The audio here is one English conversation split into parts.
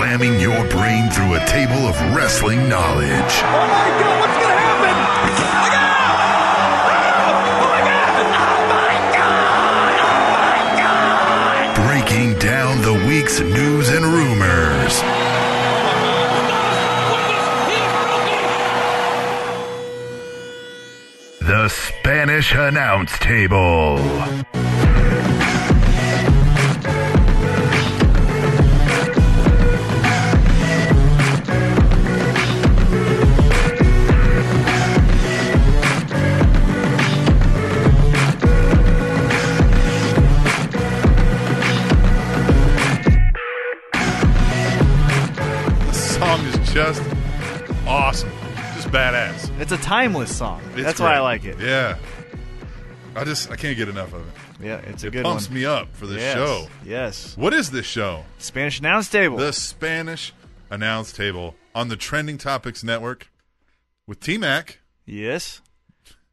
ramming your brain through a table of wrestling knowledge. Oh my God, what's going to happen? Oh my God! Oh my God! Oh my God! Oh my God! Breaking down the week's news and rumors. The Spanish Announce Table. This song is just awesome. Just badass. It's a timeless song. It's That's why I great. like it. Yeah. I just I can't get enough of it. Yeah, it's a It good pumps one. me up for this yes. show. Yes. What is this show? Spanish announce table. The Spanish Announce Table on the Trending Topics Network with T Mac. yes.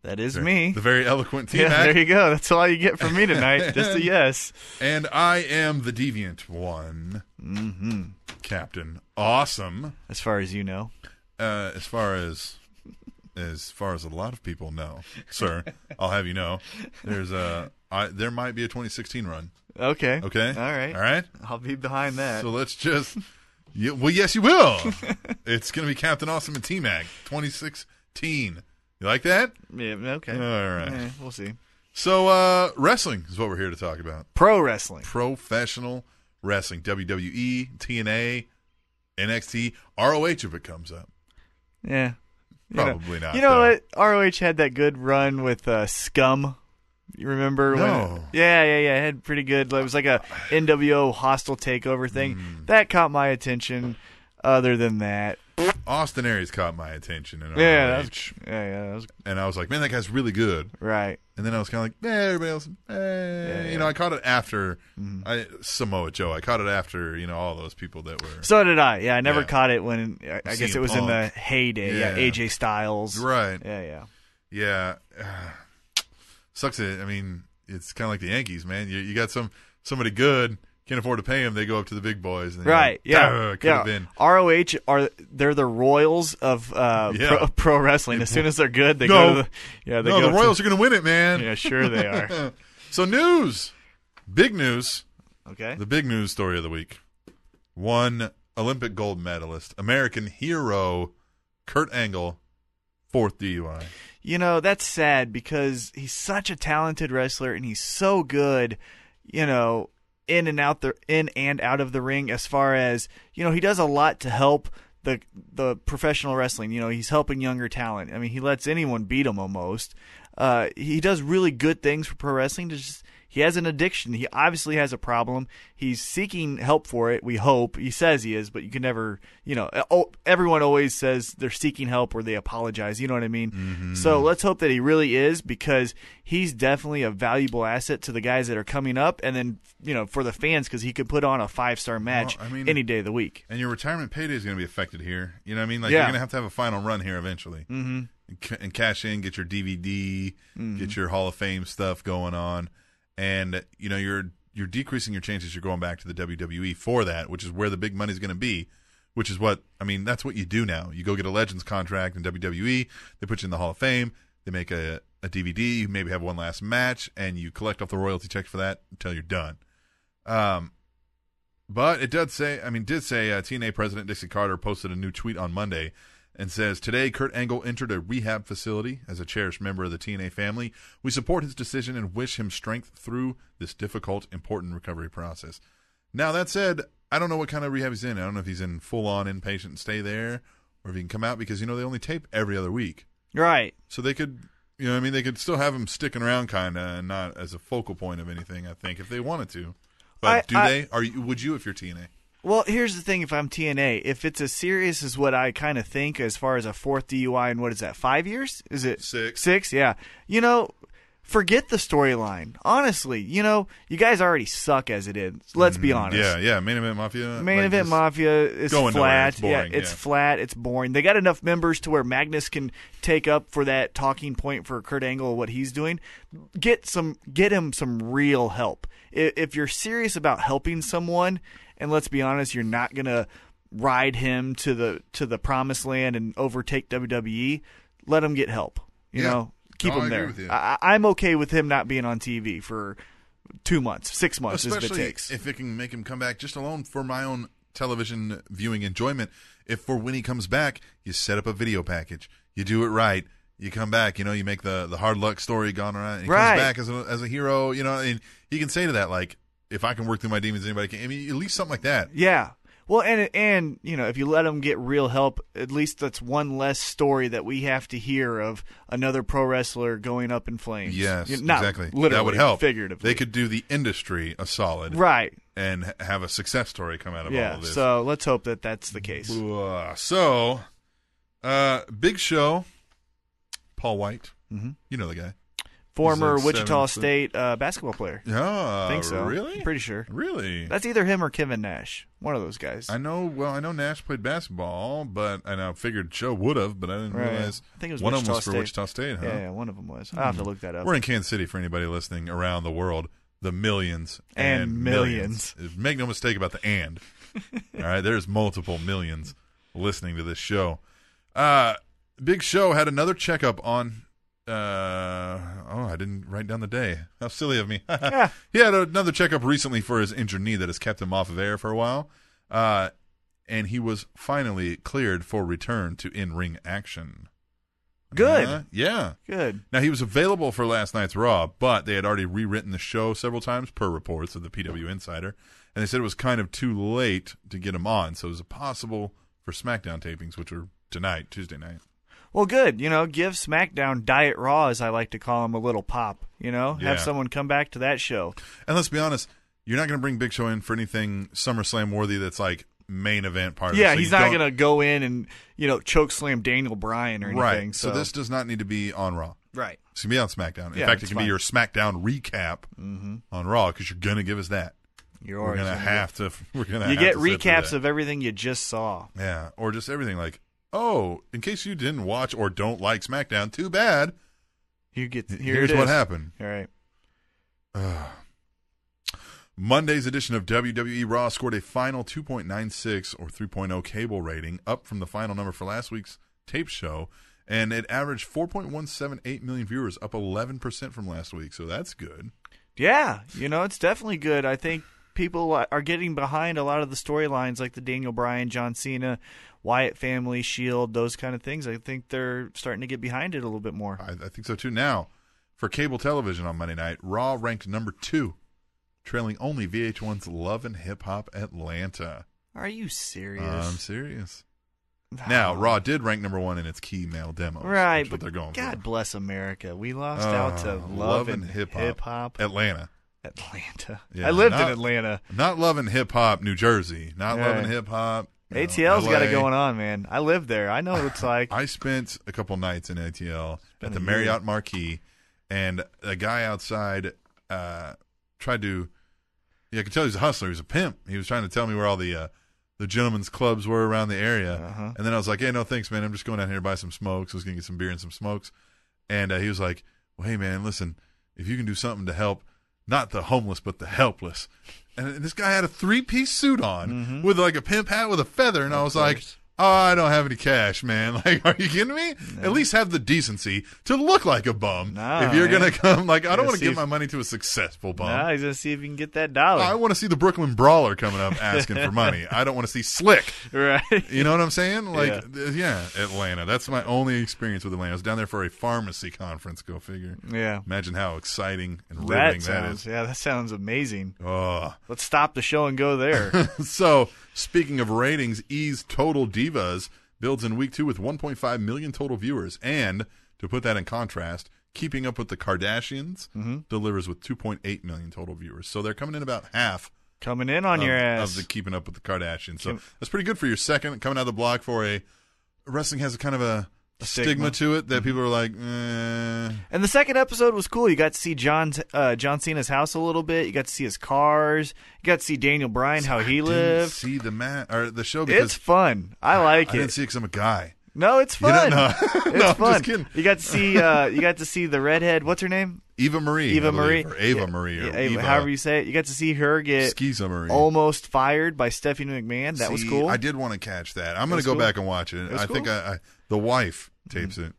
That is me. The very eloquent T yeah, Mac. there you go. That's all you get from me tonight. Just a yes. And I am the deviant one, Mm-hmm. Captain Awesome. As far as you know. Uh, as far as as far as a lot of people know, sir, I'll have you know, there's a I, there might be a 2016 run. Okay. Okay, All right. all right. I'll be behind that. So let's just, yeah, well, yes, you will. it's gonna be Captain Awesome and T Mac 2016. You like that? yeah, okay. All right. Eh, we'll see. So uh, wrestling is what we're here to talk about. Pro wrestling. professional wrestling E, WWE, TNA, NXT, ROH if it comes up. Yeah. You know- Probably not. You know though. what? ROH had that good run with uh, Scum. You remember when? No. Yeah, yeah, yeah. It had pretty good. It was like a NWO hostile takeover thing Mm. that caught my attention. Other than that, Austin Aries caught my attention in ROH, yeah, that was, yeah, yeah, that was and I was like, man, that guy's really good. right. And then I was kind of like, eh, everybody else, eh. you know, I caught it after I, Samoa Joe. I caught it after you know all those people that were So did I. Yeah, I never Yeah. caught it when I, I guess CM it was in the Punk. heyday. Yeah. Yeah. AJ Styles. right. Yeah, yeah. Yeah, sucks. It. I mean, it's kind of like the Yankees, man. You you got some somebody good can't afford to pay him. They go up to the big boys. And they're Right. like, "Duh, Yeah. Could yeah. have been. ROH are they're the Royals of uh, Yeah. pro, pro wrestling. As soon as they're good, they No. go. To the, yeah, they no, go the to- Royals are going to win it, man. yeah, sure they are. So news, big news, Okay. the big news story of the week. One Olympic gold medalist, American hero Kurt Angle, fourth DUI. You know, that's sad because he's such a talented wrestler and he's so good, you know, in and out the in and out of the ring as far as, you know, he does a lot to help the the professional wrestling. You know, he's helping younger talent. I mean, he lets anyone beat him almost. Uh, he does really good things for pro wrestling. There's just he has an addiction. He obviously has a problem. He's seeking help for it. We hope he says he is, but you can never, you know. Oh, everyone always says they're seeking help or they apologize. You know what I mean? Mm-hmm. So let's hope that he really is, because he's definitely a valuable asset to the guys that are coming up, and then you know for the fans because he could put on a five star match I mean- any day of the week. And your retirement payday is going to be affected here. You know what I mean? Like Yeah. you're going to have to have a final run here eventually, mm-hmm. and, ca- and cash in, get your DVD, get your Hall of Fame stuff going on, and you know you're you're decreasing your chances. You're going back to the WWE for that, which is where the big money's going to be. Which is what I mean. That's what you do now. You go get a Legends contract in WWE. They put you in the Hall of Fame. They make a, a DVD. You maybe have one last match, and you collect off the royalty check for that until you're done. Um, but it does say, I mean, did say uh, TNA President Dixie Carter posted a new tweet on Monday and says, Today, Kurt Angle entered a rehab facility as a cherished member of the TNA family. We support his decision and wish him strength through this difficult, important recovery process. Now, that said, I don't know what kind of rehab he's in. I don't know if he's in full on inpatient and stay there or if he can come out because, you know, they only tape every other week. Right. So they could, you know, what I mean, they could still have him sticking around, kind of, and not as a focal point of anything. I think if they wanted to, but I- do I- they? Are you? Would you if you're TNA? Well, here's the thing: if I'm TNA, if it's as serious as what I kind of think, as far as a fourth DUI and what is that, five years? Is it Six. Six, yeah. You know, forget the storyline. Honestly, you know, you guys already suck as it is. Let's be honest. Mm, Yeah, yeah. Main event mafia. Main like Event this- Mafia is going nowhere. flat. It's boring, yeah, it's yeah. flat. It's boring. They got enough members to where Magnus can take up for that talking point for Kurt Angle and what he's doing. Get some, get him some real help. I- If you're serious about helping someone, and let's be honest, you're not gonna ride him to the to the promised land and overtake WWE. Let him get help. You Yeah. know, keep No, I him agree there. with you. I, I- I'm okay with him not being on TV for two months, six months, is if it especially takes. if it can make him come back just alone for my own television viewing enjoyment. If for when he comes back, you set up a video package, you do it right, you come back, you know, you make the the hard luck story gone around, and he Right. comes back as a, as a hero, you know, and he can say to that like, if I can work through my demons, anybody can. I mean, at least something like that. Yeah. Well, and and you know, if you let them get real help, at least that's one less story that we have to hear of another pro wrestler going up in flames. Yes, You know, not exactly. Literally, that would help. Figuratively, they could do the industry a solid, Right. and ha- have a success story come out of all Yeah. of this. So let's hope that that's the case. Uh, so, uh, Big Show, Paul White, Mhm. you know the guy. Former He's like Wichita seven foot- State uh, basketball player. Yeah, I think so. Really, I'm pretty sure. really. That's either him or Kevin Nash. One of those guys. I know. Well, I know Nash played basketball, but and I figured Show would have, but I didn't Right. realize. I think it was one of them Wichita was for State. Wichita State. Huh? Hmm. yeah, yeah, one of them was. I'll have to look that up. We're in Kansas City for anybody listening around the world. The millions And Make no mistake about the and. All right, there's multiple millions listening to this show. Uh, Big Show had another checkup on. Uh, oh, I didn't write down the day. How silly of me. He had another checkup recently for his injured knee that has kept him off of air for a while. Uh, and he was finally cleared for return to in ring action. Good. Uh, yeah. Good. Now he was available for last night's Raw, but they had already rewritten the show several times per reports of the PW Insider, and they said it was kind of too late to get him on, so it was possible for SmackDown tapings, which were tonight, Tuesday night. Well, good. You know, give SmackDown Diet Raw, as I like to call them, a little pop. You know, Yeah. have someone come back to that show. And let's be honest, you're not going to bring Big Show in for anything SummerSlam worthy that's like main event part. Yeah, of it, so he's you not don't- gonna go in and you know choke slam Daniel Bryan or anything. right. So, So this does not need to be on Raw. right. It's gonna be on SmackDown. In Yeah, fact, it it's can be fine. your SmackDown recap on Raw because you're gonna give us that. You're We're always gonna gonna have to. We're gonna. You get have to sit through recaps that. of everything you just saw. Yeah, or just everything like, oh, in case you didn't watch or don't like SmackDown, too bad. You get H- here Here's it what is. happened. All right. Monday's edition of WWE Raw scored a final 2.96 or 3.0 cable rating, up from the final number for last week's tape show, and it averaged 4.178 million viewers, up 11% from last week. So that's good. Yeah, you know it's definitely good. I think people are getting behind a lot of the storylines, like the Daniel Bryan, John Cena, Wyatt family, Shield, E those kind of things. I think they're starting to get behind it a little bit more. I, I think so too. Now, for cable television on Monday night, Raw ranked number two, trailing only VH1's Love and Hip Hop Atlanta. Are you serious? I'm serious. Now, Raw did rank number one in its key male demos. Oh. Right, That's but what they're going God for. bless America. We lost Uh, out to love, and Hip Hop. hip-hop Atlanta. Atlanta. Yeah, I lived not- in Atlanta. Not loving hip hop, New Jersey. Not Right. loving hip hop. ATL's got it going on, man. I lived there. I know what it's like. I spent a couple nights in ATL at the Marriott Marquis, and a guy outside uh, tried to. Yeah, I could tell he's a hustler. He's a pimp. He was trying to tell me where all the uh, the gentlemen's clubs were around the area, Uh-huh. and then I was like, "Hey, no thanks, man. I'm just going down here to buy some smokes. I was gonna get some beer and some smokes." And uh, he was like, "Well, hey, man, listen, if you can do something to help, not the homeless, but the helpless." And this guy had a three piece suit on with like a pimp hat with a feather, and I was like. Mm-hmm. course. Oh, I don't have any cash, man. Like, are you kidding me? At least have the decency to look like a bum. Nah, if you're man. gonna come, like, I don't Gotta want to see give if- my money to a successful bum. Now he's gonna see if he can get that dollar. I want to see the Brooklyn Brawler coming up asking for money. I don't want to see Slick. right. You know what I'm saying? Like, Yeah. th- yeah. Atlanta. That's my only experience with Atlanta. I was down there for a pharmacy conference. Go figure. Yeah. Imagine how exciting and riveting That sounds. that is. Yeah, that sounds amazing. Oh. Let's stop the show and go there. So, speaking of ratings, E's Total Divas builds in week two with 1.5 million total viewers. And to put that in contrast, Keeping Up with the Kardashians Mm-hmm. delivers with 2.8 million total viewers. So they're coming in about half Coming in on of, your of ass. the Keeping Up with the Kardashians. So that's pretty good for your second coming out of the block for a wrestling has a kind of a, a Stigma. stigma. Mm-hmm. to it that people are like, eh. And the second episode was cool. You got to see John's uh, John Cena's house a little bit. You got to see his cars. You got to see Daniel Bryan how he didn't lived. see the mat or the show It's because fun. I like I it. didn't see it because I'm a guy. No, it's You fun. don't know. It's No, I'm just fun. kidding. You got to see uh you got to see the redhead, what's her name? Eva Marie. I Eva Marie. believe, Or Ava Yeah, Marie. Or yeah, Eva, Ava, however you say it. You got to see her get Skeeza Marie. almost fired by Stephanie McMahon. That was See, cool. I did want to catch that. I'm going was to go cool. back and watch it. was I think cool. Mm-hmm. I, I the wife tapes it.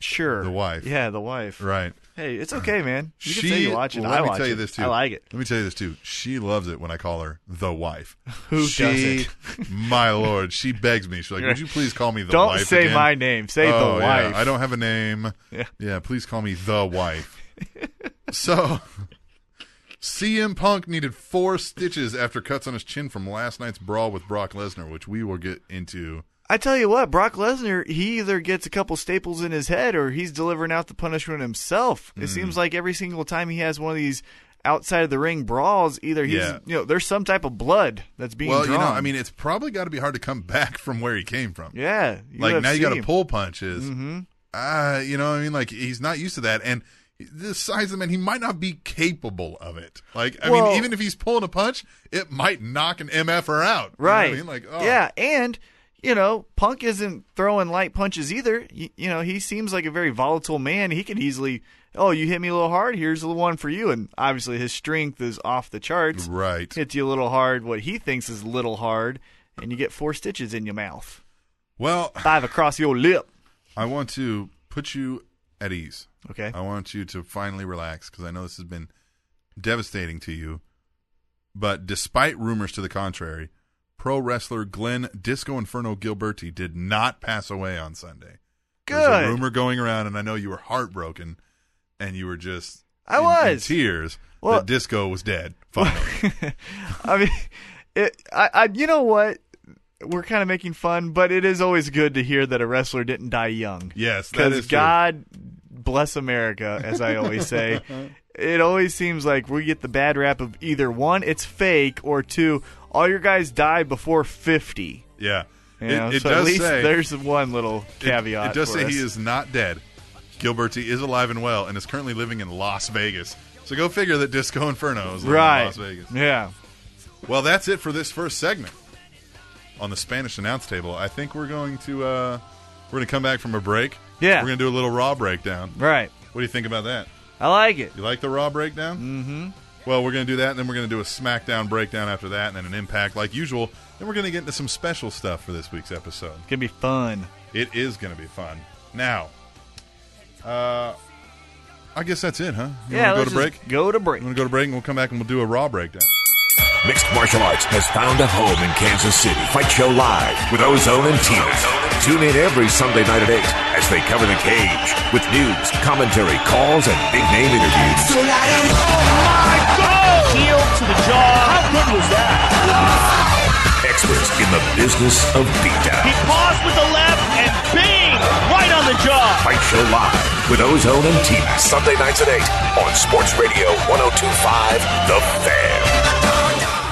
sure. the wife. Yeah, the wife. Right. Hey, it's okay, man. You she can say you watch it. well, I let me watch tell you it. this too. I like it. Let me tell you this too. She loves it when I call her the wife. Who she, my lord, she begs me. She's like, "Would you please call me the Don't wife?" say again?" my name. Say Oh, the yeah, wife. I don't have a name. Yeah. please call me the wife. so, CM Punk needed four stitches after cuts on his chin from last night's brawl with Brock Lesnar, which we will get into. I tell you what, Brock Lesnar, he either gets a couple staples in his head or he's delivering out the punishment himself. Mm-hmm. It seems like every single time he has one of these outside of the ring brawls, either he's Yeah. you know, there's some type of blood that's being Well, you know, drawn. I mean, it's probably got to be hard to come back from where he came from. yeah, like now you got UFC. to pull punches. Mm-hmm. Uh, you know, what I mean, like he's not used to that, and the size of the man, he might not be capable of it. Like, I Well- mean, even if he's pulling a punch, it might knock an mf'er out. You know what right? I mean, like, oh, yeah, and you know, Punk isn't throwing light punches either. You, you know, he seems like a very volatile man. He could easily, oh, you hit me a little hard. Here's the one for you. And obviously, his strength is off the charts. right. hits you a little hard, what he thinks is a little hard, and you get four stitches in your mouth, Well, five across your lip. I want to put you at ease. Okay. I want you to finally relax because I know this has been devastating to you. But despite rumors to the contrary, pro wrestler Glenn Disco Inferno Gilberti did not pass away on Sunday. There's a Good. rumor going around, and I know you were heartbroken, and you were just I in- in was. tears Well- that Disco was dead. Finally. I mean, it, I, I, you know what? We're kind of making fun, but it is always good to hear that a wrestler didn't die young. yes, that Because is God bless America, as I always say. it always seems like we get the bad rap of either one, it's fake, or two, all your guys die before 50. true. Yeah, You know? it, it so does at least say there's one little it- caveat. It, does for say he us. is not dead. Gilberti is alive and well, and is currently living in Las Vegas. So go figure that Disco Inferno is living right. in Las Vegas. Yeah. Well, that's it for this first segment on the Spanish announce table. I think we're going to uh, we're going to come back from a break. Yeah. we're going to do a little Raw breakdown. Right. What do you think about that? I like it. You like the Raw breakdown? Mm-hmm. Well, we're going to do that, and then we're going to do a SmackDown breakdown after that, and then an Impact like usual. Then we're going to get into some special stuff for this week's episode. It's gonna be fun. It is going to be fun. Now, uh, I guess that's it, huh? You yeah. want to go let's to just break? Go to break. You want to go to break, and we'll come back and we'll do a Raw breakdown. Mixed Martial Arts has found a home in Kansas City. Fight Show Live with Ozone and Tina. Tune in every Sunday night at 8 as they cover the cage with news, commentary, calls, and big name interviews. heel to the jaw. How good was that? Experts in the business of He beatdown. paused with the left and bang! Right on the jaw. Fight Show Live with Ozone and Tina. Sunday nights at 8 on Sports Radio 1025 The Fan.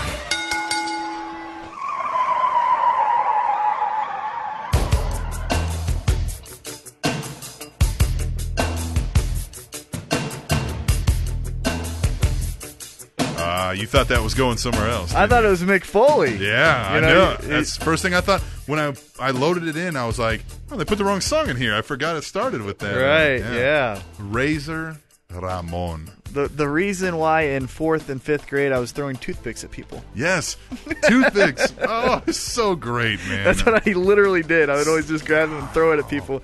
Uh, you thought that was going somewhere else. I thought it was Mick Foley. Yeah, You I know, know. you- That's the first thing I thought when I I loaded it in. I was like, oh, they put the wrong song in here. I forgot it started with that. Right. Yeah. Razor Ramon. The the reason why in fourth and fifth grade I was throwing toothpicks at people. Yes, toothpicks. oh, it's so great, man. That's what I literally did. I would always just grab them and throw it at people.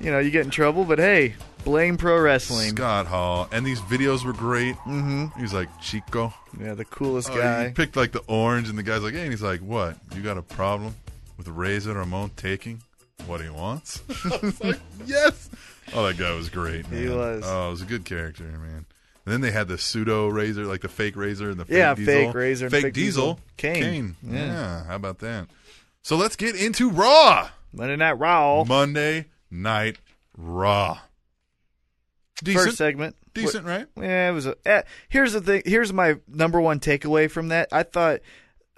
You know, you get in trouble, but hey, blame pro wrestling. Scott Hall and these videos were great. Mm-hmm. He's like Chico. Yeah, the coolest Oh, guy. He picked like the orange, and the guy's like, "Hey," and he's like, "What? You got a problem with Razor Ramon taking what he wants?" I was like, "Yes." Oh, that guy was great. Man. He was. Oh, it was a good character, man. And then they had the pseudo Razor, like the fake Razor and the fake Yeah, Diesel. fake Razor and fake, fake Diesel, Diesel. Kane. Yeah. how about that? So let's get into Raw Monday Night Raw. Monday Night Raw. Decent, First segment. decent, right? Yeah, it was a. eh, here's the thing. Here's my number one takeaway from that. I thought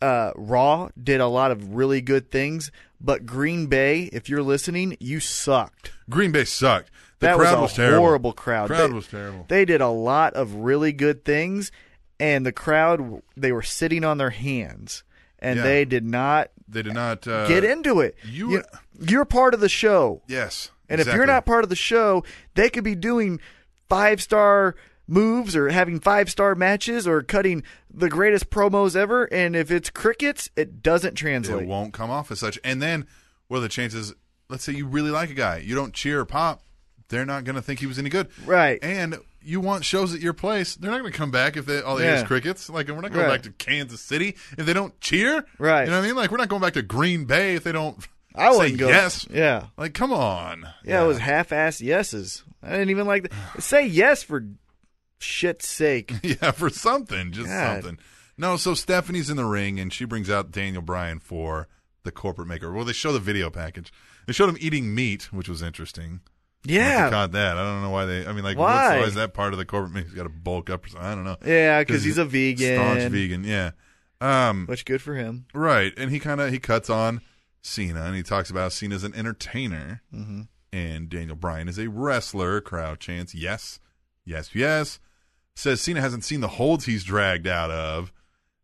uh, Raw did a lot of really good things, but Green Bay, if you're listening, you sucked. Green Bay sucked. The that crowd was a was, terrible. horrible crowd. Crowd They- was terrible. They did a lot of really good things, and the crowd they were sitting on their hands, and Yeah. they did not They did not uh, get into it. you- you're part of the show. Yes. And if you're not part of the show, they could be doing five star moves or having five star matches or cutting the greatest promos ever. And if it's crickets, it doesn't translate. It won't come off as such. And then, what are the chances? Let's say you really like a guy, you don't cheer or pop, they're not going to think he was any good. Right. And you want shows at your place, they're not going to come back if they, all they hear Yeah. is crickets. Like, we're not going Right. back to Kansas City if they don't cheer. Right. You know what I mean? Like, we're not going back to Green Bay if they don't I say wouldn't go. yes. Yeah. Like, come on. Yeah, it was half ass yeses. I didn't even like that. Say yes for shit's sake. yeah, for something, just God. something. No, so Stephanie's in the ring and she brings out Daniel Bryan for the corporate maker. Well, they show the video package. They showed him eating meat, which was interesting. I don't know if you Yeah. caught that. I don't know why they. I mean, like, Why? What's, why is that part of the corporate maker? He's got to bulk up. Or something. I don't know. Yeah, 'cause he's a vegan. staunch vegan. Yeah. Um. Which good for him. Right, and he kind of he cuts on Cena and he talks about Cena's an entertainer Mm-hmm. and Daniel Bryan is a wrestler. Crowd chants, yes, yes, yes. Says Cena hasn't seen the holds he's dragged out of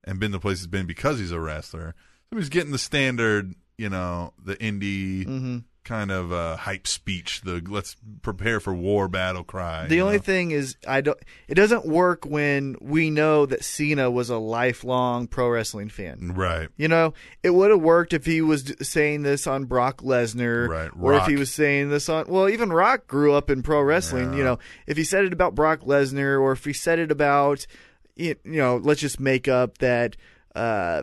and been the place he's been because he's a wrestler. So he's getting the standard, you know, the indie Mm-hmm. kind of uh, hype speech. The let's prepare for war battle cry. The you only know? thing is, I don't. It doesn't work when we know that Cena was a lifelong pro wrestling fan. right. You know, it would have worked if he was d- saying this on Brock Lesnar, Right, or if he Rock. was saying this on. Well, even Rock grew up in pro wrestling. You know, if he said it about Brock Lesnar, or if he said it about, y- you know, let's just make up that uh,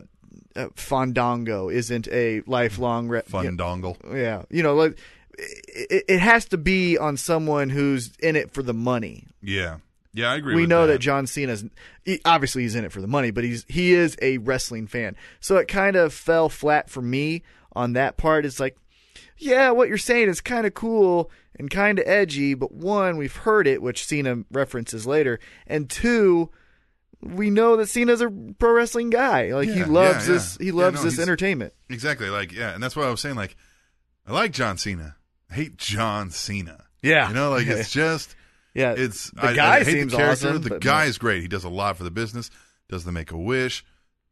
uh, Fandango isn't a lifelong re- Fun you dongle. yeah, you know, like, it, it has to be on someone who's in it for the money. Yeah. Yeah, I agree We with know that, that John Cena's he, obviously he's in it for the money, but he's he is a wrestling fan. So it kind of fell flat for me on that part. It's like, yeah, what you're saying is kind of cool and kind of edgy, but one, we've heard it, which Cena references later, and two. We know that Cena's a pro wrestling guy. Like he Yeah, loves yeah, this. yeah. He Yeah, loves no, this he's- entertainment. Exactly. Like, yeah. And that's what I was saying. Like, I like John Cena. I hate John Cena. Yeah. You know, like, it's just, Yeah, it's, the I, guy I hate seems the character. awesome. the but- guy is great. He does a lot for the business, does the make a wish,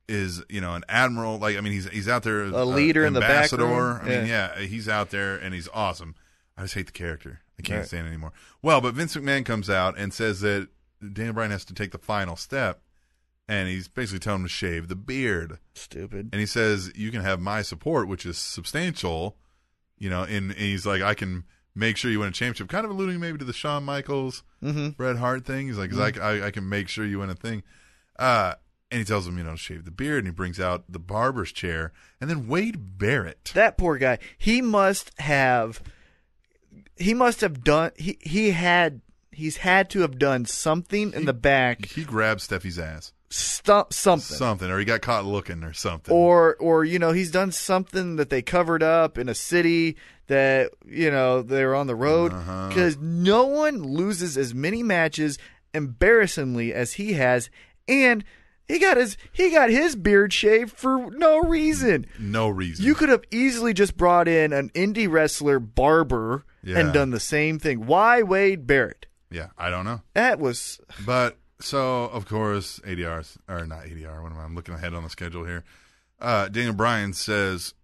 is, you know, an admiral. Like, I mean, he's, he's out there, as A leader in the back ambassador. room. I mean, yeah, he's out there and he's awesome. I just hate the character. I can't Right. stand it anymore. Well, but Vince McMahon comes out and says that Daniel Bryan has to take the final step, and he's basically telling him to shave the beard Stupid. and he says you can have my support which is substantial you know and, and he's like i can make sure you win a championship kind of alluding maybe to the Shawn michaels Mm-hmm. red hart thing he's like 'cause I c- I, I can make sure you win a thing uh, and he tells him you know shave the beard and he brings out the barber's chair and then wade barrett That poor guy. He must have. He must have done. He he had. He's had to have done something in the back. he grabbed steffi's ass Stump something. something or he got caught looking or something Or or you know he's done something that they covered up in a city that you know they were on the road because no one loses as many matches embarrassingly as he has and. He got his he got his beard shaved for no reason. no reason You could have easily just brought in an indie wrestler barber Yeah. and done the same thing. Why Wade Barrett? yeah i don't know That was But so of course ADRs or not ADR. What am I? I'm looking ahead on the schedule here. Uh, Daniel Bryan says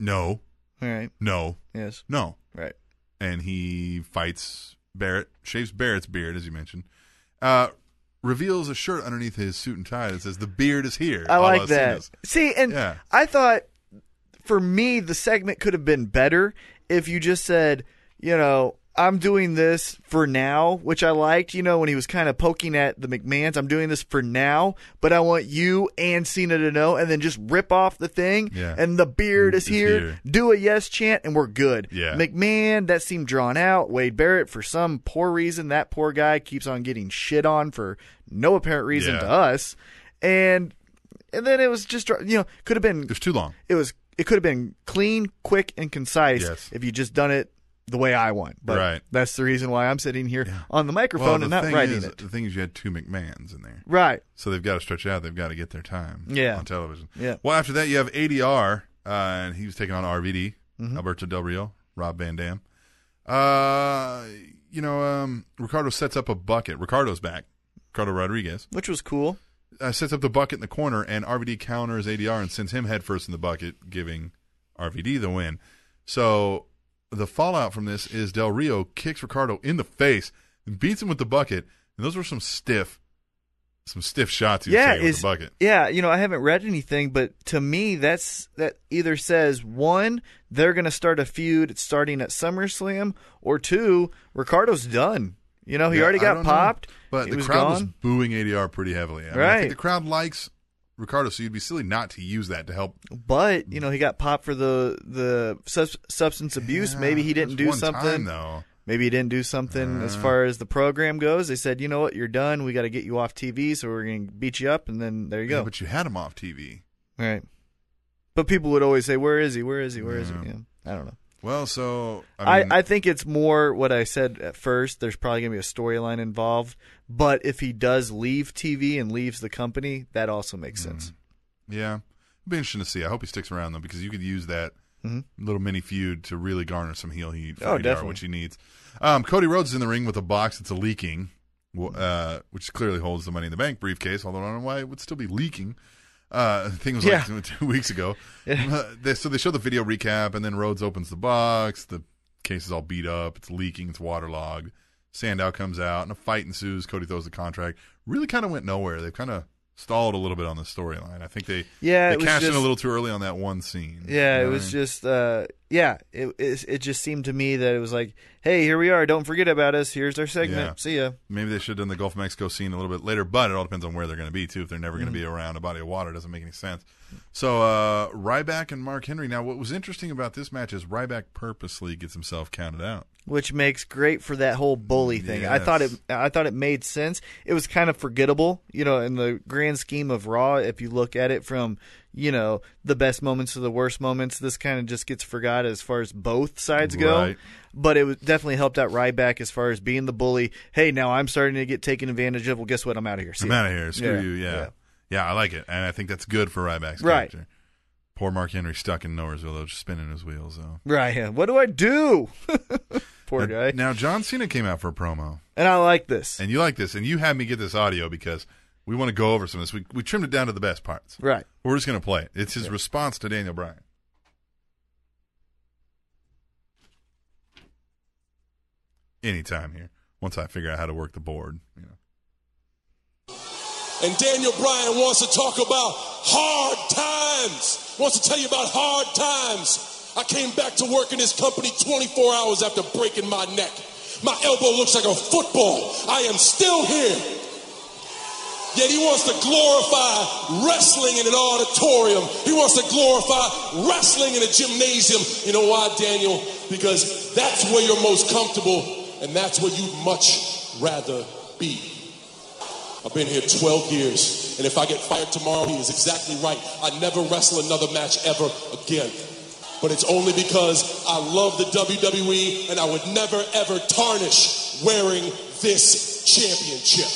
no, all right. no, Yes, no, right. and he fights Barrett, shaves Barrett's beard as you mentioned. Uh, reveals a shirt underneath his suit and tie that says "The beard is here." I a la like that. Cena's. See, and Yeah. I thought for me the segment could have been better if you just said, you know, I'm doing this for now, which I liked. You know, when he was kind of poking at the McMahon's, I'm doing this for now, but I want you and Cena to know, and then just rip off the thing, Yeah. and the beard is Is here. here. Do a yes chant, and we're good. Yeah. McMahon, that seemed drawn out. Wade Barrett, for some poor reason, that poor guy keeps on getting shit on for no apparent reason Yeah. to us, and and then it was just you know could have been It was too long. it was it could have been clean, quick, and concise Yes. if you just done it the way I want. But Right. that's the reason why I'm sitting here on the Well, microphone the and not thing writing is, it. the thing is, you had two McMahons in there, Right. so they've got to stretch it out. They've got to get their time. Yeah. on television. Yeah. Well, after that, you have ADR, uh, and he was taking on RVD, Mm-hmm. Alberto Del Rio, Rob Van Dam. Uh, you know, um, Ricardo sets up a bucket. Ricardo's back. Ricardo Rodriguez Which was cool. uh, sets up the bucket in the corner, and RVD counters ADR and sends him headfirst in the bucket, giving RVD the win. So the fallout from this is Del Rio kicks Ricardo in the face and beats him with the bucket. And those were some stiff, some stiff shots he was yeah, taking with is the bucket. yeah, you know, I haven't read anything, but to me, that's that either says one, they're going to start a feud starting at SummerSlam, or two, Ricardo's done. You know, he Yeah, already I got don't know. popped, But he the was crowd gone. was booing ADR pretty heavily. I, mean, I Right. think the crowd likes Ricardo, so you'd be silly not to use that to help. but Mm. you know, he got popped for the the subs substance abuse. Yeah, maybe he didn't just do one time, something. though. Maybe he didn't do something as far as the program goes. They said, you know what, you're done. We got to get you off TV, so we're going to beat you up, and then there you go. Yeah, but you had him off TV. right. But people would always say, "Where is he? Where is he? Where is he?" Yeah. I don't know. Well, so I, I, mean, I think it's more what I said at first. There's probably going to be a storyline involved. But if he does leave TV and leaves the company, that also makes Mm. sense. yeah, it'd be interesting to see. I hope he sticks around though, because you could use that little mini feud to really garner some heel heat for Mm-hmm. Oh, ADR, definitely. which he needs. Um, Cody Rhodes is in the ring with a box that's leaking, wh- Mm-hmm. uh, which clearly holds the Money in the Bank briefcase. Although I don't know why it would still be leaking. Uh, the thing was like Yeah. two weeks ago. Uh, they, so they show the video recap, and then Rhodes opens the box. The case is all beat up. It's leaking. It's waterlogged. Sandow comes out, and a fight ensues. Cody throws the contract. Really, kind of went nowhere. They've kind of stalled a little bit on the storyline. I think they Yeah, they it was cashed in just- a little too early on that one scene. Yeah, You it know was what just, uh, yeah, it, it it just seemed to me that it was like, hey, here we are. Don't forget about us. Here's our segment. Yeah. See ya. I mean? maybe they should have done the Gulf of Mexico scene a little bit later. But it all depends on where they're going to be too. If they're never going Mm-hmm. to be around a body of water, it doesn't make any sense. So uh, Ryback and Mark Henry. Now, what was interesting about this match is Ryback purposely gets himself counted out. Which makes great for that whole bully thing. I thought it. Yes. I thought it made sense. It was kind of forgettable, you know, in the grand scheme of Raw. If you look at it from, you know, the best moments to the worst moments, this kind of just gets forgot as far as both sides go. Right. But it was- definitely helped out Ryback as far as being the bully. Hey, now I'm starting to get taken advantage of. Well, guess what? I'm out of here. See I'm ya. out of here. Screw Yeah, you. Yeah. yeah. yeah. I like it. And I think that's good for Ryback's Right. character. Poor Mark Henry stuck in Nowheresville, though, just spinning his wheels, though. Right. yeah. What do I do? Poor Now, guy. now, John Cena came out for a promo. And I like this. And you like this. And you had me get this audio because we want to go over some of this. We, we trimmed it down to the best parts. Right. We're just going to play it. It's his response to Daniel Bryan. Anytime here. Once I figure out how to work the board, you know. And Daniel Bryan wants to talk about hard times. Wants to tell you about hard times. I came back to work in this company 24 hours after breaking my neck. My elbow looks like a football. I am still here. Yet he wants to glorify wrestling in an auditorium. He wants to glorify wrestling in a gymnasium. You know why, Daniel? Because that's where you're most comfortable and that's where you'd much rather be. I've been here 12 years, and if I get fired tomorrow, he is exactly right. I never wrestle another match ever again. But it's only because I love the WWE, and I would never ever tarnish wearing this championship.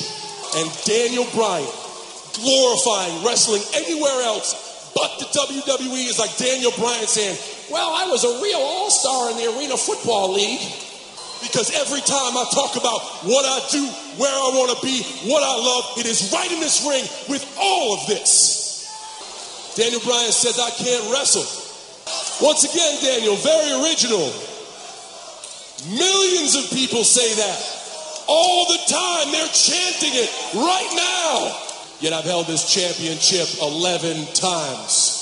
And Daniel Bryan glorifying wrestling anywhere else but the WWE is like Daniel Bryan saying, Well, I was a real all star in the Arena Football League. Because every time I talk about what I do, where I want to be, what I love, it is right in this ring with all of this. Daniel Bryan says, I can't wrestle. Once again, Daniel, very original. Millions of people say that all the time. They're chanting it right now. Yet I've held this championship 11 times.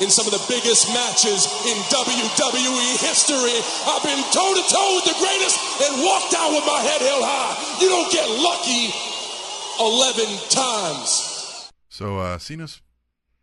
In some of the biggest matches in WWE history, I've been toe to toe with the greatest and walked out with my head held high. You don't get lucky 11 times. So uh, Cena's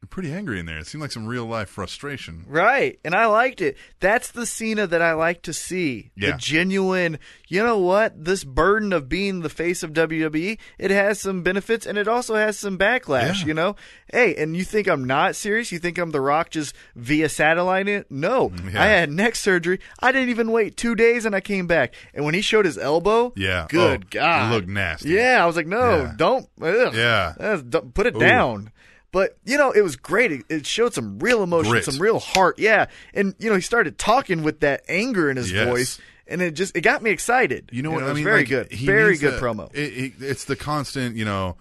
pretty angry in there. It seemed like some real life frustration. Right. And I liked it. That's the Cena that I like to see. Yeah. The genuine, you know what? This burden of being the face of WWE, it has some benefits and it also has some backlash, Yeah. you know? Hey, and you think I'm not serious? You think I'm The Rock just via satellite? It? No. Mm, Yeah. I had neck surgery. I didn't even wait two days and I came back. And when he showed his elbow, Yeah. good Oh, God. it looked nasty. Yeah. I was like, no, Yeah. don't. Ugh. Yeah. That's- don't- put it Ooh. down. But you know, it was great. It, it showed some real emotion, Grit. some real heart. Yeah, and you know, he started talking with that anger in his Yes. voice, and it just it got me excited. You know what it I was mean? Very Like, good, he very needs good that- promo. It, it, it's the constant, you know.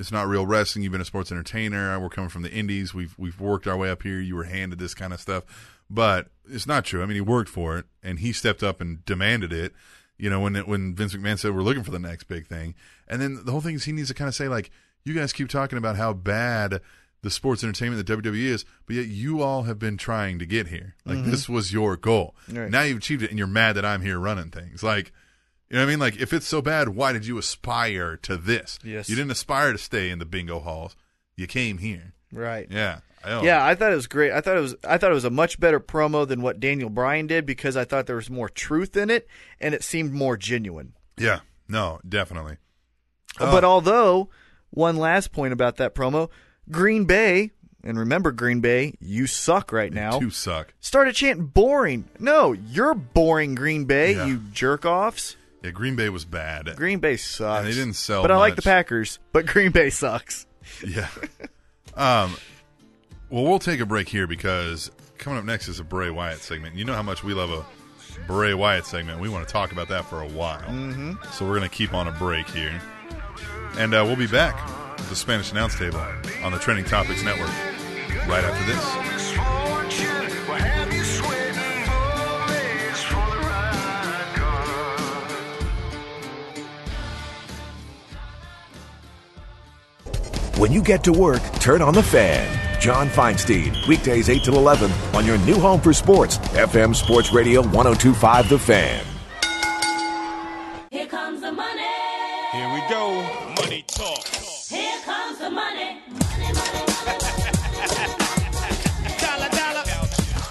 It's not real wrestling. You've been a sports entertainer. We're coming from the indies. We've we've worked our way up here. You were handed this kind of stuff, but it's not true. I mean, he worked for it, and he stepped up and demanded it. You know, when it, when Vince McMahon said we're looking for the next big thing, and then the whole thing is he needs to kind of say like, you guys keep talking about how bad the sports entertainment that WWE is, but yet you all have been trying to get here. Like this was your goal. Mm-hmm. Right. Now you've achieved it, and you're mad that I'm here running things. Like, you know what I mean? Like, if it's so bad, why did you aspire to this? Yes. you didn't aspire to stay in the bingo halls. You came here. Right. Yeah. I know. Yeah, I thought it was great. I thought it was I thought it was a much better promo than what Daniel Bryan did because I thought there was more truth in it and it seemed more genuine. Yeah. No, definitely. Oh. But although one last point about that promo, Green Bay, and remember Green Bay, you suck right now. Two suck. Started chanting boring. No, you're boring Green Bay, Yeah. you jerk offs. Yeah, Green Bay was bad. Green Bay sucks. And they didn't sell But I like the much. Packers, but Green Bay sucks. Yeah. um, well, we'll take a break here because coming up next is a Bray Wyatt segment. You know how much we love a Bray Wyatt segment. We want to talk about that for a while. Mm-hmm. So we're going to keep on a break here. And uh, we'll be back at the Spanish Announce Table on the Trending Topics Network right after this. When you get to work, turn on the fan. John Feinstein, weekdays 8 till 11 on your new home for sports, FM Sports Radio 1025 The Fan. Here comes the money. Here we go. Money talk. Here comes the money. Money, money, money. Dollar, dollar.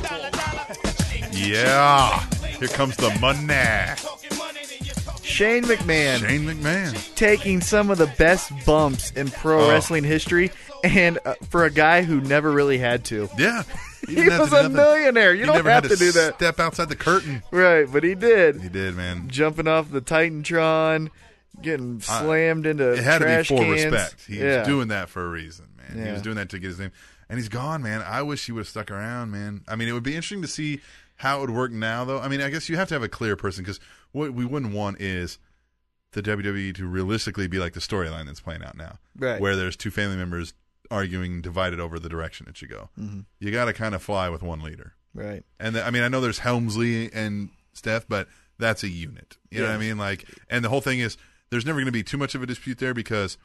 Dollar, dollar. Yeah. Here comes the money. Talking money, then you're talking Shane McMahon. Shane McMahon. taking some of the best bumps in pro Oh. wrestling history, and uh, for a guy who never really had to. Yeah. He, didn't have was to a do nothing. millionaire. You He don't never have had to do that. Step outside the curtain. Right, but he did. He did, man. Jumping off the Titantron, getting slammed into it had to be trash for cans. respect. He yeah. was doing that for a reason, man. He Yeah. was doing that to get his name. And he's gone, man. I wish he would have stuck around, man. I mean, it would be interesting to see how it would work now, though. I mean, I guess you have to have a clear person because what we wouldn't want is the WWE to realistically be like the storyline that's playing out now, Right. where there's two family members arguing, divided over the direction it should go. Mm-hmm. You got to kind of fly with one leader. right. And the, I mean, I know there's Helmsley and Steph, but that's a unit. You know what I mean? Like, and the whole thing is there's never going to be too much of a dispute there because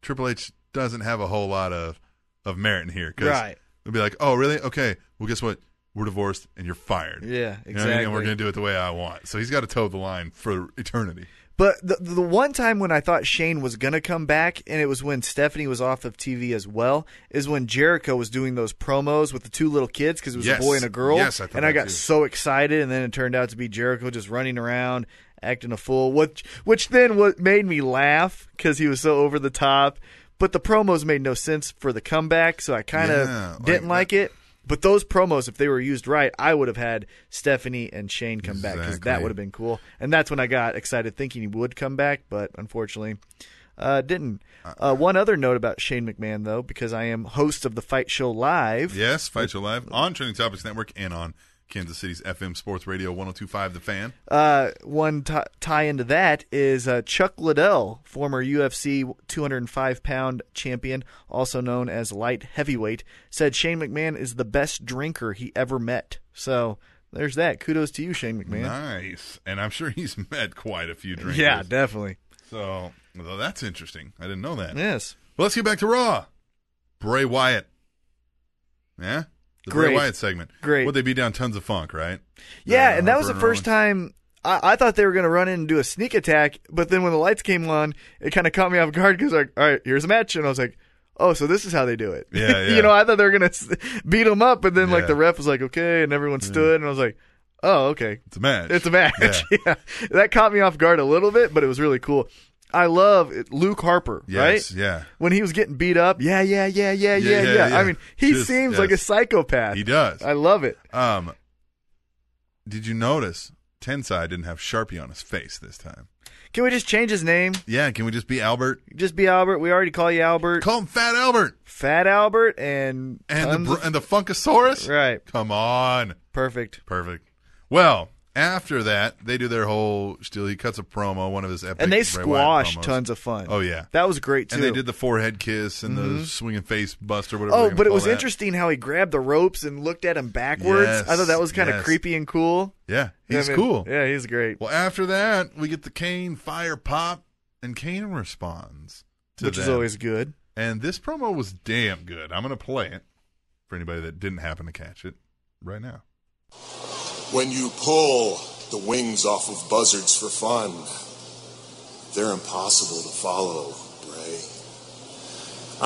Triple H doesn't have a whole lot of of merit in here. 'cause Right. It'll be like, oh, really? Okay. Well, guess what? We're divorced and you're fired. Yeah, You know what I mean? And we're exactly. going to do it the way I want. So he's got to toe the line for eternity. But the the one time when I thought Shane was gonna come back, and it was when Stephanie was off of TV as well, is when Jericho was doing those promos with the two little kids because it was Yes. a boy and a girl. Yes, I thought and I that got too. so excited, and then it turned out to be Jericho just running around acting a fool, which which then what made me laugh because he was so over the top. But the promos made no sense for the comeback, so I kind of Yeah, like didn't like that- it. But those promos, if they were used right, I would have had Stephanie and Shane come back because that Exactly. would have been cool. And that's when I got excited, thinking he would come back, but unfortunately, uh, didn't. Uh, one other note about Shane McMahon, though, because I am host of the Fight Show Live. Yes, Fight Your Live on Trending Topics Network and on Kansas City's FM Sports Radio 1025 The Fan. Uh, one ti tie into that is uh, Chuck Liddell, former UFC 205 pound champion, also known as light heavyweight, said Shane McMahon is the best drinker he ever met. So there's that. Kudos to you, Shane McMahon. Nice. And I'm sure he's met quite a few drinkers. yeah, definitely. So, well, that's interesting. I didn't know that. Yes. Well, let's get back to Raw. Bray Wyatt. Yeah? The Bray Great. Wyatt segment. Great. Would they be down tons of funk, right? Yeah, Uh, and that was the Harper first Rollins. time I, I thought they were going to run in and do a sneak attack, but then when the lights came on, it kind of caught me off guard because, like, all right, here's a match. And I was like, oh, so this is how they do it. Yeah, yeah. you know, I thought they were going to beat them up, but then, like, Yeah. Mm. the ref was like, okay, and everyone stood, and I was like, oh, okay. It's a match. It's a match. Yeah. That caught me off guard a little bit, but it was really cool. I love it- Luke Harper, Yes, right? yeah. When he was getting beat up, yeah, yeah, yeah, yeah, yeah, yeah. yeah, yeah. I mean, he Just- seems like a yes. psychopath. He does. I love it. Um, did you notice Tensai didn't have Sharpie on his face this time? Can we just change his name? Yeah, can we just be Albert? Just be Albert. We already call you Albert. Call him Fat Albert Fat Albert and and tons the of- br- and the Funkasaurus. right. Come on. Perfect. Perfect. Well, After that, they do their whole still. He cuts a promo, one of his epic and they Bray Wyatt squash promos. tons of fun. Oh, yeah. that was great too. Mm-hmm. And they did the forehead kiss and the swinging face buster, whatever. they're Oh, gonna but it call was that. interesting how he grabbed the ropes and looked at him backwards. I thought that was kind of Yes, yes. creepy and cool. Yeah, You know he's what I mean? cool. Yeah, he's great. Well, after that, we get the Kane fire pop, and Kane responds to Which is them. always good. And this promo was damn good. I'm gonna play it for anybody that didn't happen to catch it right now. When you pull the wings off of buzzards for fun, they're impossible to follow, Bray.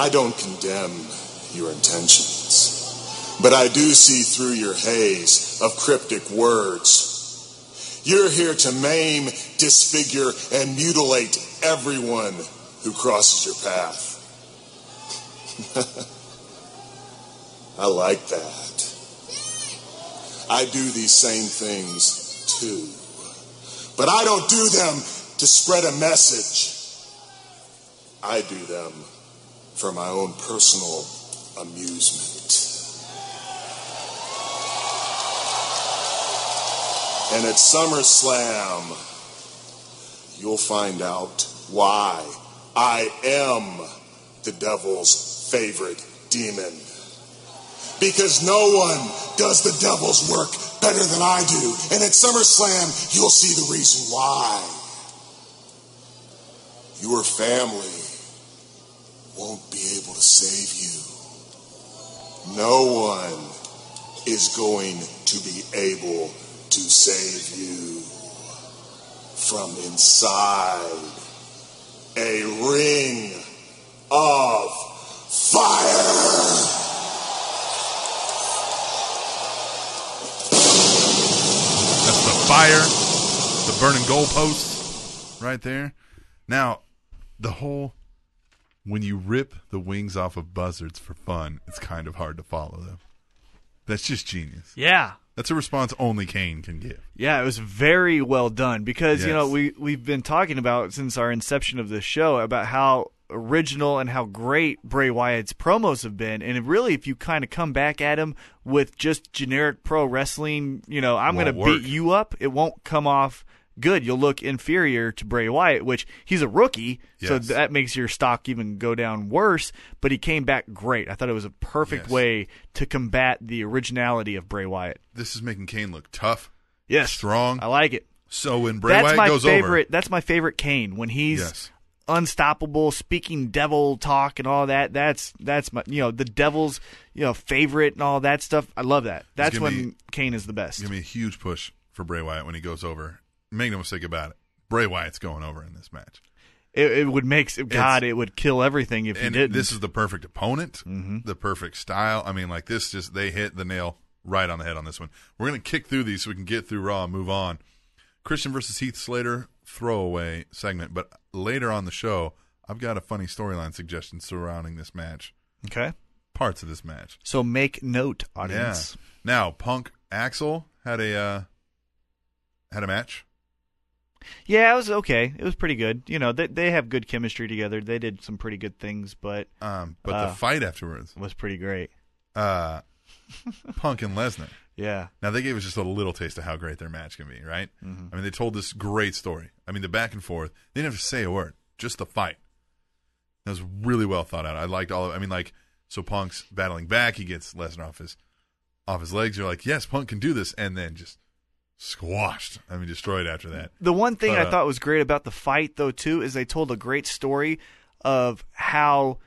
I don't condemn your intentions, but I do see through your haze of cryptic words. You're here to maim, disfigure, and mutilate everyone who crosses your path. I like that. I do these same things too. But I don't do them to spread a message. I do them for my own personal amusement. And at SummerSlam, you'll find out why I am the devil's favorite demon because no one does the devil's work better than I do. And at SummerSlam, you'll see the reason why. Your family won't be able to save you. No one is going to be able to save you from inside a ring of fire. That's the fire, the burning goalposts right there. Now, the whole when you rip the wings off of buzzards for fun, it's kind of hard to follow them. That's just genius. Yeah. That's a response only Kane can give. Yeah, it was very well done because you know Yes. we we've been talking about since our inception of this show about how original and how great Bray Wyatt's promos have been, and really if you kind of come back at him with just generic pro wrestling, you know, I'm going Won't to work. beat you up, it won't come off good. You'll look inferior to Bray Wyatt, which he's a rookie, so Yes. that makes your stock even go down worse. But he came back great. I thought it was a perfect Yes. way to combat the originality of Bray Wyatt. This is making Kane look tough. Yes, Strong. I like it. So when Bray that's Wyatt my goes favorite. That's my favorite Kane when he's Yes. unstoppable, speaking devil talk and all that. That's that's my you know the devil's you know favorite and all that stuff. I love that. That's gonna when be- Kane is the best. over, give me a huge push for Bray Wyatt when he goes over. Make no mistake about it. Bray Wyatt's going over in this match. It, it would make God. It would kill everything if he and didn't. Mm-hmm. this is the perfect opponent, the perfect style. I mean, like this, just they hit the nail right on the head on this one. We're gonna kick through these so we can get through Raw and move on. Christian versus Heath Slater throwaway segment, but later on the show, I've got a funny storyline suggestion surrounding this match, okay. parts of this match. So make note, audience. Yeah. Now, Punk Axel had a uh, had a match. Yeah. it was okay. It was pretty good. You know, they they have good chemistry together. They did some pretty good things, but Um, but Uh. the fight afterwards, it was pretty great. uh, Punk and Lesnar. Yeah. Now they gave us just a little taste of how great their match can be, right? I mean, they told this great story. I mean, the back and forth. They didn't have to say a word, just the fight. That was really well thought out. I liked all of. I mean, like so, Punk's battling back. He gets Lesnar off his off his legs. You're like, yes, Punk can do this, and then just squashed. I mean, destroyed after that. The one thing But, I uh, thought was great about the fight, though, too, is they told a great story of how,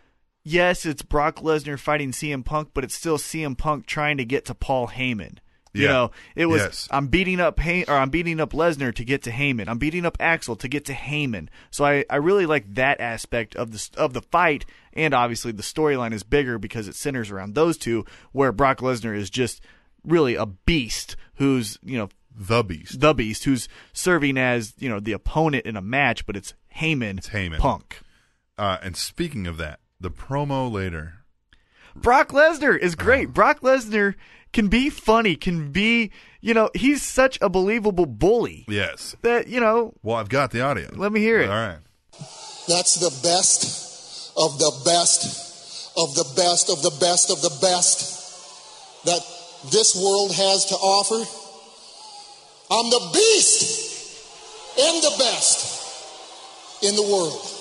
yes, it's Brock Lesnar fighting CM Punk, but it's still CM Punk trying to get to Paul Heyman. You Yeah. know, it was Yes. I'm beating up Hay- or I'm beating up Lesnar to get to Heyman. I'm beating up Axel to get to Heyman. So I, I really like that aspect of the s- of the fight, and obviously the storyline is bigger because it centers around those two. Where Brock Lesnar is just really a beast who's you know The Beast. the Beast, who's serving as you know the opponent in a match, but it's Heyman, It's Heyman. Punk. Uh, and speaking of that, the promo later. Brock Lesnar is Uh-huh. great. Brock Lesnar can be funny, can be you know he's such a believable bully Yes. that you know Well, I've got the audio. Let me hear it. All right. That's the best of the best of the best of the best of the best that this world has to offer. I'm the beast and the best in the world.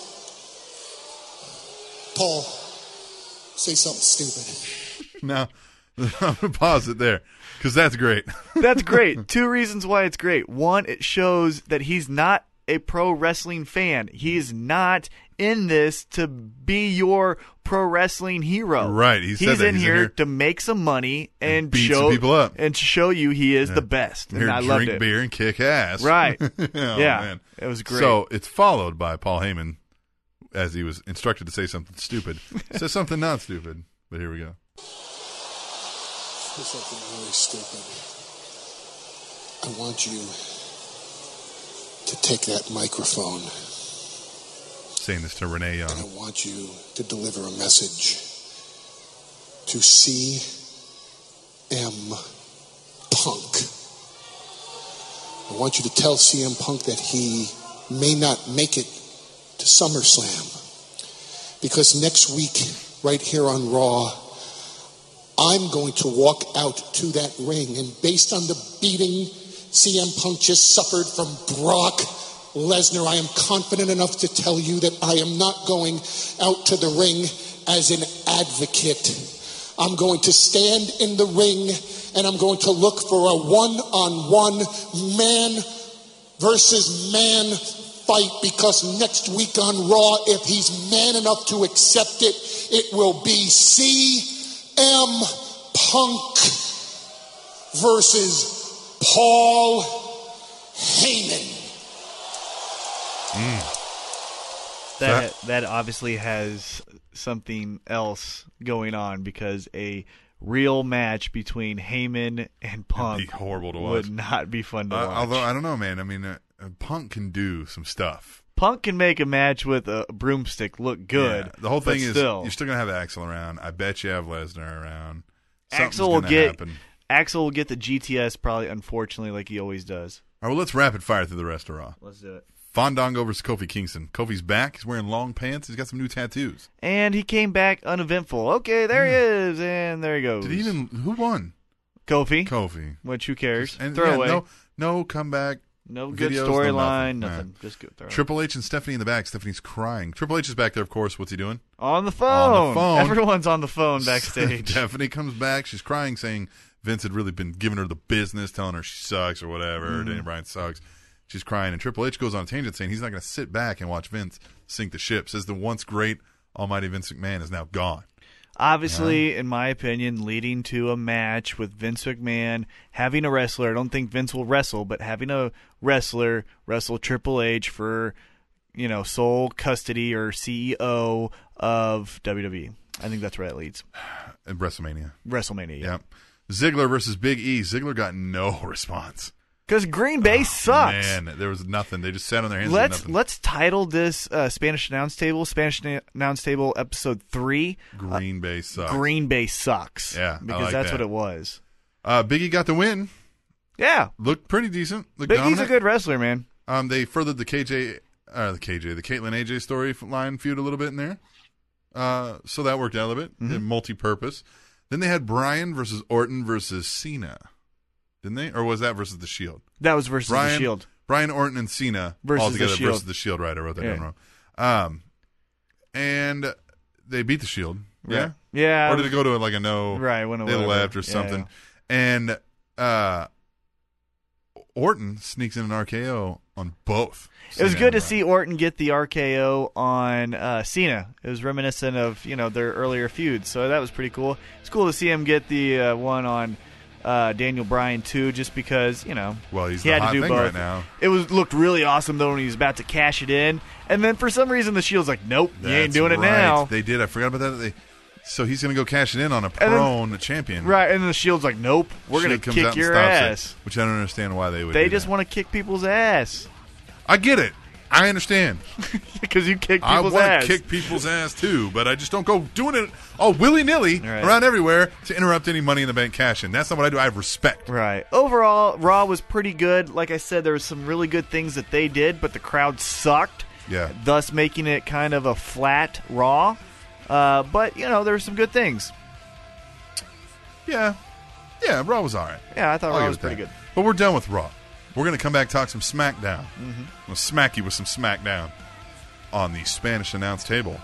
Paul, say something stupid. Now, I'm going to pause it there because that's great. That's great. Two reasons why it's great. One, it shows that he's not a pro wrestling fan. He's not in this to be your pro wrestling hero. Right, he said he's, that. in, He's in here here- to make some money and, beat show some people up. and to show you he is the best. And Here, I drink loved it. beer and kick ass. Right. Oh, Yeah, it was great. So it's followed by Paul Heyman, as he was instructed to say something stupid, says something not stupid. But here we go. Say something really stupid. I want you to take that microphone Saying this to Renee and I Young. want you to deliver a message to CM Punk. I want you to tell CM Punk that he may not make it to SummerSlam because next week, right here on Raw, I'm going to walk out to that ring and based on the beating CM Punk just suffered from Brock Lesnar, I am confident enough to tell you that I am not going out to the ring as an advocate. I'm going to stand in the ring and I'm going to look for a one on one man versus man fight because next week on Raw, if he's man enough to accept it, it will be CM Punk versus Paul Heyman. That that obviously has something else going on because a real match between Heyman and Punk be horrible to would watch. not be fun to Uh, watch. although I don't know, man. I mean, uh, uh, Punk can do some stuff. Punk can make a match with a broomstick look good. Yeah. The whole but thing is still, you're still gonna have Axel around. I bet you have Lesnar around. Something's Axel will gonna get Happen. Axel will get the GTS probably unfortunately like he always does. All right, well, let's rapid fire through the rest of Raw. Let's do it. Fondongo versus Kofi Kingston. Kofi's back. He's wearing long pants. He's got some new tattoos. And he came back uneventful. Okay, there he is, and there he goes. Hmm. Did he even? Who won? Kofi? Kofi. which who cares? And yeah, throwaway. no, no comeback. no, good videos, no storyline. nothing. nothing. Nah. Just good throwaway. Triple H and Stephanie in the back. Stephanie's crying. Triple H is back there, of course. What's he doing? On the phone. On the phone. Everyone's on the phone backstage. Stephanie comes back. She's crying, saying Vince had really been giving her the business, telling her she sucks or whatever. Mm-hmm. Daniel Bryan sucks. She's crying, and Triple H goes on a tangent, saying he's not going to sit back and watch Vince sink the ship. Says the once great Almighty Vince McMahon is now gone. Obviously, in my opinion, leading to a match with Vince McMahon having a wrestler. I don't think Vince will wrestle, but having a wrestler wrestle Triple H for you know sole custody or CEO of WWE. I think that's where that leads. At WrestleMania, WrestleMania. yep. Ziggler versus Big E. Ziggler got no response. Because Green Bay sucks. Oh, Man, there was nothing. They just sat on their hands. and did Let's nothing. let's title this uh, Spanish announce table Spanish Na- announce table episode three. Green Bay sucks. uh, Green Bay sucks. Yeah, I because like that's that. what it was. Uh, Big E got the win. Yeah, Looked pretty decent. Looked Biggie's dominant. a good wrestler, man. Um, they furthered the KJ, uh, the KJ, the Caitlyn AJ story f- line feud a little bit in there. Uh, so that worked out a little bit. Mm-hmm. Multi-purpose. Then they had Bryan versus Orton versus Cena, didn't they? Or was that versus the Shield? That was versus Bryan, the Shield. Bryan Orton and Cena Versus all the together Shield. versus the Shield. Right, I wrote that Yeah. down wrong. Um, and they beat the Shield. Yeah. Right. Yeah. Or did it go to like a no? Right, it went to They whatever. left or Yeah, something. And uh, Orton sneaks in an RKO on both. It was Cena good to and see Orton get the RKO on uh, Cena. It was reminiscent of you know their earlier feuds, so that was pretty cool. It's cool to see him get the uh, one on uh, Daniel Bryan too, just because you know Well, he's he the had hot to do thing both. right now. It was looked really awesome though when he was about to cash it in, and then for some reason the Shield's like, nope, you ain't That's doing it right. now. They did. I forgot about that. They, so he's going to go cash it in on a then- prone champion. Right, and then the Shield's like, nope, we're Shield gonna comes out kick and your stops it, ass. which I don't understand why they would. They do just that. want to kick people's ass I get it. I understand. because you kick I people's want ass. to kick people's ass too, but I just don't go doing it all willy nilly Right. around everywhere to interrupt any money in the bank cash in. That's not what I do. I have respect. Right. Overall, Raw was pretty good. Like I said, there was some really good things that they did, but the crowd sucked. Yeah. Thus making it kind of a flat Raw. Uh, but you know, there were some good things. Yeah, yeah. Raw was all right. Yeah, I thought I'll Raw give was it pretty that. good. But we're done with Raw. We're going to come back and talk some SmackDown. Mm-hmm. I'm going to smack you with some SmackDown on the Spanish announced table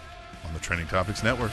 on the Trending Topics Network.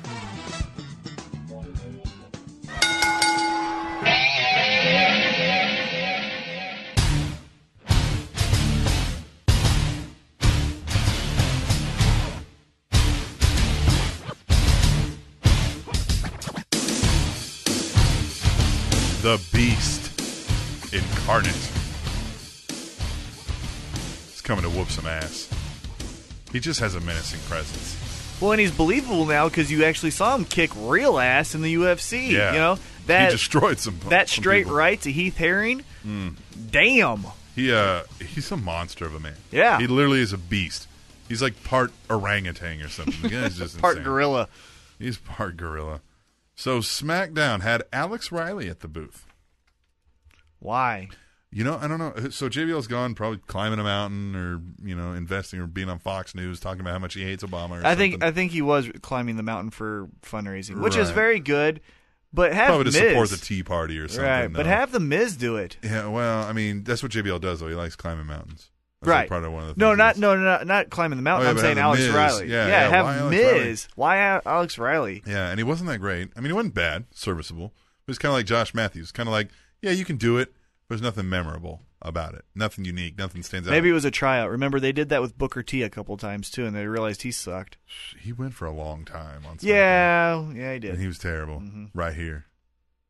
The Beast Incarnate. He's coming to whoop some ass. He just has a menacing presence. Well, and he's believable now because you actually saw him kick real ass in the UFC. Yeah. You know that he destroyed some that some straight people. Hmm. right to Heath Herring. Damn. He uh he's a monster of a man. Yeah. He literally is a beast. He's like part orangutan or something. The guy's just Part insane. gorilla. He's part gorilla. So SmackDown had Alex Riley at the booth. Why? You know, I don't know. So JBL's gone, probably climbing a mountain, or you know, investing, or being on Fox News talking about how much he hates Obama. Or I think something. I think he was climbing the mountain for fundraising, which is Right. very good. But have probably to Miz. support the Tea Party or something. right, but though. have the Miz do it. yeah. Well, I mean, that's what JBL does though. He likes climbing mountains. That's right. Probably one of the no, things not is- no, no, not climbing the mountain. Oh, yeah, I'm but saying have Alex the Miz. Riley. Yeah, yeah, have why Alex Riley? Miz. Why A- Alex Riley? Yeah, and he wasn't that great. I mean, he wasn't bad, serviceable. But he's kind of like Josh Matthews. Kind of like, yeah, you can do it. But there's nothing memorable about it. Nothing unique. Nothing stands out. Maybe it was a tryout. Remember they did that with Booker T a couple times too, and they realized he sucked. he went for a long time on. SmackDown. Yeah, yeah, he did. Mm-hmm. and he was terrible. Right here,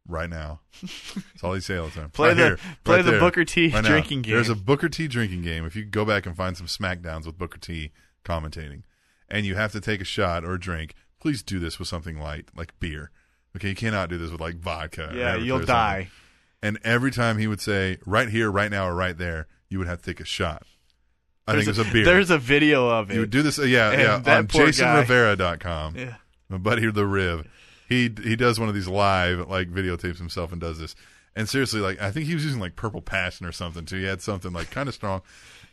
right now. That's all he say all the time. Play Right the- here, play right the there, Booker T right now. drinking game. There's a Booker T drinking game. If you go back and find some Smackdowns with Booker T commentating, and you have to take a shot or a drink, please do this with something light, like beer. Okay, you cannot do this with like vodka. or yeah, Everclear you'll or something. die. And every time he would say, "Right here, right now, or right there," you would have to take a shot. I think it was a beer. There's a video of it. You would do this, uh, yeah, And yeah, that on poor guy. jasonrivera.com. Yeah. My buddy the Riv, he he does one of these live, like videotapes himself and does this. And seriously, like I think he was using like Purple Passion or something too. He had something like kind of strong,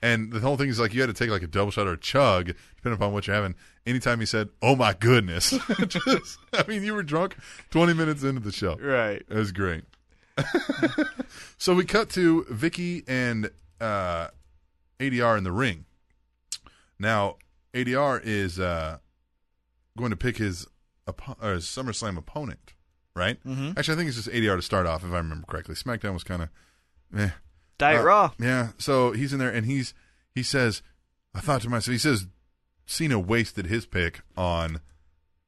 and the whole thing is like you had to take like a double shot or a chug, depending upon what you're having. Anytime he said, "Oh my goodness," Just- I mean, you were drunk twenty minutes into the show. Right. It was great. so we cut to Vicky and uh, ADR in the ring. Now ADR is uh, going to pick his, oppo- or his SummerSlam opponent, right? Mm-hmm. Actually, I think it's just ADR to start off, if I remember correctly. SmackDown was kind of, eh. Diet Uh, Raw. Yeah. So he's in there and he's he says, I thought to myself, he says Cena wasted his pick on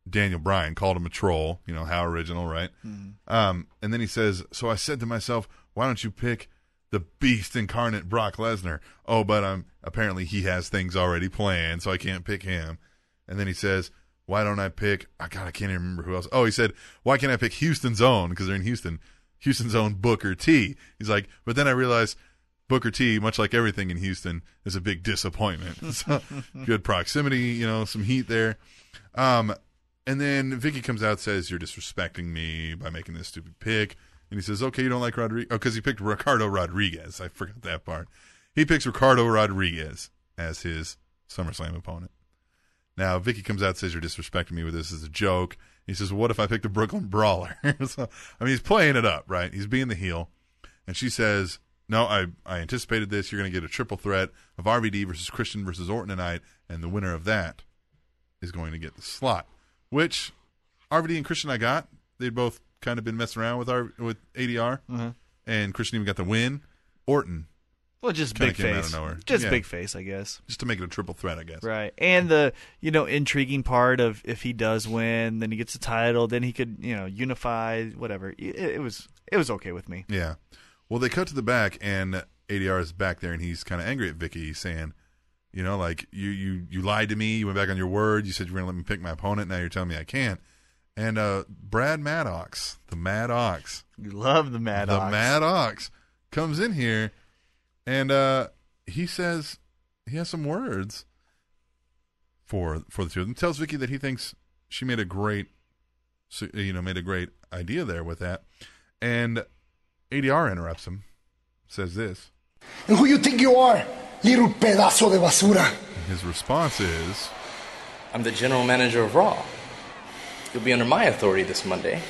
Daniel Bryan, called him a troll. You know how original, right? Mm-hmm. Um, and then he says, so I said to myself, why don't you pick the beast incarnate Brock Lesnar? Oh, but um, apparently he has things already planned, so I can't pick him. And then he says, why don't I pick? I God, I can't even remember who else. Oh, he said, why can't I pick Houston's own? Because they're in Houston. Houston's own Booker T. He's like, but then I realized Booker T, much like everything in Houston, is a big disappointment. So, good proximity, you know, some heat there. Um, and then Vicky comes out says, "You're disrespecting me by making this stupid pick." And he says, "Okay, you don't like Rodriguez because he picked Ricardo Rodriguez. I forgot that part. He picks Ricardo Rodriguez as his SummerSlam opponent." Now Vicky comes out and says, "You're disrespecting me with this as a joke." He says, "What if I pick the Brooklyn Brawler?" so, I mean, he's playing it up, right? He's being the heel. And she says, No, I, I anticipated this. You're going to get a triple threat of RVD versus Christian versus Orton tonight. And the winner of that is going to get the slot, which RVD and Christian I got. They'd both kind of been messing around with our with ADR. And Christian even got the win. Orton, Well, just Kinda big came out of face. nowhere. Just Yeah. big face, I guess. just to make it a triple threat, I guess. Right. And the you know intriguing part of if he does win, then he gets a title, then he could you know unify whatever. It, it was it was okay with me. Yeah. Well, they cut to the back, and ADR is back there, and he's kind of angry at Vicky, saying, You know, like you you you lied to me. You went back on your word. You said you were going to let me pick my opponent. Now you're telling me I can't. And uh, Brad Maddox, the Mad Ox, You love the Mad the Ox. Mad Ox, comes in here, and uh, he says he has some words for for the two of them. Tells Vicky that he thinks she made a great, su- you know, made a great idea there with that. And ADR interrupts him, says this. And who you think you are, little pedazo de basura? His response is, I'm the general manager of Raw. You'll be under my authority this Monday.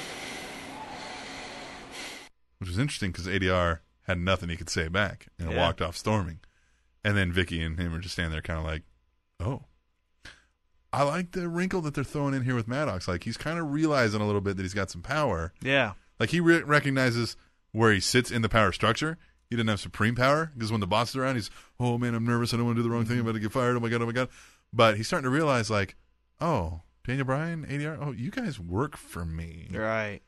which was interesting because ADR had nothing he could say back and Yeah. walked off storming. And then Vicky and him are just standing there, kind of like, oh. I like the wrinkle that they're throwing in here with Maddox. Like he's kind of realizing a little bit that he's got some power. Yeah. Like he re- recognizes where he sits in the power structure. He doesn't have supreme power because when the boss is around, he's oh man, I'm nervous. I don't want to do the wrong thing. I'm about to get fired. Oh my god, oh my god. But he's starting to realize like, oh, Daniel Bryan, ADR, oh you guys work for me. Right.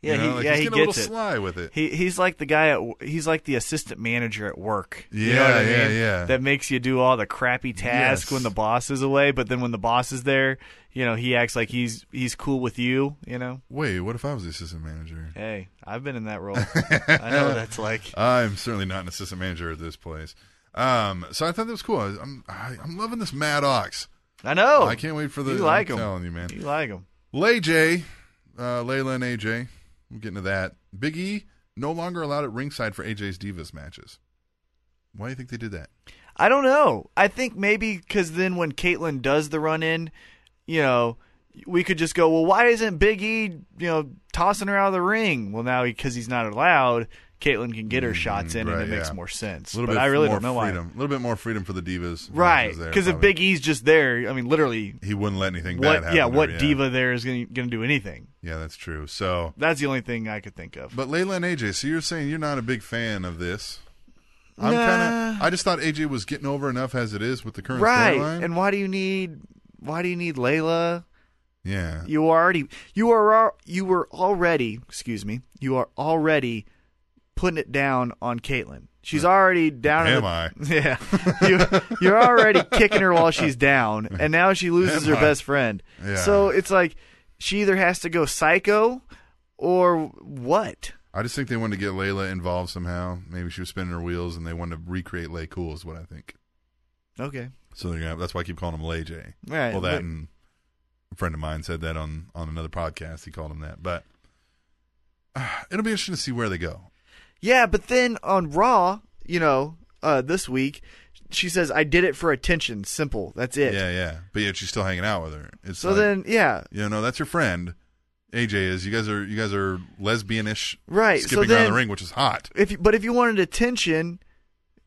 You Yeah, know, he, like, yeah, he's he getting a gets little it. sly with it. He he's like the guy at w- he's like the assistant manager at work. You know Yeah, what I yeah, mean? yeah. That makes you do all the crappy tasks Yes. when the boss is away, but then when the boss is there, you know, he acts like he's he's cool with you, you know. Wait, what if I was the assistant manager? Hey, I've been in that role. I know what that's like. I'm certainly not an assistant manager at this place. Um, so I thought that was cool. I- I'm I, I'm loving this Mad Ox. I know. I can't wait for the. Oh, You like I'm 'em. telling you, man. You like him. Lay J, uh, Layla and AJ. We'll get into that. Big E no longer allowed at ringside for AJ's Divas matches. Why do you think they did that? I don't know. I think maybe because then when Caitlyn does the run in, you know, we could just go, well, why isn't Big E, you know, tossing her out of the ring? Well, now because he's not allowed, Caitlyn can get her shots in, Mm-hmm. right, and it makes yeah. more sense. A little but bit I really more don't know why. freedom. A little bit more freedom for the Divas. Right, matches there, because if probably. Big E's just there, I mean, literally, he wouldn't let anything bad what? happen. Yeah, to her, what diva there is going to do anything? Yeah, that's true. So, That's the only thing I could think of. but Layla and AJ. So you're saying you're not a big fan of this? I'm Nah. kind of. I just thought AJ was getting over enough as it is with the current right, storyline. and why do you need? Why do you need Layla? yeah, You are already you are al- you were already excuse me you are already putting it down on Caitlyn. She's already down. in Am the- I? Yeah, you, you're already kicking her while she's down, and now she loses Am her I? best friend. Yeah. So it's like she either has to go psycho or what? I just think they wanted to get Layla involved somehow. Maybe she was spinning her wheels, and they wanted to recreate Lay Cool is what I think. Okay, So they're gonna, that's why I keep calling him Lay J. Right, Well, that but- and a friend of mine said that on on another podcast. He called him that, but ah, it'll be interesting to see where they go. yeah, but then on Raw, you know, uh, this week she says, "I did it for attention. Simple. That's it." Yeah, yeah. But yet she's still hanging out with her. It's So like, then, yeah, you know that's your friend. AJ is you guys are you guys are lesbianish, Right, so Skipping around then- the ring, which is hot. If you, but if you wanted attention,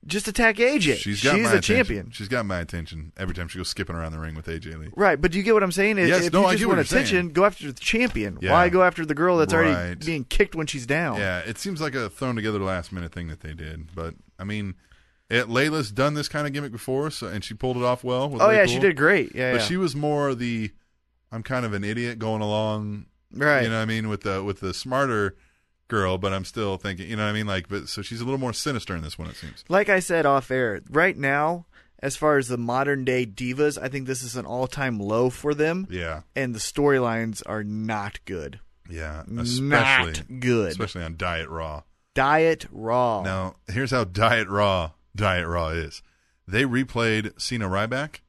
just attack AJ. She's got She's my a attention. champion. She's got my attention every time she goes skipping around the ring with AJ Lee. Right, but do you get what I'm saying? If, Yes, if no, you I just get what want you're saying. attention, go after the champion. Yeah. Why go after the girl that's already Right. being kicked when she's down? Yeah, it seems like a thrown together last minute thing that they did. But I mean, it, Layla's done this kind of gimmick before, so and she pulled it off well. With Oh Lay yeah, she Cool. did great. Yeah, But yeah. she was more the I'm kind of an idiot going along. right. You know what I mean with the with the smarter girl, but I'm still thinking. You know what I mean? Like, but so she's a little more sinister in this one. It seems. like I said off air, right now, as far as the modern day divas, I think this is an all time low for them, Yeah, and the storylines are not good. yeah. Not Especially good. Especially on Diet Raw. Diet Raw. Now, here's how Diet Raw Diet Raw is. They replayed Cena Ryback,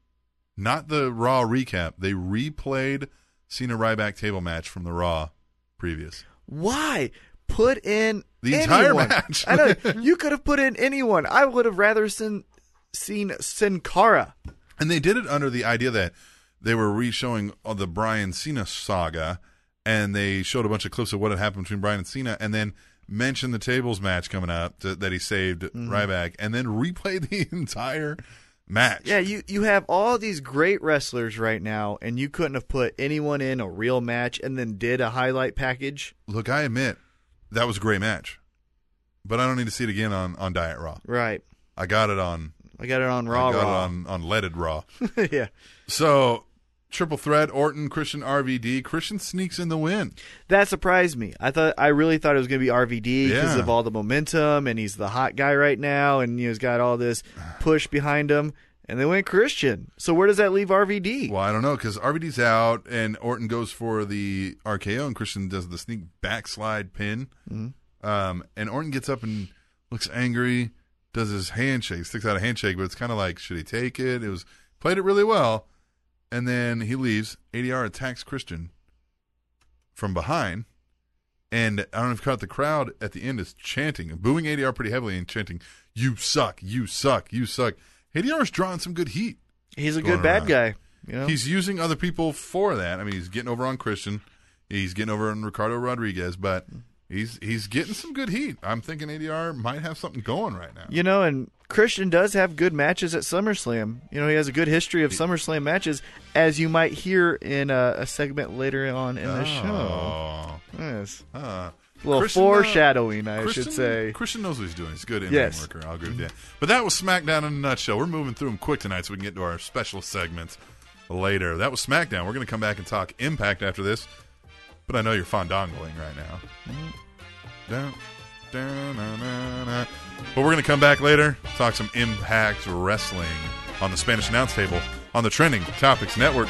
not the Raw recap. They replayed Cena Ryback table match from the Raw previous. Why put in The anyone. entire match. I know you could have put in anyone. I would have rather seen seen Sin Cara. And they did it under the idea that they were re-showing all the Brian Cena saga, and they showed a bunch of clips of what had happened between Brian and Cena, and then mentioned the tables match coming up that that he saved Mm-hmm. Ryback, and then replayed the entire match. Yeah, you you have all these great wrestlers right now, and you couldn't have put anyone in a real match and then did a highlight package. look, I admit that was a great match, but I don't need to see it again on, on Diet Raw. Right. I got it on I got it on Raw. I got Raw. it on on leaded Raw. yeah. so triple threat: Orton, Christian, RVD. Christian sneaks in the win. That surprised me. I thought I really thought it was going to be RVD because Yeah. of all the momentum, and he's the hot guy right now, and you know, he's got all this push behind him. and they went Christian. So where does that leave RVD? Well, I don't know because RVD's out and Orton goes for the RKO and Christian does the sneak backslide pin. Um, and Orton gets up and looks angry, does his handshake, sticks out a handshake, but it's kind of like, should he take it? It was played it really well. And then he leaves. ADR attacks Christian from behind. And I don't know if you caught the crowd at the end is chanting, booing ADR pretty heavily and chanting, You suck, you suck, you suck. ADR is drawing some good heat. He's a Going good bad around. guy. You know? He's using other people for that. I mean, he's getting over on Christian. He's getting over on Ricardo Rodriguez, but he's he's getting some good heat. I'm thinking ADR might have something going right now. You know, and Christian does have good matches at SummerSlam. You know, he has a good history of SummerSlam matches, as you might hear in uh, a, a segment later on in the show. Oh. Yes. Uh, A little Christian, uh, foreshadowing, I Christian- should say. Christian knows what he's doing. He's a good in Yes. worker. I'll agree with that. But that was SmackDown in a nutshell. We're moving through them quick tonight so we can get to our special segments later. That was SmackDown. We're going to come back and talk Impact after this. But I know you're fondangling right now. Dun, dun, dun, dun, dun. But we're going to come back later, talk some Impact Wrestling on the Spanish Announce Table on the Trending Topics Network.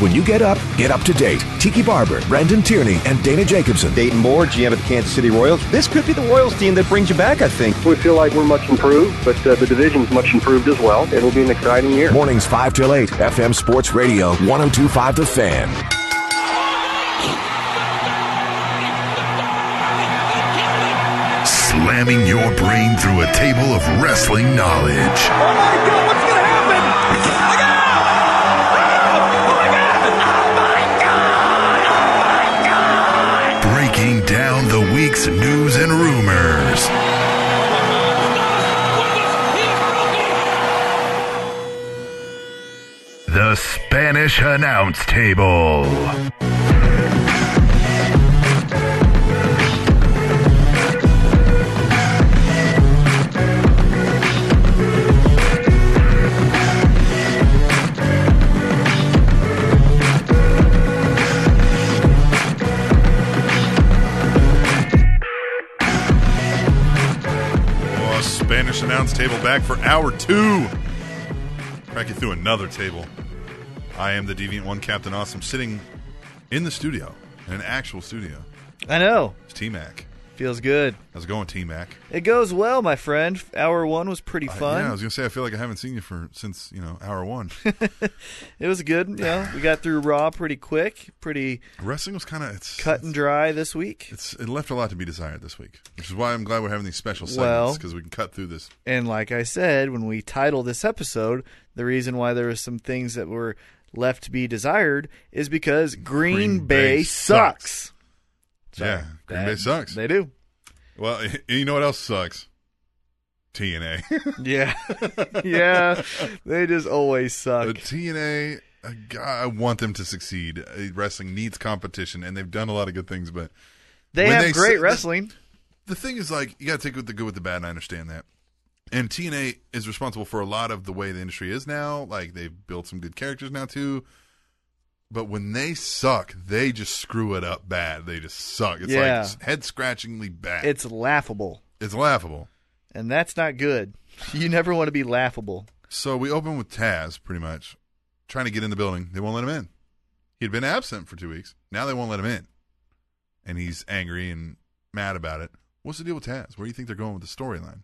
When you get up, get up to date. Tiki Barber, Brandon Tierney, and Dana Jacobson. Dayton Moore, GM of the Kansas City Royals. This could be the Royals team that brings you back, I think. We feel like we're much improved, but uh, the division's much improved as well. It'll be an exciting year. Mornings 5 till 8, FM Sports Radio, 1025 The Fan. Slamming your brain through a table of wrestling knowledge. Oh Breaking down the week's news and rumors. The Spanish Announce Table. Oh, Spanish announce table back for hour two. Crack it through another table. I am the Deviant One, Captain Awesome, sitting in the studio, in an actual studio. I know. It's T Mac. Feels good. How's it going, T Mac? It goes well, my friend. Hour one was pretty fun. Uh, Yeah, I was gonna say I feel like I haven't seen you for since you know hour one. It was good. Yeah, we got through Raw pretty quick, pretty Wrestling was kind of it's cut and dry this week. It's it left a lot to be desired this week, which is why I'm glad we're having these special Well- segments because we can cut through this. And like I said, when we title this episode, the reason why there was some things that were left to be desired is because Green, Bay, sucks. yeah, Green That- Bay sucks. They do. Well, and you know what else sucks? TNA. yeah, yeah, they just always suck. But TNA, uh, God, I want them to succeed. Uh, Wrestling needs competition, and they've done a lot of good things. But They when have say- great the- wrestling. The, thing is, like, you got to take with the good with the bad, and I understand that. And TNA is responsible for a lot of the way the industry is now. Like, they've built some good characters now too. But when they suck, they just screw it up bad. They just suck. It's Yeah. like head scratchingly bad. It's laughable, it's laughable. and that's not good. You never want to be laughable. So we open with Taz pretty much trying to get in the building. They won't let him in. He'd been absent for two weeks. Now they won't let him in. And he's angry and mad about it. What's the deal with Taz? Where do you think they're going with the storyline?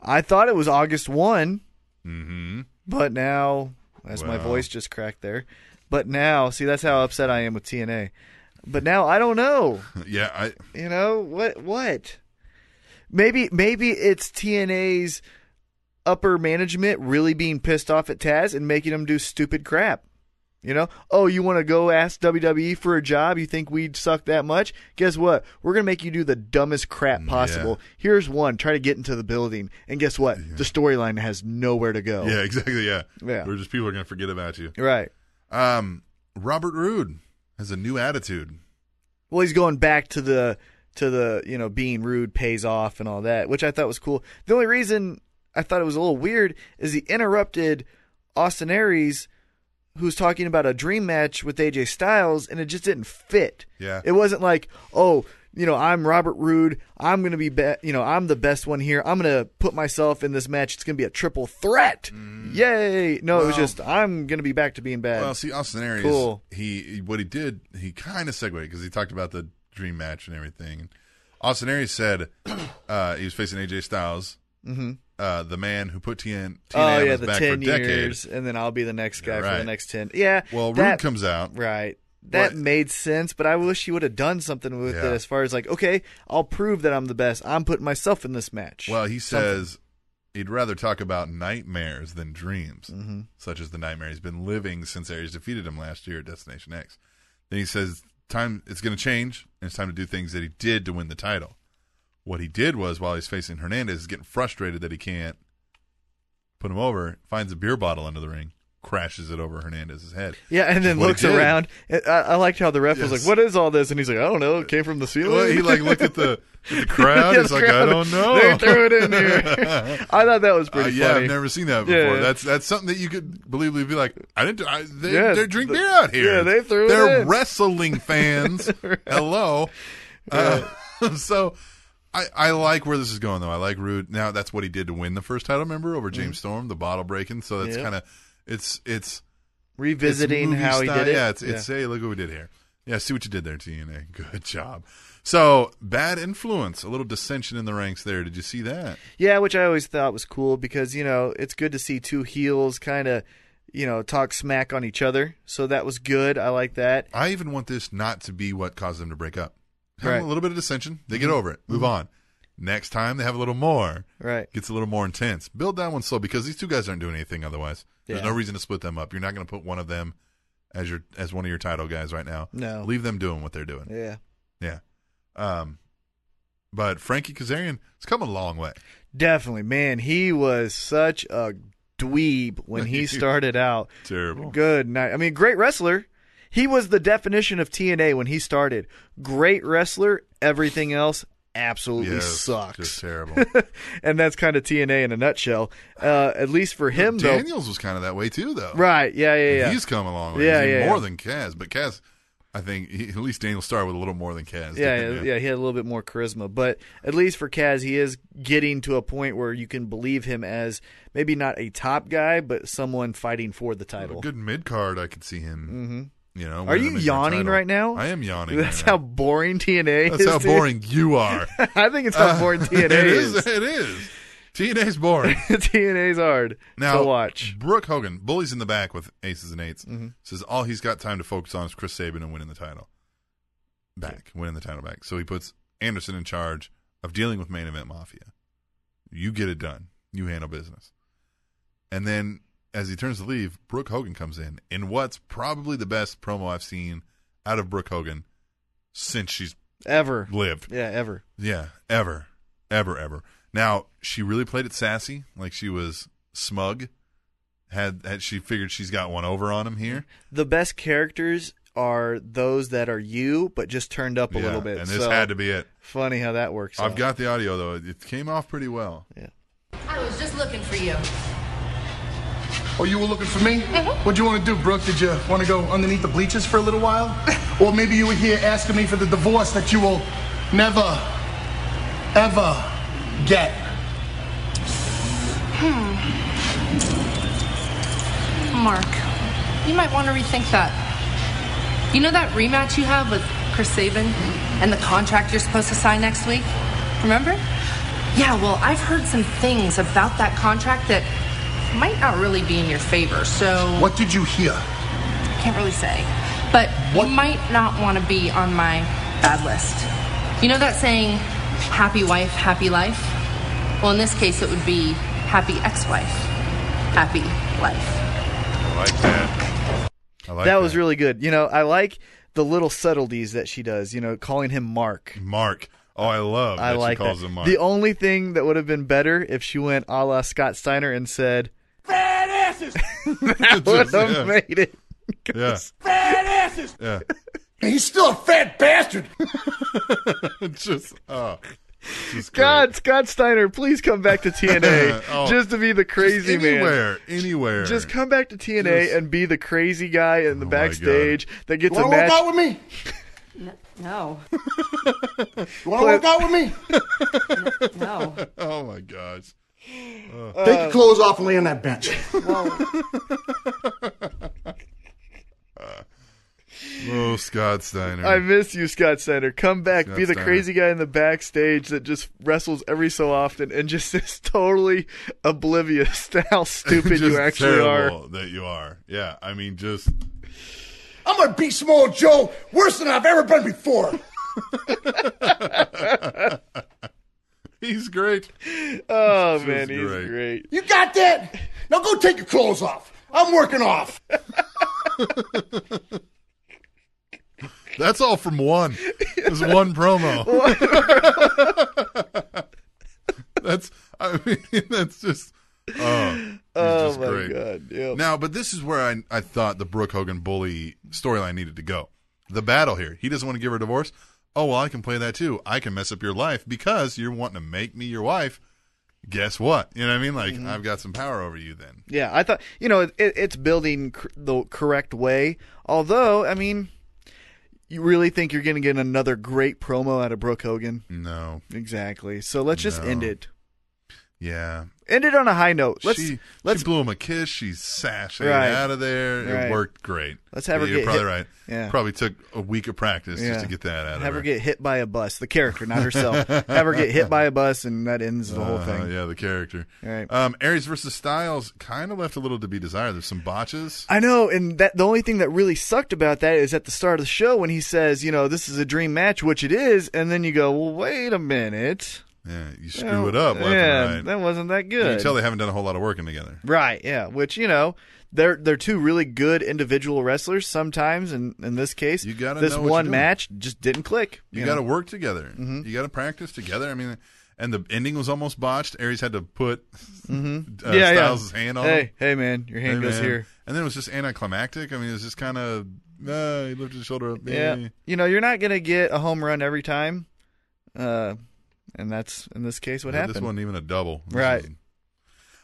I thought it was August one, Mm-hmm. but now, as my Wow. voice just cracked there, but now, see, that's how upset I am with TNA. But now I don't know. yeah, I You know what? What? Maybe maybe it's TNA's upper management really being pissed off at Taz and making him do stupid crap. You know, oh, you want to go ask WWE for a job? You think we'd suck that much? Guess what? We're gonna make you do the dumbest crap possible. Here's one: try to get into the building, and guess what? The storyline has nowhere to go. Yeah, exactly. Yeah. Yeah. We're just people are gonna forget about you. Right. Um Robert Roode has a new attitude. Well, he's going back to the to the you know being rude pays off and all that, which I thought was cool. The only reason I thought it was a little weird is he interrupted Austin Aries, who's talking about a dream match with AJ Styles, and it just didn't fit. Yeah. it wasn't like oh you know, I'm Robert Roode. I'm going to be, be, you know, I'm the best one here. I'm going to put myself in this match. It's going to be a triple threat. Yay! No, it was Mm. Well- just I'm going to be back to being bad. Well, see, Austin Aries, Cool. he what he did, he kind of segued because he talked about the dream match and everything. Austin Aries said uh, he was facing AJ Styles, Mhm. uh, the man who put TN, TNA oh on yeah, his the back ten for decades. years, and then I'll be the next guy for the Right. next ten. Yeah. Well, Rude that- comes out. Right. That What- made sense, but I wish you would have done something with Yeah. it as far as like, okay, I'll prove that I'm the best. I'm putting myself in this match. Well, he Something. says he'd rather talk about nightmares than dreams, Mm-hmm. such as the nightmare he's been living since Aries defeated him last year at Destination X. Then he says, "Time it's going to change, and it's time to do things that he did to win the title." What he did was, while he's facing Hernandez, is getting frustrated that he can't put him over. Finds a beer bottle under the ring, crashes it over Hernandez's head. Yeah, and Which is then what he looks did. around. I, I liked how the ref was Yes. like, "What is all this?" And he's like, "I don't know. It came from the ceiling." Well, he like looked at the, at the crowd. Yeah, he's the like, "I crowd. don't know." They threw it in here. I thought that was Uh, pretty. yeah, funny. I've never seen that before. Yeah. That's that's something that you could believably be like, I didn't. I, they Yeah, they drink the- beer out here. yeah, they threw it They're in. wrestling fans. Hello. Uh, so I I like where this is going though. I like Rude. Now that's what he did to win the first title. Remember over James Mm-hmm. Storm, the bottle breaking. So that's Yeah. kind of it's it's Revisiting it's movie how he style. did it. Yeah, it's, it's hey, look what we did here. Yeah, see what you did there, TNA. Good job. So bad influence, a little dissension in the ranks there. Did you see that? Yeah, which I always thought was cool because you know it's good to see two heels kind of you know talk smack on each other. So that was good. I like that. I even want this not to be what caused them to break up. Have Right. Mm-hmm. a little bit of dissension. They get over it. Move on. Next time they have a little more. Right. Gets a little more intense. Build that one slow because these two guys aren't doing anything otherwise. There's Yeah. no reason to split them up. You're not going to put one of them as your as one of your title guys right now. No. Leave them doing what they're doing. Yeah, Yeah. Um but Frankie Kazarian has come a long way. definitely, man. He was such a dweeb when he started out. Terrible. Good night. I mean, great wrestler. He was the definition of TNA when he started. Great wrestler. Everything else absolutely Yes, sucks. Just terrible. and that's kind of TNA in a nutshell. Uh, at least for him, though. Daniels was kind of that way too though. Right? Yeah, yeah, yeah. He's come a long way. Yeah, He's yeah, more yeah. than Kaz, but Kaz, I think he, at least Daniel started with a little more than Kaz. yeah, didn't yeah, he? yeah, he had a little bit more charisma, but at least for Kaz, he is getting to a point where you can believe him as maybe not a top guy, but someone fighting for the A title. Mm-hmm. good mid card. I could see him. You know, Are winning the you mid-card yawning title. right now? I am yawning. That's right how now. boring TNA That's is. how dude. boring you are. I think it's how Uh, boring TNA it is. is. It is. TNA's boring. TNA's hard Now to watch. Brooke Hogan bullies in the back with aces and 8s Says all he's got time to focus on is Chris Sabin and winning the title back, winning the title back. So he puts Anderson in charge of dealing with main event mafia. You get it done. You handle business. And then as he turns to leave, Brooke Hogan comes in in what's probably the best promo I've seen out of Brooke Hogan since she's Ever. lived. Yeah, ever. Yeah, ever, ever, ever. Now she really played it sassy, like she was smug. Had had she figured she's got one over on him here The best characters are those that are you, but just turned up a Yeah, little bit. and this So, had to be it. funny how that works. I've out. got the audio though; it came off pretty well. I was just looking for you. Oh, you were looking for me? What'd you want to do, Brooke? Did you want to go underneath the bleachers for a little while? or maybe you were here asking me for the divorce that you will never, ever get. Mark, you might want to rethink that. You know that rematch you have with Chris Sabin and the contract you're supposed to sign next week? Remember? Yeah, well, I've heard some things about that contract that might not really be in your favor, so What did you hear? I can't really say. But you might not want to be on my bad list. You know that saying, happy wife, happy life? Well, in this case, it would be happy ex wife, happy life. I like that. I like that was really good. You know, I like the little subtleties that she does. You know, calling him Mark. Mark. Oh, I love. I that like she calls that. him Mark. The only thing that would have been better if she went a la Scott Steiner and said, Fat asses! "That would have yeah. made it." yeah, Fat asses! yeah. He's still a fat bastard. just, oh, just great. God, Scott Steiner, please come back to TNA Oh. just to be the crazy Just anywhere, man. anywhere. Just come back to TNA Just- Oh and be the crazy guy in the my God. backstage that gets You a wanna work match. out with me? No. You want to work out with me? No. oh my gosh. Ugh. Take Uh, your clothes off and lay on that bench. Oh, Scott Steiner. I miss you, Scott Steiner. Come back. Scott be the Steiner. crazy guy in the backstage that just wrestles every so often and just is totally oblivious to how stupid you Just actually are. terrible That you are. Yeah. I mean, just I'm gonna beat Samoa Joe worse than I've ever been before. he's great. Oh This man, is he's great. great. You got that? Now go take your clothes off. I'm working off. That's all from one. This one promo. that's. I mean, that's just. Oh, he's Oh, just my great. God, yeah. Now, but this is where I I thought the Brooke Hogan bully storyline needed to go. The battle here. He doesn't want to give her a divorce. Oh well, I can play that too. I can mess up your life because you're wanting to make me your wife. Guess what? You know what I mean? Mm-hmm. Like I've got some power over you then. Yeah, I thought you know it, it's building cr- the correct way. Although, I mean, you really think you're going to get another great promo out of Brooke Hogan? No. Exactly. So let's just Mm. No. end it. Yeah. End it on a high note. Let's she, let's she blew him a kiss. She sashed Right. out of there. It Right. worked great. Let's have her You're get probably hit- right. Yeah. Probably took a week of practice Yeah. just to get that out have of her. her get hit by a bus. The character, not herself. have her get hit by a bus, and that ends the whole Uh, thing. yeah, the character. Right. Um, Aries versus Styles kind of left a little to be desired. There's some botches. I know, and that the only thing that really sucked about that is at the start of the show when he says, you know, this is a dream match, which it is, and then you go, well, wait a minute, Yeah, you You screw know, it up left yeah, and right. that wasn't that You good. can tell they haven't done a whole lot of working together. Right, yeah. Which, you know, they're they're two really good individual wrestlers sometimes and in this case You gotta this know what one you're doing. match just didn't click. You, know? got to work together. Mm-hmm. You got to practice together. I mean, and the ending was almost botched. Aries had to put uh, Mm-hmm. yeah, Styles' yeah. hand on Hey, him. hey man, your hand Hey, goes man. here. And then it was just anticlimactic. I mean, it was just kind of, uh, he lifted his shoulder up. Yeah. eh. You know, you're not gonna get a home run every time. Uh and that's in this case what Yeah, happened. This wasn't even a double. This Right. was-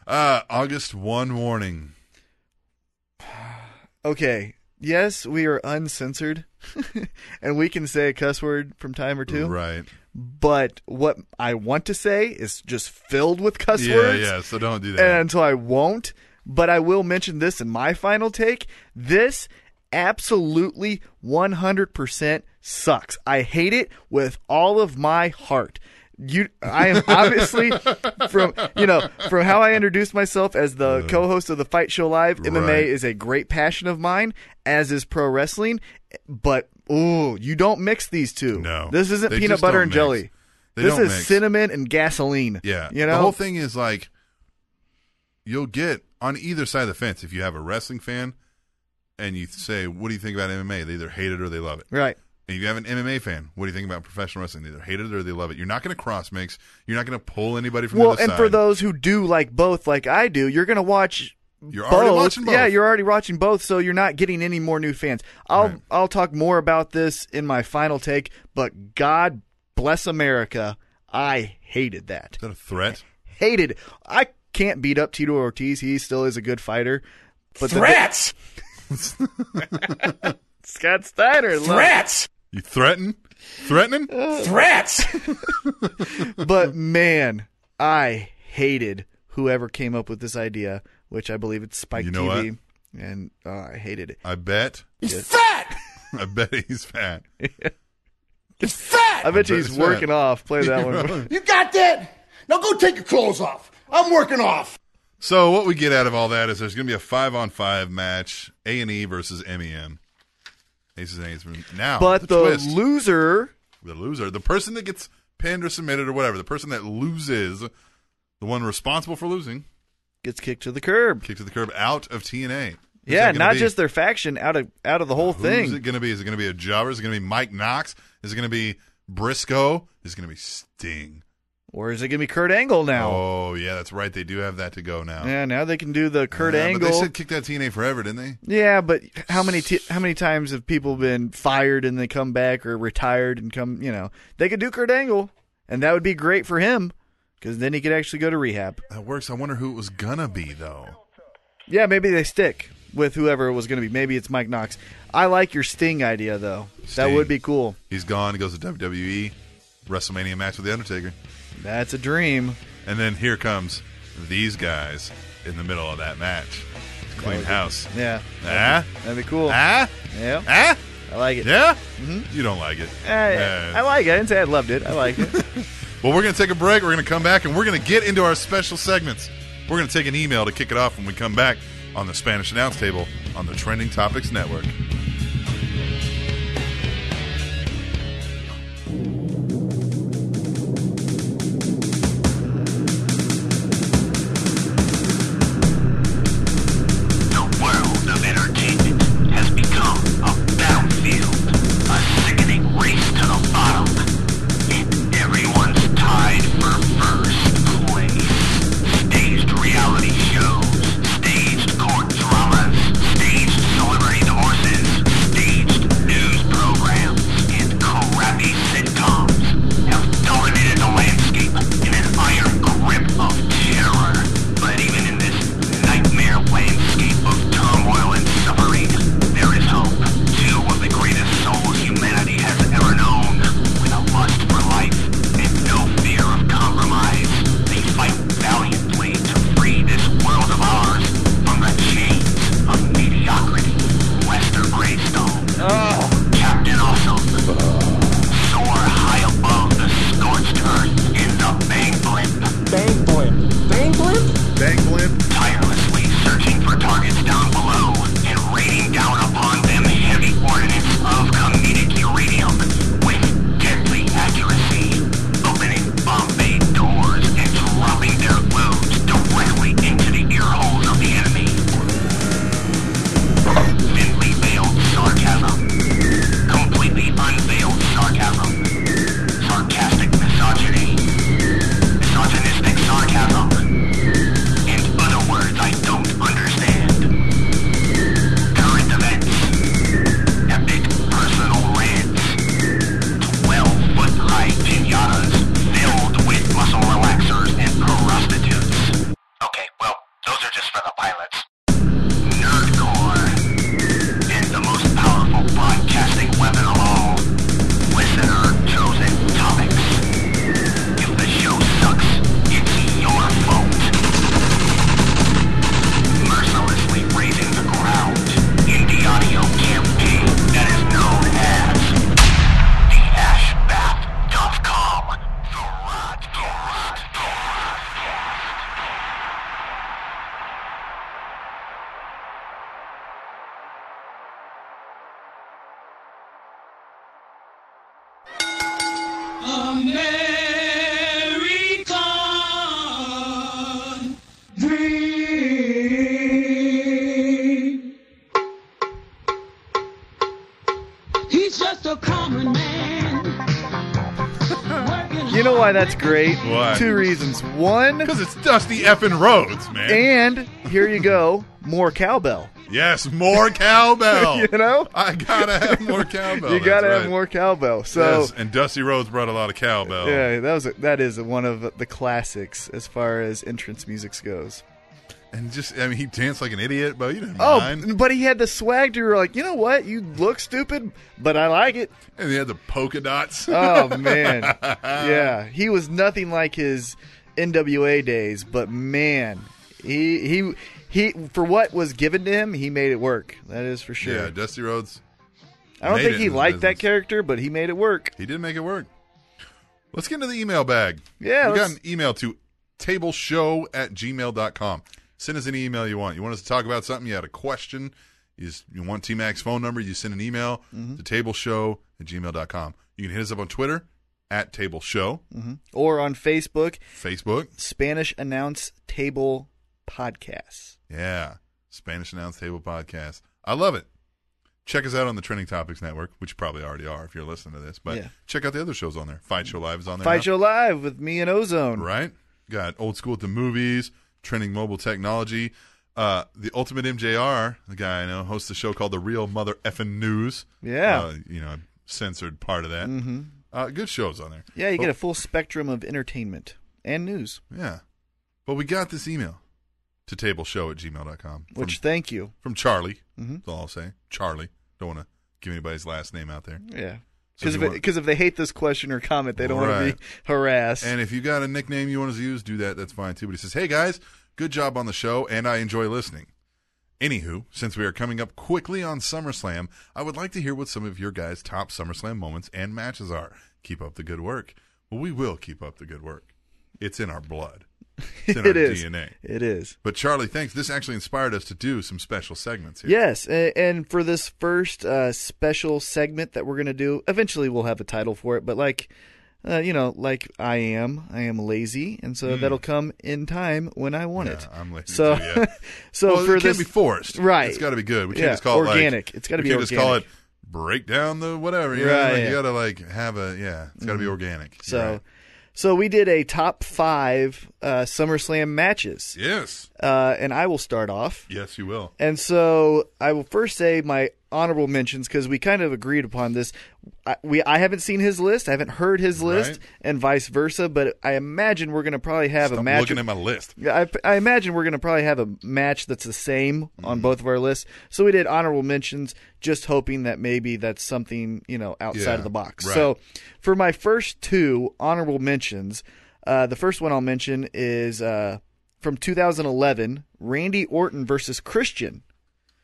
uh, August 1 warning. Okay. Yes, we are uncensored and we can say a cuss word from time or two. Right. But what I want to say is just filled with cuss yeah, words. yeah. So don't do that. and until I won't. But I will mention this in my final take. This absolutely 100% sucks. I hate it with all of my heart. You, I am obviously from you know from how I introduced myself as the co-host of the Fight Show Live. MMA Uh. Right. is a great passion of mine, as is pro wrestling. But ooh, you don't mix these two. No. this isn't They peanut just butter don't and mix. jelly. They this don't is mix. cinnamon and gasoline. Yeah. you know the whole thing is like you'll get on either side of the fence if you have a wrestling fan and you say, "What do you think about MMA?" They either hate it or they love it. right. And if you have an MMA fan, what do you think about professional wrestling? They either hate it or they love it. You're not going to cross mix. You're not going to pull anybody from well, the other and side. for those who do like both, like I do, you're going to watch. You're already both. watching both. Yeah, you're already watching both, so you're not getting any more new fans. I'll Right. I'll talk more about this in my final take, but God bless America, I hated that. is that a threat? Hated. it. I can't beat up Tito Ortiz. He still is a good fighter. But the- Threats! Scott Steiner. love- Threats! You threaten? Threatening? Threats! But man, I hated whoever came up with this idea, which I believe it's Spike You know TV, and uh, I hated it. I bet. He's fat! I bet he's fat. He's fat! I bet you bet he's it's working right. off. Play that one. You got that? Now go take your clothes off. I'm working off. So what we get out of all that is there's going to be a five on five match, A and E versus MEN. Aces and Aces. Now, But the, the twist. loser, the loser, the person that gets pinned or submitted or whatever, the person that loses, the one responsible for losing, gets kicked to the curb. kicked to the curb out of TNA. Who's Yeah, that gonna not be? just their faction out of out of the whole Who's it thing. going to be? Is it going to be a jobber? Is it going to be Mike Knox? Is it going to be Briscoe? Is it going to be Sting? Or is it gonna be Kurt Angle now? Oh yeah, that's right. They do have that to go now. Yeah, now they can do the Kurt Yeah, Angle. But they said kick that TNA forever, didn't they? yeah, but how many t- how many times have people been fired and they come back or retired and come? You know, they could do Kurt Angle, and that would be great for him because then he could actually go to rehab. That works. I wonder who it was gonna be though. Yeah, maybe they stick with whoever it was going to be. Maybe it's Mike Knox. I like your Sting idea though. That Sting. would be cool. He's gone. He goes to WWE, WrestleMania match with The Undertaker. That's a dream. And then here comes these guys in the middle of that match. Clean house. Yeah. Ah? That'd be cool. Ah? Yeah. Ah? I like it. Yeah? You don't like it. Eh, Nah. I like it. I didn't say I loved it. I like it. Well, we're going to take a break. We're going to come back and we're going to get into our special segments. We're going to take an email to kick it off when we come back on the Spanish Announce Table on the Trending Topics Network. The world of entertainment has become a battlefield, a sickening race to the bottom, and everyone's tied for first place. Staged reality shows, staged court dramas, staged celebrity divorces, staged news programs, and crappy sitcoms have dominated the landscape in an iron grip of terror. But even in this nightmare landscape of turmoil and suffering, there is hope. Two of the greatest souls humanity has ever known, with a lust for life and no fear of compromise, they fight valiantly to free this world of ours from the chains of mediocrity. Lester Greystone, Captain Awesome, soar high above the scorched earth in the Bang Blimp. Bang Blimp. Bang Blimp? Bang Blimp. Tirelessly searching for targets down below and raining down upon them heavy ordnance of comedic uranium with deadly accuracy, opening Bombay doors and dropping their loads directly into the ear holes of the enemy. Thinly veiled sarcasm. Completely unveiled sarcasm. Sarcastic misogyny. Misogynistic sarcasm. And other words I don't understand. Current events. Epic personal rants. Twelve foot high pinatas filled with muscle relaxers and prostitutes. Okay, well, those are just for the pilots. Nerdcore. And the most powerful broadcasting weapon of all. Listener chosen topics. If the show sucks, it's your fault. Mercilessly raising the ground in the audio campaign that is known as the ashbath.com. American dream. He's just a common man. You know why that's great? Why? Two reasons. One, because it's Dusty effing Rhodes, man. And here you go, more cowbell. Yes, more cowbell. you know, I gotta have more cowbell. you gotta That's have right. more cowbell. So Yes, Oh. and Dusty Rhodes brought a lot of cowbell. yeah, that was a, that is one of the classics as far as entrance music goes. And just, I mean, he danced like an idiot, but you didn't Oh, mind. but he had the swag. to like, you know what? You look stupid, but I like it. And he had the polka dots. Oh man, yeah, he was nothing like his NWA days, but man, he he he for what was given to him, he made it work. That is for sure. Yeah, Dusty Rhodes. I don't made think it he in the liked that business. character, but he made it work. He did make it work. Let's get into the email bag. Yeah, We got let's- an email to tableshow at gmail.com. Send us any email you want. You want us to talk about something, you had a question, you, just, you want T Mac's phone number, you send an email Mm-hmm. to tableshow at gmail.com. You can hit us up on Twitter at tableshow, Mhm. Or on Facebook, Facebook. Spanish Announce Table Podcast. Yeah. Spanish Announce Table Podcast. I love it. Check us out on the Trending Topics Network, which you probably already are if you're listening to this. But Yeah. check out the other shows on there. Fight Show Live is on there. Fight now. Show Live with me and Ozone. Right? Got old school at the movies, trending mobile technology. Uh, the ultimate MJR, the guy I know, hosts a show called The Real Mother Effin' News. Yeah. Uh, you know, I censored part of that. Mhm. Uh, good shows on there. Yeah, you But- get a full spectrum of entertainment and news. Yeah. But we got this email to tableshow at gmail.com. From, Which, thank you. from Charlie. Mhm. That's all I'll say. Charlie. Don't want to give anybody's last name out there. Yeah. So Because you if, want- it- 'cause if they hate this question or comment, they don't want to Right. be harassed. And if you got a nickname you want us to use, do that. That's fine too. But he says, "Hey guys, good job on the show, and I enjoy listening." Anywho, since we are coming up quickly on SummerSlam, I would like to hear what some of your guys' top SummerSlam moments and matches are. Keep up the good work. Well, we will keep up the good work. It's in our blood. It's in It our is. DNA. It is. But Charlie, thanks. This actually inspired us to do some special segments here. Yes, a- and for this first uh, special segment that we're gonna do, eventually we'll have a title for it. But like, uh, you know, like I am, I am lazy, and so that'll come in time when I want it. I'm lazy So, too, Hmm. yeah. so Well, for it this, can't be forced, right? It's got to be good. We can't Yeah, just call organic. it like, it's got to be we can't organic. just call it break down the whatever. You know? Right, like, yeah. you got to like have a yeah. It's got to be organic. You're so, right. so we did a top five uh, SummerSlam matches, yes, uh, and I will start off. yes, you will. And so I will first say my honorable mentions because we kind of agreed upon this. I, we I haven't seen his list, I haven't heard his list, Right. and vice versa. But I imagine we're going to probably have a I'm match. looking at my list. Yeah, I, I imagine we're going to probably have a match that's the same on Mm. both of our lists. So we did honorable mentions, just hoping that maybe that's something you know outside Yeah, of the box. right. So for my first two honorable mentions, uh, the first one I'll mention is uh, from 2011, Randy Orton versus Christian.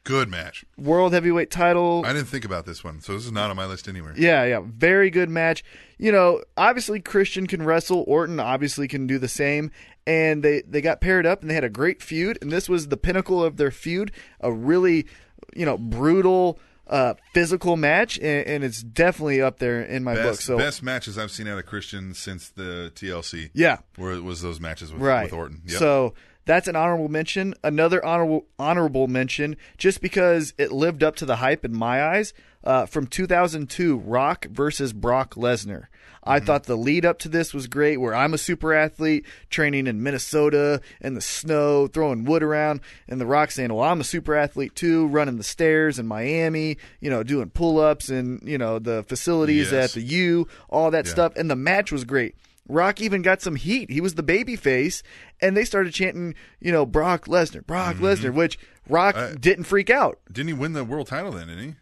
Good match. World heavyweight title. I didn't think about this one, so this is not on my list anywhere. Yeah, yeah, very good match. You know, obviously Christian can wrestle. Orton obviously can do the same. And they they got paired up and they had a great feud. And this was the pinnacle of their feud. A really, you know, brutal, uh, physical match. And, and it's definitely up there in my book. Best, So best matches I've seen out of Christian since the TLC. Yeah. where it was those matches with, right with Orton. Yep. So that's an honorable mention. Another honorable honorable mention, just because it lived up to the hype in my eyes. Uh, from 2002, Rock versus Brock Lesnar. Mm-hmm. I thought the lead up to this was great. Where I'm a super athlete training in Minnesota in the snow, throwing wood around, and the Rock saying, "Well, I'm a super athlete too, running the stairs in Miami, you know, doing pull ups and you know the facilities Yes. at the U, all that Yeah. stuff." And the match was great. Rock even got some heat. He was the baby face, and they started chanting, you know, Brock Lesnar, Brock Mm-hmm. Lesnar, which Rock I- didn't freak out. didn't he win the world title then? Didn't he?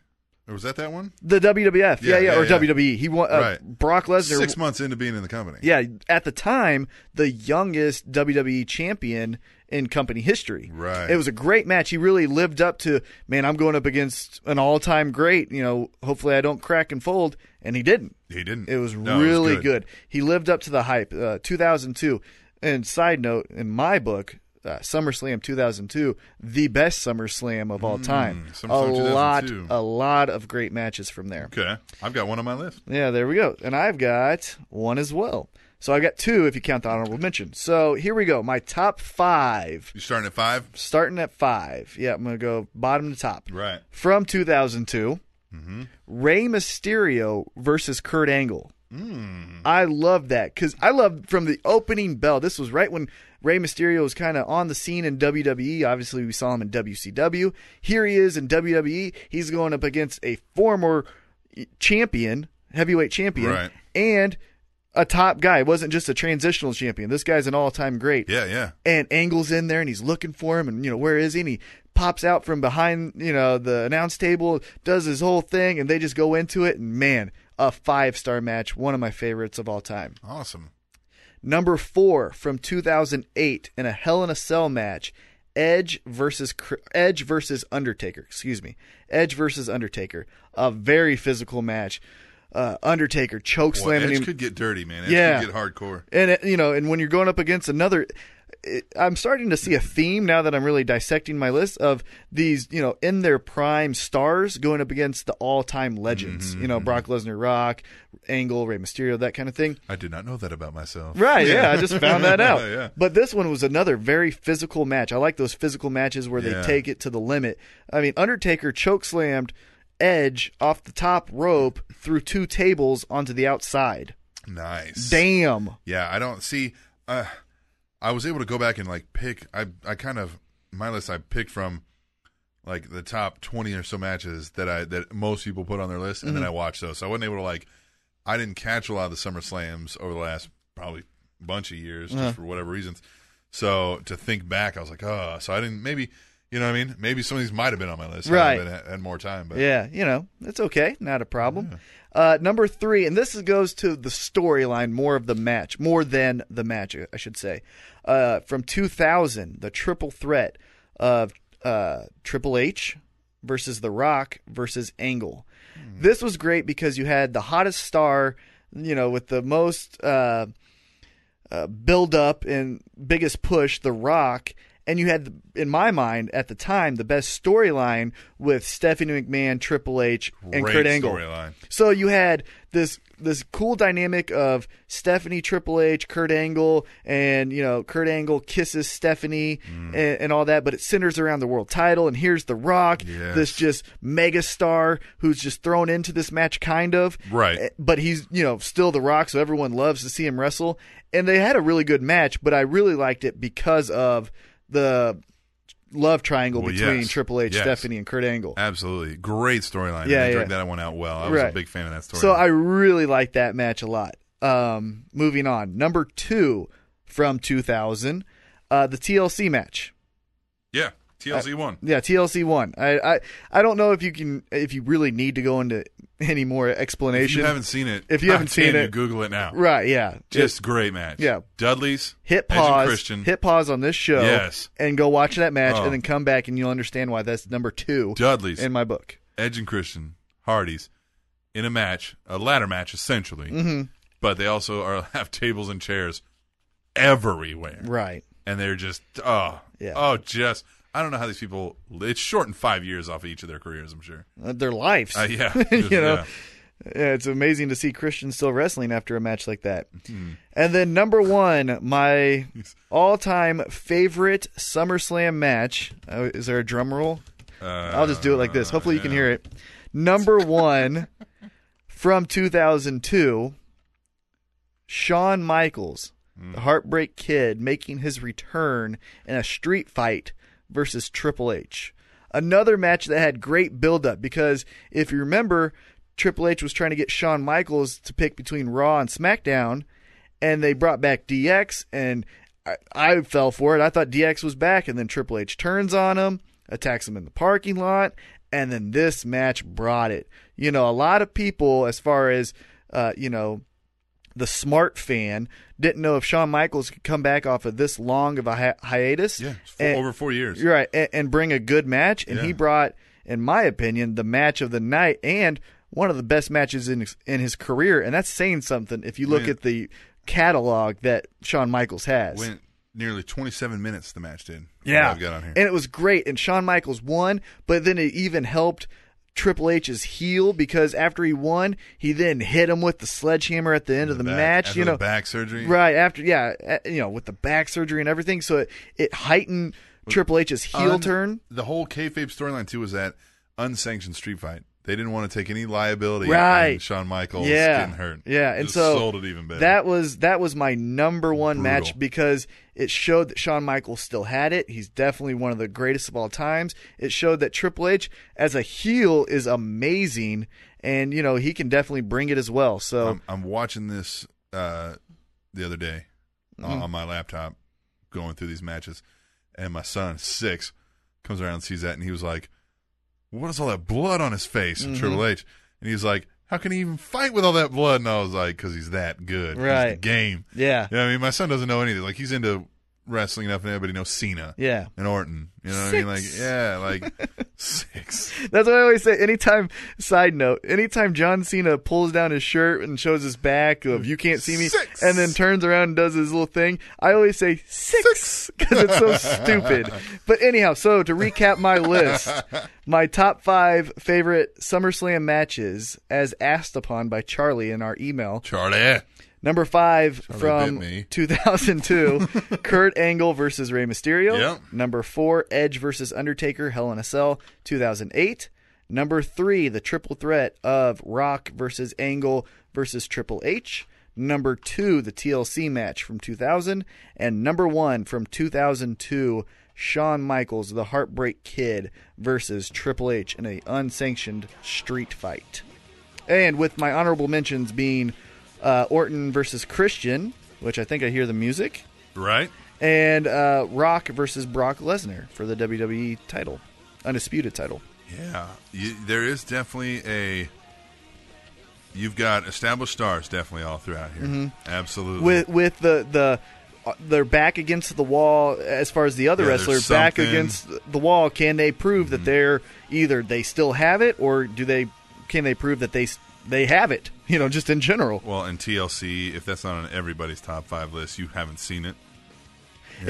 Or was that that one? The WWF, yeah, Yeah, yeah, yeah, or yeah. WWE. He won. Uh, Right. Brock Lesnar. Six months into being in the company. Yeah, at the time, the youngest WWE champion in company history. Right. It was a great match. He really lived up to, man, I'm going up against an all time great. You know, hopefully I don't crack and fold. And he didn't. He didn't. It was No, it was really good. good. He lived up to the hype. Uh, 2002. And side note, in my book, uh, SummerSlam 2002, the best SummerSlam of all time. Hmm, SummerSlam a lot, 2002. a lot of great matches from there. Okay, I've got one on my list. Yeah, there we go. And I've got one as well. So I've got two if you count the honorable mention. So here we go. My top five, You starting at five? starting at five. Yeah, I'm going to go bottom to top. Right. Mm-hmm. From 2002, Rey Mysterio versus Kurt Angle. Mm. I love that because I love from the opening bell. This was right when Rey Mysterio was kind of on the scene in WWE. Obviously, we saw him in WCW. Here he is in WWE. He's going up against a former champion, heavyweight champion, Right. and a top guy. It wasn't just a transitional champion. This guy's an all time great Yeah, yeah. and Angle's in there and he's looking for him and you know where is he and he pops out from behind you know the announce table does his whole thing and they just go into it and man a five star match one of my favorites of all time Awesome. number four from 2008 in a Hell in a Cell match Edge versus Cr- Edge versus Undertaker excuse me Edge versus Undertaker a very physical match uh, Undertaker choke Boy, slamming Edge him could get dirty, man. Edge Yeah. could get hardcore. and it, you know, and when you're going up against another, it, I'm starting to see a theme now that I'm really dissecting my list of these, you know, in their prime stars going up against the all-time legends. Mm-hmm, You know, Brock Lesnar, Rock, Angle, Rey Mysterio, that kind of thing. I did not know that about myself. Right, yeah, I just found that out. Yeah. But this one was another very physical match. I like those physical matches where Yeah. they take it to the limit. I mean, Undertaker chokeslammed Edge off the top rope through two tables onto the outside. Nice. Damn. Yeah, I don't see. Uh, I was able to go back and like pick. I I kind of my list. I picked from like the top twenty or so matches that I that most people put on their list, and Mm-hmm. then I watched those. So I wasn't able to like. I didn't catch a lot of the Summer Slams over the last probably bunch of years, just for whatever reasons. So to think back, I was like, oh, so I didn't maybe, you know what I mean? Maybe some of these might have been on my list. had I Right. been- had more time, but Yeah, you know, it's okay. Not a problem. Uh, number three, and this is- goes to the storyline more of the match, more than the match, I should say. Uh, from 2000, the triple threat of uh, Triple H versus The Rock versus Angle. This was great because you had the hottest star, you know, with the most. Uh, uh, build up and biggest push, The Rock, and you had, in my mind at the time, the best storyline with Stephanie McMahon, Triple H, and Great Kurt Angle. storyline. So you had this this cool dynamic of Stephanie, Triple H, Kurt Angle, and you know Kurt Angle kisses Stephanie Mm. and, and all that, but it centers around the world title. And here's The Rock, Yes. this just mega star who's just thrown into this match, kind of Right. eh, but he's you know still the rock so everyone loves to see him wrestle and they had a really good match but i really liked it because of the love triangle Well, between yes. triple h Yes. stephanie and kurt angle absolutely great storyline. Yeah, I enjoyed yeah. that one out well. I was a Right. big fan of that story. so i really liked that match a lot um, moving on number two from 2000 uh, the tlc match yeah, TLC one. Yeah, TLC one. I, I I don't know if you can if you really need to go into any more If explanation. you haven't seen it, if you I haven't tell seen you, it, Google it now. Right? Yeah. Just great match. Yeah. Dudley's hit Edge and pause Christian. hit pause on this show Yes. and go watch that match Oh. and then come back and you'll understand why that's number two Dudley's in my book Edge and Christian Hardy's in a match, a ladder match essentially, Mhm. but they also are have tables and chairs everywhere, right and they're just oh Yeah. oh just I don't know how these people. It's shortened five years off of each of their careers, I'm sure. Uh, their lives Uh, yeah. you Just- know yeah. Yeah, it's amazing to see Christian still wrestling after a match like that Hmm. and then number one my all-time favorite SummerSlam match Uh, is there a drum roll I'll just do it like this hopefully you can hear Uh, it number one from 2002 Shawn Michaels, the Heartbreak Kid, making his return in a street fight versus Triple H. Another match that had great buildup because if you remember, Triple H was trying to get Shawn Michaels to pick between Raw and SmackDown, and they brought back DX, and I, I fell for it. I thought DX was back, and then Triple H turns on him, attacks him in the parking lot, and then this match brought it. You know, a lot of people, as far as, uh, you know, the smart fan didn't know if Shawn Michaels could come back off of this long of a hi- hiatus. Yeah, four- over four years. You're right, and, and bring a good match. And he Yeah. brought, in my opinion, the match of the night and one of the best matches in his- in his career. And that's saying something if you look Man. at the catalog that Shawn Michaels has. Went nearly 27 minutes. The match did. what Yeah, I've got on here. and it was great. And Shawn Michaels won, but then it even helped Triple H's heel because after he won, he then hit him with the sledgehammer at the end of the Back- match. after you the know, back surgery. Right after, yeah, uh, you know, with the back surgery and everything, so it, it heightened Triple H's heel Un- turn. The whole kayfabe storyline too was that unsanctioned street fight. They didn't want to take any liability. Right, on Shawn Michaels yeah, getting hurt. Yeah, and Just so sold it even better. That was that was my number one Brutal. match because it showed that Shawn Michaels still had it. He's definitely one of the greatest of all times. It showed that Triple H as a heel is amazing, and you know he can definitely bring it as well. So I'm, I'm watching this uh, the other day on- Mm-hmm. on my laptop, going through these matches, and my son six comes around and sees that, and he was like, "What is all that blood on his face?" And Mhm. Triple H, and he's like. How can he even fight with all that blood? And I was like, because he's that good. He's the Right. game. Yeah. You know what I mean? My son doesn't know anything. Like, he's into wrestling enough, and everybody knows Cena. Yeah. And Orton. You know what I mean? Like, Six. yeah, like six. That's what I always say. Anytime, side note, anytime John Cena pulls down his shirt and shows his back of "You can't see me," Six. and then turns around and does his little thing, I always say six because it's so stupid. But anyhow, so to recap my list, my top five favorite SummerSlam matches, as asked upon by Charlie in our email. Charlie. Number five Charlie from bit me. 2002, Kurt Angle versus Rey Mysterio. Yep. Number four, Edge versus Undertaker, Hell in a Cell, 2008. Number three, the triple threat of Rock versus Angle versus Triple H. Number two, the TLC match from 2000. And number one from 2002, Shawn Michaels, the Heartbreak Kid versus Triple H in a unsanctioned street fight. And with my honorable mentions being uh, Orton versus Christian, which I think I hear the music, Right? and uh, Rock versus Brock Lesnar for the WWE title, undisputed title. Yeah, you, there is definitely a. You've got established stars definitely all throughout here. Mhm. Absolutely. with with the the uh, their back against the wall as far as the other Yeah, there's wrestlers back something. Mm-hmm. against the wall can they prove that they're either they still have it or do they can they prove that they s- they have it you know just in general well, in TLC, if that's not on everybody's top five list, you haven't seen it. Yeah,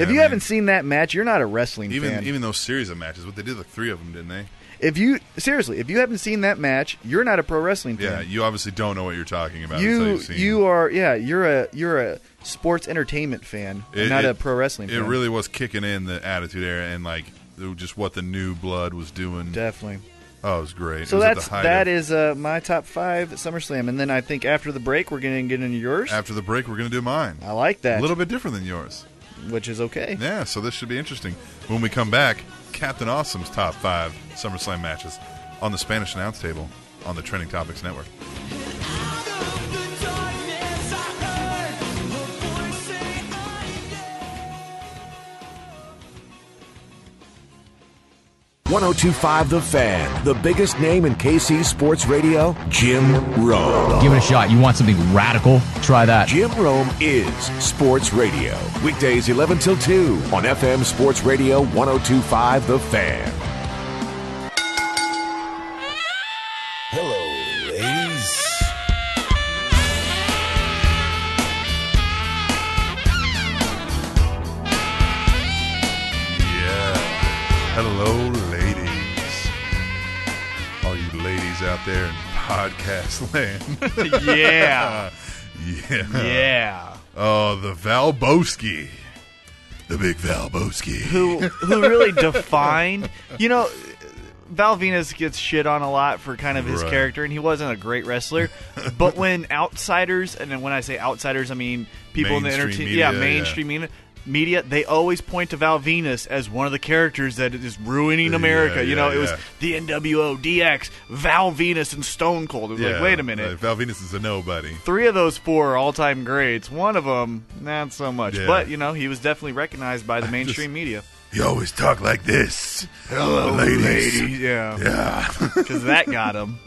if you I mean, haven't seen that match you're not a wrestling even fan even those series of matches, what they did, like three of them, didn't they? if you seriously if you haven't seen that match you're not a pro wrestling Yeah, fan you obviously don't know what you're talking about. until you you've seen you are yeah you're a you're a sports entertainment fan and It- not it- a pro wrestling It fan really was kicking in the attitude era and like just what the new blood was doing. Definitely. Oh, it was great. So it was at that's the height that of- is uh, my top five at SummerSlam, and then I think after the break we're going to get into yours. After the break, we're going to do mine. I like that. a little bit different than yours, which is okay. Yeah, so this should be interesting. When we come back, Captain Awesome's top five SummerSlam matches on the Spanish announce table on the Trending Topics Network. One zero two five, The Fan, the biggest name in KC sports radio, Jim Rome. Give it a shot. You want something radical? Try that. Jim Rome is Sports Radio. Weekdays 11 till 2 on FM Sports Radio 1025 The Fan. Hello, ladies. Yeah. Hello, ladies. All you ladies out there in podcast land. Yeah. Yeah. Yeah. Oh, the Valboski. The big Valboski. who who really defined you know Val Venus gets shit on a lot for kind of his Right. character and he wasn't a great wrestler but when outsiders and then when I say outsiders I mean people in the Mainstream entertainment media, yeah yeah. mainstream media media they always point to Val Venus as one of the characters that is ruining Yeah, America you yeah, know it yeah. was the NWO DX Val Venus and Stone Cold it was like wait a minute Like, Val Venus is a nobody. Three of those four are all-time greats. One of them, not so much. Yeah. But you know, he was definitely recognized by the mainstream media. You always talk like this. Hello, Oh, ladies. ladies. Yeah. Yeah. Because that got him.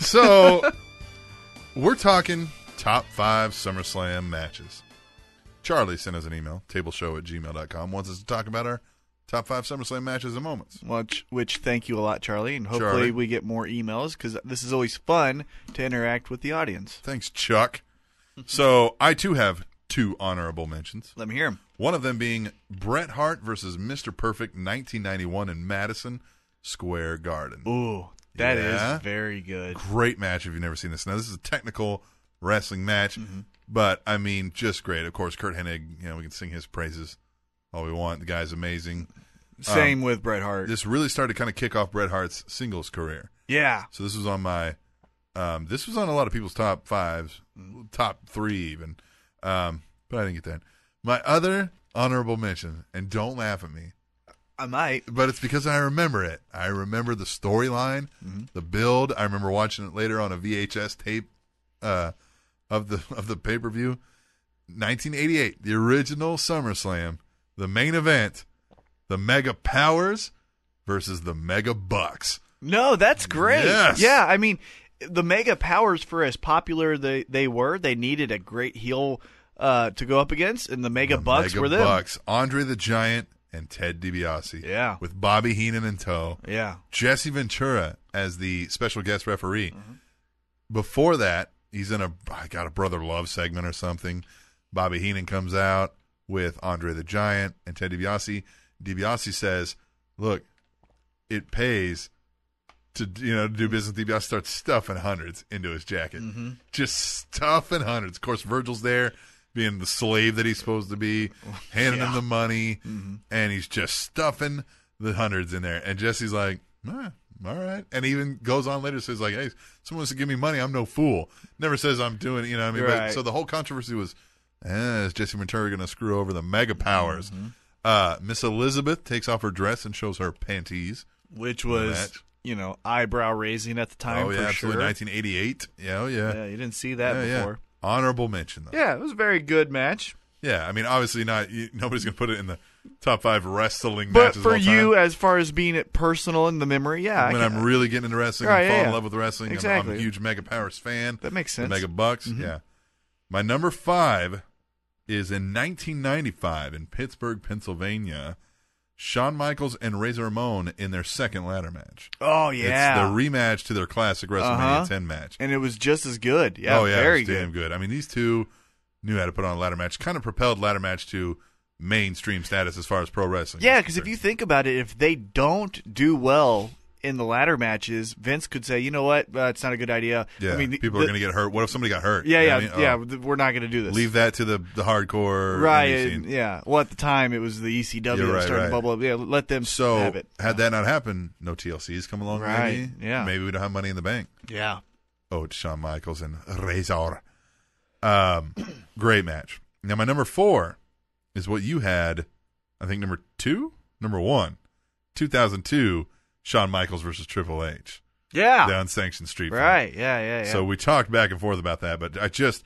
So, we're talking top five SummerSlam matches. Charlie sent us an email, tableshow at gmail.com, wants us to talk about our top five SummerSlam matches and moments. Which, which thank you a lot, Charlie, and hopefully Charlie. we get more emails because this is always fun to interact with the audience. Thanks, Chuck. So, I too have two honorable mentions. Let me hear them. One of them being Bret Hart versus Mr. Perfect 1991 in Madison Square Garden. Ooh, that is Yeah. Um, very good. great match if you've never seen this. Now this is a technical wrestling match, but I mean, just great. Of course, Kurt Hennig. You know, we can sing his praises all we want. The guy's amazing. Same with Bret Hart. This really started to kind of kick off Bret Hart's singles career. Yeah. So this was on my, um, this was on a lot of people's top fives, top three even, um, but I didn't get that. My other honorable mention, and don't laugh at me, I might. but it's because I remember it. I remember the storyline, Mm-hmm. the build. I remember watching it later on a VHS tape uh, of the of the pay per view, 1988, the original SummerSlam, the main event, the Mega Powers versus the Mega Bucks. No, that's great. Yes. Yeah, I mean, the Mega Powers, for as popular they, they were, they needed a great heel uh, to go up against, and the Mega Bucks Mega were them. Bucks, Andre the Giant, and Ted DiBiase. Yeah. with Bobby Heenan in tow. Yeah. Jesse Ventura as the special guest referee. Before that, he's in a I got a brother love segment or something. Bobby Heenan comes out with Andre the Giant and Ted DiBiase. DiBiase says, "Look, it pays to you know do business with DiBiase." Starts stuffing hundreds into his jacket, just stuffing hundreds. Of course, Virgil's there. Being the slave that he's supposed to be, handing him the money, and he's just stuffing the hundreds in there. And Jesse's like, "Ah, all right. And he even goes on later says like, hey, someone wants to give me money. I'm no fool. Never says I'm doing it. You know what I mean? But, Right. so the whole controversy was, eh, is Jesse Ventura going to screw over the mega powers? Uh, Miss Elizabeth takes off her dress and shows her panties. which in the was match. you know eyebrow raising at the time oh, yeah, for absolutely. sure. 1988. Yeah, oh, yeah. Yeah, you didn't see that Yeah, yeah. before. Honorable mention, though. Yeah. it was a very good match. Yeah, I mean, obviously not. You, nobody's gonna put it in the top five wrestling But matches. of for all time. you, as far as being it personal in the memory, yeah, I when can- I'm really getting into wrestling, Right, I'm falling yeah, in love with wrestling. I'm- I'm, exactly. a huge Mega Powers fan. That makes The sense. Mm-hmm. Mega Bucks, yeah. My number five is in 1995 in Pittsburgh, Pennsylvania. Shawn Michaels and Razor Ramon in their second ladder match. Oh it's yeah, the rematch to their classic WrestleMania Uh-huh. 10 match. and it was just as good. Yeah, oh yeah, very it was damn good. good. I mean, these two knew how to put on a ladder match. Kind of propelled ladder match to mainstream status as far as pro wrestling. Yeah, because if you think about it, if they don't do well in the ladder matches, Vince could say, you know what, uh, it's not a good idea. yeah, I mean, the- people are the- going to get hurt. What if somebody got hurt? Yeah, You know yeah, what I mean? yeah. Oh. th- We're not going to do this. Leave that to the the hardcore right? indie and- scene. Yeah. Well, at the time it was the ECW that You're right, was starting right. to bubble up. Yeah, let them So have it. had that not happened, no TLCs come along. Right, Maybe. yeah. Maybe we don't have Money in the Bank. Yeah. Oh, it's Shawn Michaels and Razor. Um, great match. Now my number four is what you had. I think number two, number one, 2002. Shawn Michaels versus Triple H. Yeah. The unsanctioned street fight. Ah. Right. Yeah. Yeah. Yeah. So we talked back and forth about that, but I just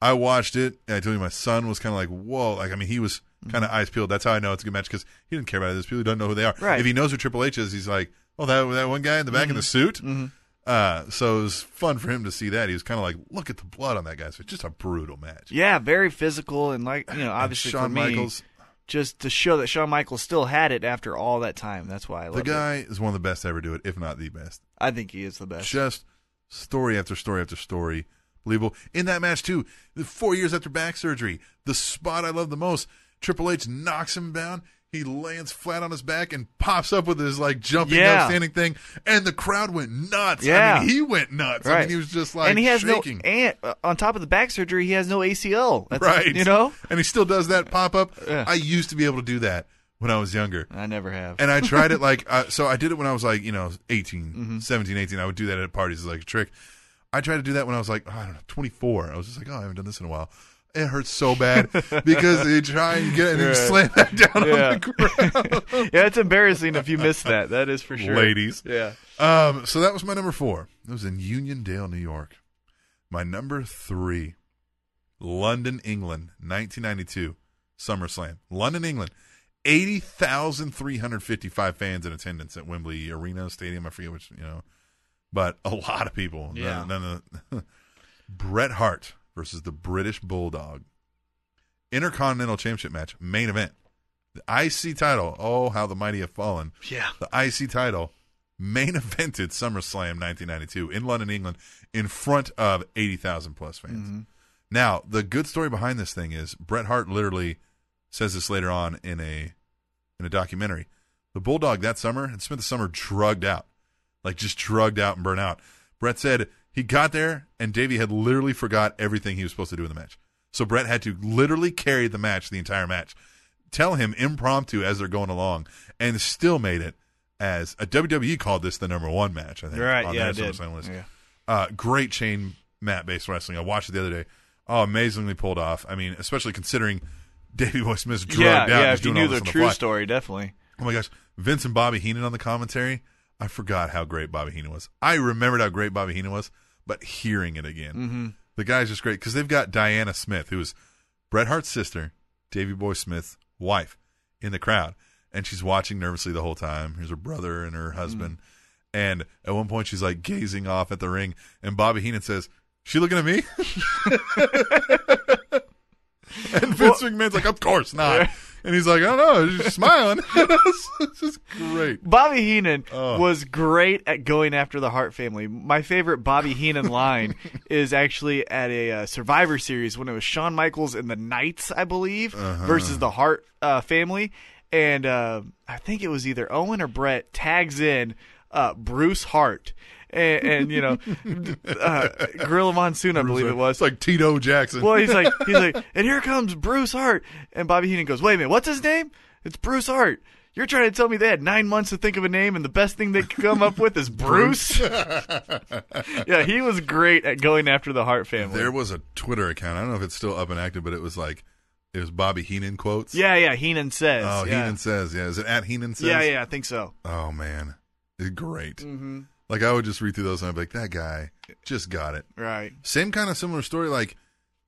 I watched it and I told you my son was kind of like, "Whoa!" Like I mean, he was Mm-hmm. kind of eyes peeled. That's how I know it's a good match because he didn't care about this. People who don't know who they are. Right. Mm-hmm. If he knows who Triple H is, he's like, "Oh, that that one guy in the back in the suit." Uh, so it was fun for him to see that. He was kind of like, "Look at the blood on that guy's face." Just a brutal match. yeah, very physical and like you know, obviously Shawn for me, Michaels- just to show that Shawn Michaels still had it after all that time. That's why I love The guy is one of the best to ever do it, if not the best. I think he is the best. Just story after story after story. Believable. In that match, too, the four years after back surgery, the spot I love the most, Triple H knocks him down. He lands flat on his back and pops up with his like jumping Yeah. up standing thing, and the crowd went nuts. I Yeah. mean, he went nuts. I mean, he was just like and he has shaking. no and uh, on top of the back surgery, he has no ACL. That's, right, You know, and he still does that pop up. Yeah. I used to be able to do that when I was younger. I never have. And I tried it like, uh, so I did it when I was like, you know, 18, Mm-hmm. 17, 18. I would do that at parties as like a trick. I tried to do that when I was like, I don't know, 24. I was just like, oh, I haven't done this in a while. It hurts so bad because they try and get it and Yeah. you slam that down on the ground. yeah, it's embarrassing if you miss that. That is for sure, Ladies. Yeah. Um, so that was my number four. It was in Uniondale, New York. My number three, London, England, 1992, SummerSlam. London, England. 80,355 fans in attendance at Wembley Arena Stadium. I forget which, you know, but a lot of people. Yeah. None, none of- Bret Hart versus the British Bulldog. Intercontinental Championship match, main event. The IC title. Oh, how the mighty have fallen. Yeah. The IC title main evented SummerSlam 1992 in London, England, in front of 80,000 plus fans. Now, the good story behind this thing is Bret Hart literally says this later on in a in a documentary. The Bulldog that summer had spent the summer drugged out, like just drugged out and burnt out. Brett said he got there and Davey had literally forgot everything he was supposed to do in the match. So Brett had to literally carry the match the entire match, tell him impromptu as they're going along, and still made it as uh, a WWE E called this the number one match. I think Right, on yeah, their it did. SummerSlam list. Yeah. Uh, great chain mat based wrestling. I watched it the other day. Oh, amazingly pulled off. I mean, especially considering Davey Boy Smith's drugged yeah, out. yeah. and If you doing knew all this the on the true fly. story, definitely. Oh my gosh, Vince and Bobby Heenan on the commentary. I forgot how great Bobby Heenan was. I remembered how great Bobby Heenan was, but hearing it again, the guy's just great because they've got Diana Smith, who is Bret Hart's sister, Davy Boy Smith's wife, in the crowd, and she's watching nervously the whole time. Here's her brother and her husband, and at one point she's like gazing off at the ring, and Bobby Heenan says, "She looking at me?" and Vince McMahon's like, "Of course not." And he's like, "I don't know, she's smiling." it's just great. Bobby Heenan Oh. was great at going after the Hart family. My favorite Bobby Heenan line is actually at a uh, Survivor Series when it was Shawn Michaels and the Knights, I believe, Uh-huh. versus the Hart uh, family. And uh, I think it was either Owen or Brett tags in uh, Bruce Hart. And, and you know, uh, Gorilla Monsoon, I believe it was. It's like Tito Jackson. Well, he's like, he's like, and here comes Bruce Hart, and Bobby Heenan goes, "Wait a minute, what's his name? It's Bruce Hart." You're trying to tell me they had nine months to think of a name, and the best thing they could come up with is Bruce. yeah, he was great at going after the Hart family. There was a Twitter account. I don't know if it's still up and active, but it was like it was Bobby Heenan quotes. yeah, yeah, Heenan says. Oh, yeah. Heenan says. Yeah, is it at Heenan says? yeah, yeah, I think so. Oh man, it's great. Mm-hmm. Like I would just read through those and I'd be like, that guy just got it. Right. Same kind of similar story. Like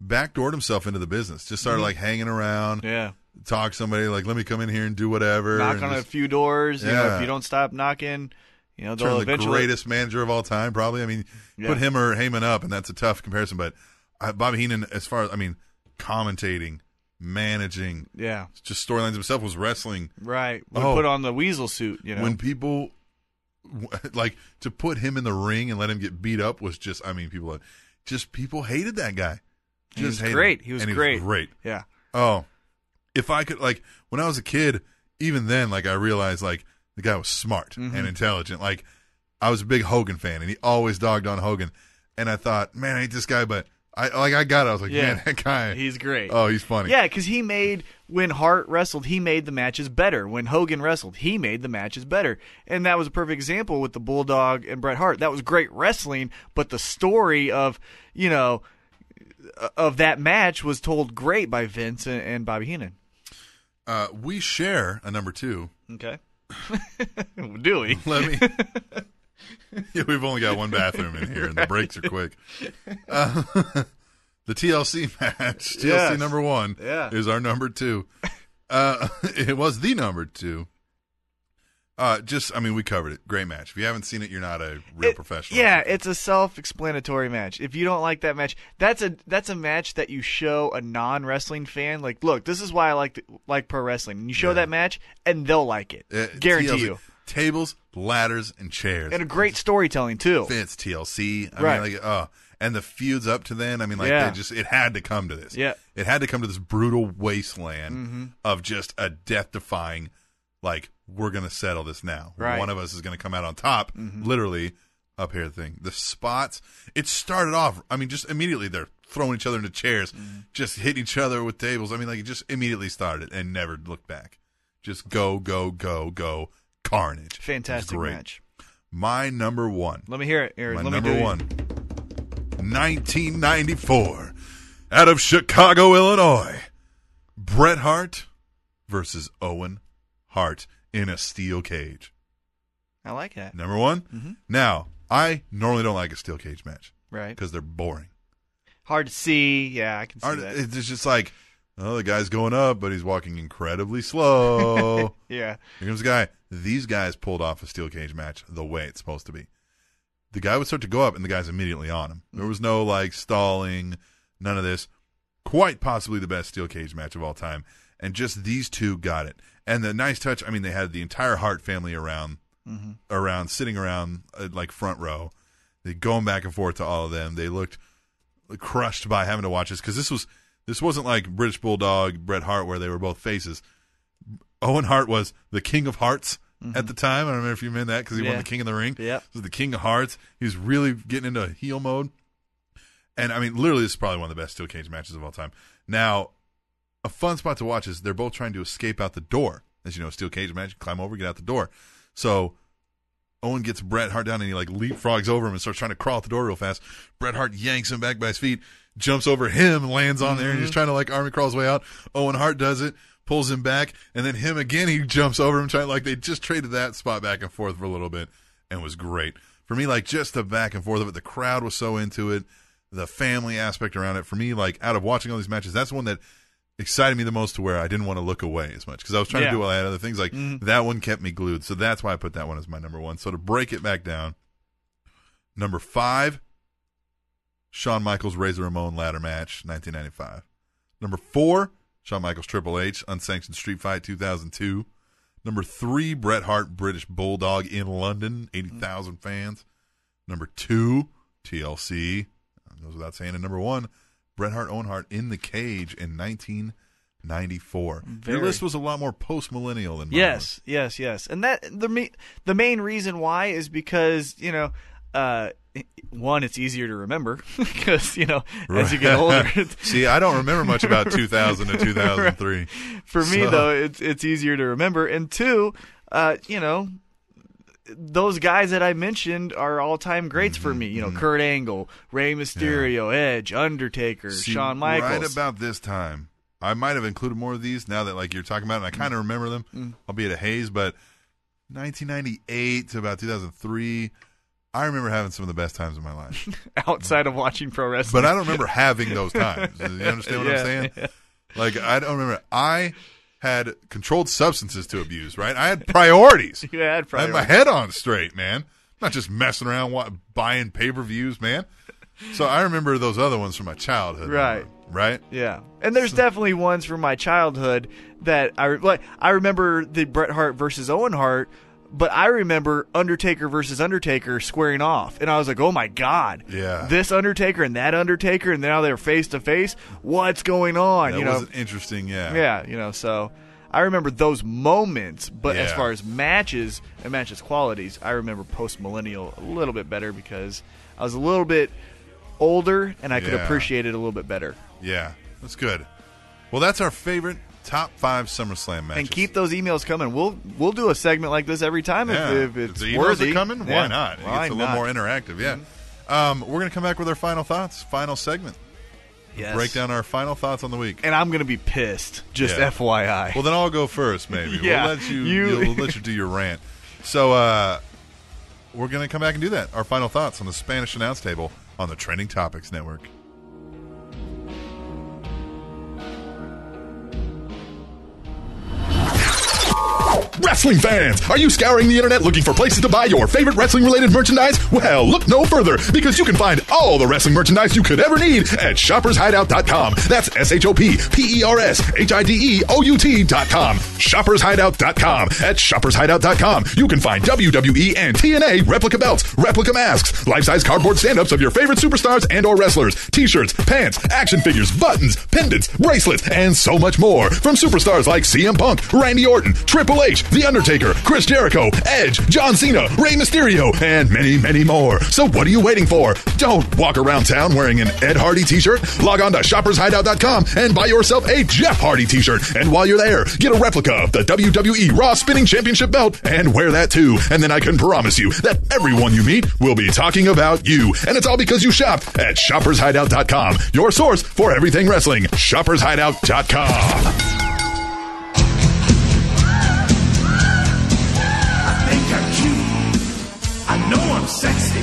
backdoored himself into the business. Just started Mhm. like hanging around. Yeah. Talk to somebody like, let me come in here and do whatever. Knock and on a just few doors. You know, Yeah. if you don't stop knocking, you know turn they'll the eventually. greatest manager of all time, probably. I mean, Yeah. put him or Heyman up, and that's a tough comparison. But uh, Bobby Heenan, as far as I mean, commentating, managing, Yeah. just storylines himself was wrestling. Right. We Oh. put on the weasel suit. You know. When people like to put him in the ring and let him get beat up was just, I mean, people just people hated that guy. Just He was hated him. great. He was And great. great. Yeah. Oh, if I could, like, when I was a kid, even then, like, I realized, like, the guy was smart Mm-hmm. and intelligent. Like, I was a big Hogan fan, and he always dogged on Hogan. And I thought, man, I hate this guy, but I, like, I got it. I was like, Yeah. man, that guy. He's great. Oh, he's funny. Yeah, because he made when Hart wrestled, he made the matches better. When Hogan wrestled, he made the matches better, and that was a perfect example with the Bulldog and Bret Hart. That was great wrestling, but the story of you know uh, of that match was told great by Vince and, and Bobby Heenan. Uh, we share a number two. Okay, do we? Let me. Yeah, we've only got one bathroom in here, and the breaks are quick. Uh, the TLC match, TLC Yes. number one, Yeah. is our number two. Uh, it was the number two. Uh, just, I mean, we covered it. Great match. If you haven't seen it, you're not a real professional. Yeah, it's a self-explanatory match. If you don't like that match, that's a that's a match that you show a non-wrestling fan. Like, look, this is why I like the, like pro wrestling. And you show that match, and they'll like it. Uh, Guarantee TLC you. Tables, ladders, and chairs. And a great storytelling too. It's TLC. I Right. mean, like, uh, and the feuds up to then. I mean, like, Yeah. they just it had to come to this. Yeah. Mm-hmm. it had to come to this brutal wasteland of just a death-defying, like, we're gonna settle this now. Right. One of us is gonna come out on top, Mm-hmm. literally. Up here thing. The spots. It started off. I mean, just immediately they're throwing each other into chairs, Mm-hmm. just hitting each other with tables. I mean, like it just immediately started and never looked back. Just go, go, go, go. Carnage. It was Fantastic great. match. My number one. Let me hear it, Aaron. My Let number me do one. 1994, out of Chicago, Illinois, Bret Hart versus Owen Hart in a steel cage. I like that. Number one. Mhm. Now, I normally don't like a steel cage match Right. because they're boring. Hard to see. Yeah, I can see Are- that. It's just like, oh, the guy's going up, but he's walking incredibly slow. Yeah. Here comes the guy. These guys pulled off a steel cage match the way it's supposed to be. The guy would start to go up, and the guy's immediately on him. There was no like stalling, none of this. Quite possibly the best steel cage match of all time. And just these two got it. And the nice touch, I mean, they had the entire Hart family around, Mhm. around, sitting around uh, like front row. They going back and forth to all of them. They looked crushed by having to watch this because this was this wasn't like British Bulldog, Bret Hart, where they were both faces. Owen Hart was the King of Hearts at the time. I don't remember if you meant that because he won Yeah. the King of the Ring. Yep. This is the King of Hearts. He was really getting into heel mode. And I mean, literally, this is probably one of the best steel cage matches of all time. Now, a fun spot to watch is they're both trying to escape out the door. As you know, steel cage match, climb over, get out the door. So Owen gets Bret Hart down and he like leapfrogs over him and starts trying to crawl out the door real fast. Bret Hart yanks him back by his feet, jumps over him, lands on there, and he's trying to like army crawl his way out. Owen Hart does it, pulls him back, and then him again. He jumps over him, trying like they just traded that spot back and forth for a little bit, and it was great for me. Like just the back and forth of it, the crowd was so into it, the family aspect around it. For me, like out of watching all these matches, that's the one that excited me the most to where I didn't want to look away as much because I was trying Yeah. to do all that other things. Like Mhm. that one kept me glued, so that's why I put that one as my number one. So to break it back down, number five, Shawn Michaels Razor Ramon ladder match, 1995. Number four, Shawn Michaels Triple H unsanctioned street fight, 2002. Number three, Bret Hart British Bulldog in London, 80,000 fans. Number two, TLC. Goes without saying. And number one, Bret Hart Owen Hart in the cage in 1994. Very. Your list was a lot more post millennial than mine. was. Yes, yes, yes. And that the me- the main reason why is because you know, uh, one, it's easier to remember because you know as you get older. See, I don't remember much about 2000 to 2003. For me So- though, it's it's easier to remember. And two, uh, you know. Those guys that I mentioned are all time greats for me. Mm-hmm. You know, Kurt Angle, Rey Mysterio, Edge, Undertaker, See, Shawn Michaels. Right about this time, I might have included more of these now that like you're talking about, it, and I kind of Mm. remember them, albeit a haze. But 1998 to about 2003, I remember having some of the best times of my life, outside of watching pro wrestling. but I don't remember having those times. You understand what Yeah, I'm saying? yeah. Like I don't remember. I had controlled substances to abuse. Right? I had priorities. You had I had priorities. my head on straight, man. Not just messing around wa- buying pay per views, man. So I remember those other ones from my childhood. Right. Right. Yeah, and there's definitely ones from my childhood that I re- like. I remember the Bret Hart versus Owen Hart, but I remember Undertaker versus Undertaker squaring off, and I was like, "Oh my god, Yeah. this Undertaker and that Undertaker, and now they're face to face. What's going on?" That you know, was an interesting. Yeah. yeah, you know. So I remember those moments, but as Yeah. far as matches and matches qualities, I remember post millennial a little bit better because I was a little bit older and I could Yeah. appreciate it a little bit better. Yeah. That's good. Well, that's our favorite top five SummerSlam matches. And keep those emails coming. We'll we'll do a segment like this every time if- Yeah. if, it's the emails worthy. are coming. Yeah. Why not? It Why gets a little not? Mm-hmm. more interactive. Yeah. Um, we're gonna come back with our final thoughts, final segment. Yes. Break down our final thoughts on the week. And I'm gonna be pissed. Just Yeah. FYI. Well, then I'll go first. Maybe Yeah, we'll let you. you- will let you do your rant. So uh, we're gonna come back and do that. Our final thoughts on the Spanish announce table on the Trending Topics Network. Wrestling fans, are you scouring the internet looking for places to buy your favorite wrestling related merchandise? Well, look no further because you can find all the wrestling merchandise you could ever need at shoppershideout.com. That's S H O P P E R S H I D E O U T.com. Shoppershideout.com. At shoppershideout.com, you can find WWE and TNA replica belts, replica masks, life size cardboard stand ups of your favorite superstars and or wrestlers, t shirts, pants, action figures, buttons, pendants, bracelets, and so much more from superstars like CM Punk, Randy Orton, Triple H, The Undertaker, Chris Jericho, Edge, John Cena, Rey Mysterio, and many, many more. So what are you waiting for? Don't walk around town wearing an Ed Hardy t-shirt. Log on to shoppershideout.com and buy yourself a Jeff Hardy t-shirt. And while you're there, get a replica of the WWE Raw Spinning Championship belt and wear that too. And then I can promise you that everyone you meet will be talking about you. And it's all because you shop at shoppershideout.com, your source for everything wrestling. Shoppershideout.com. I think I'm cute. I know I'm sexy.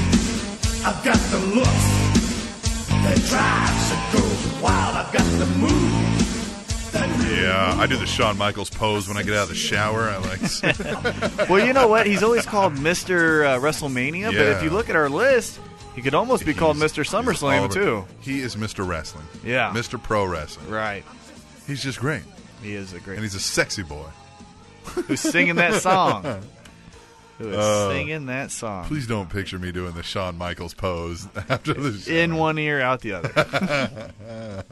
I've got the looks that drives a girl wild. I've got the mood. Yeah, I do the Shawn Michaels pose when I get out of the shower. I like. well, you know what? He's always called Mr. Uh, WrestleMania, but Yeah. if you look at our list, he could almost be called Mr. all SummerSlam over- too. He is Mr. Wrestling. Yeah. Mr. Pro Wrestling. Right. He's just great. He is a great. And he's a sexy boy. Who's singing that song? Who is Uh, singing that song? Please don't picture me doing the Shawn Michaels pose after the show. In one ear, out the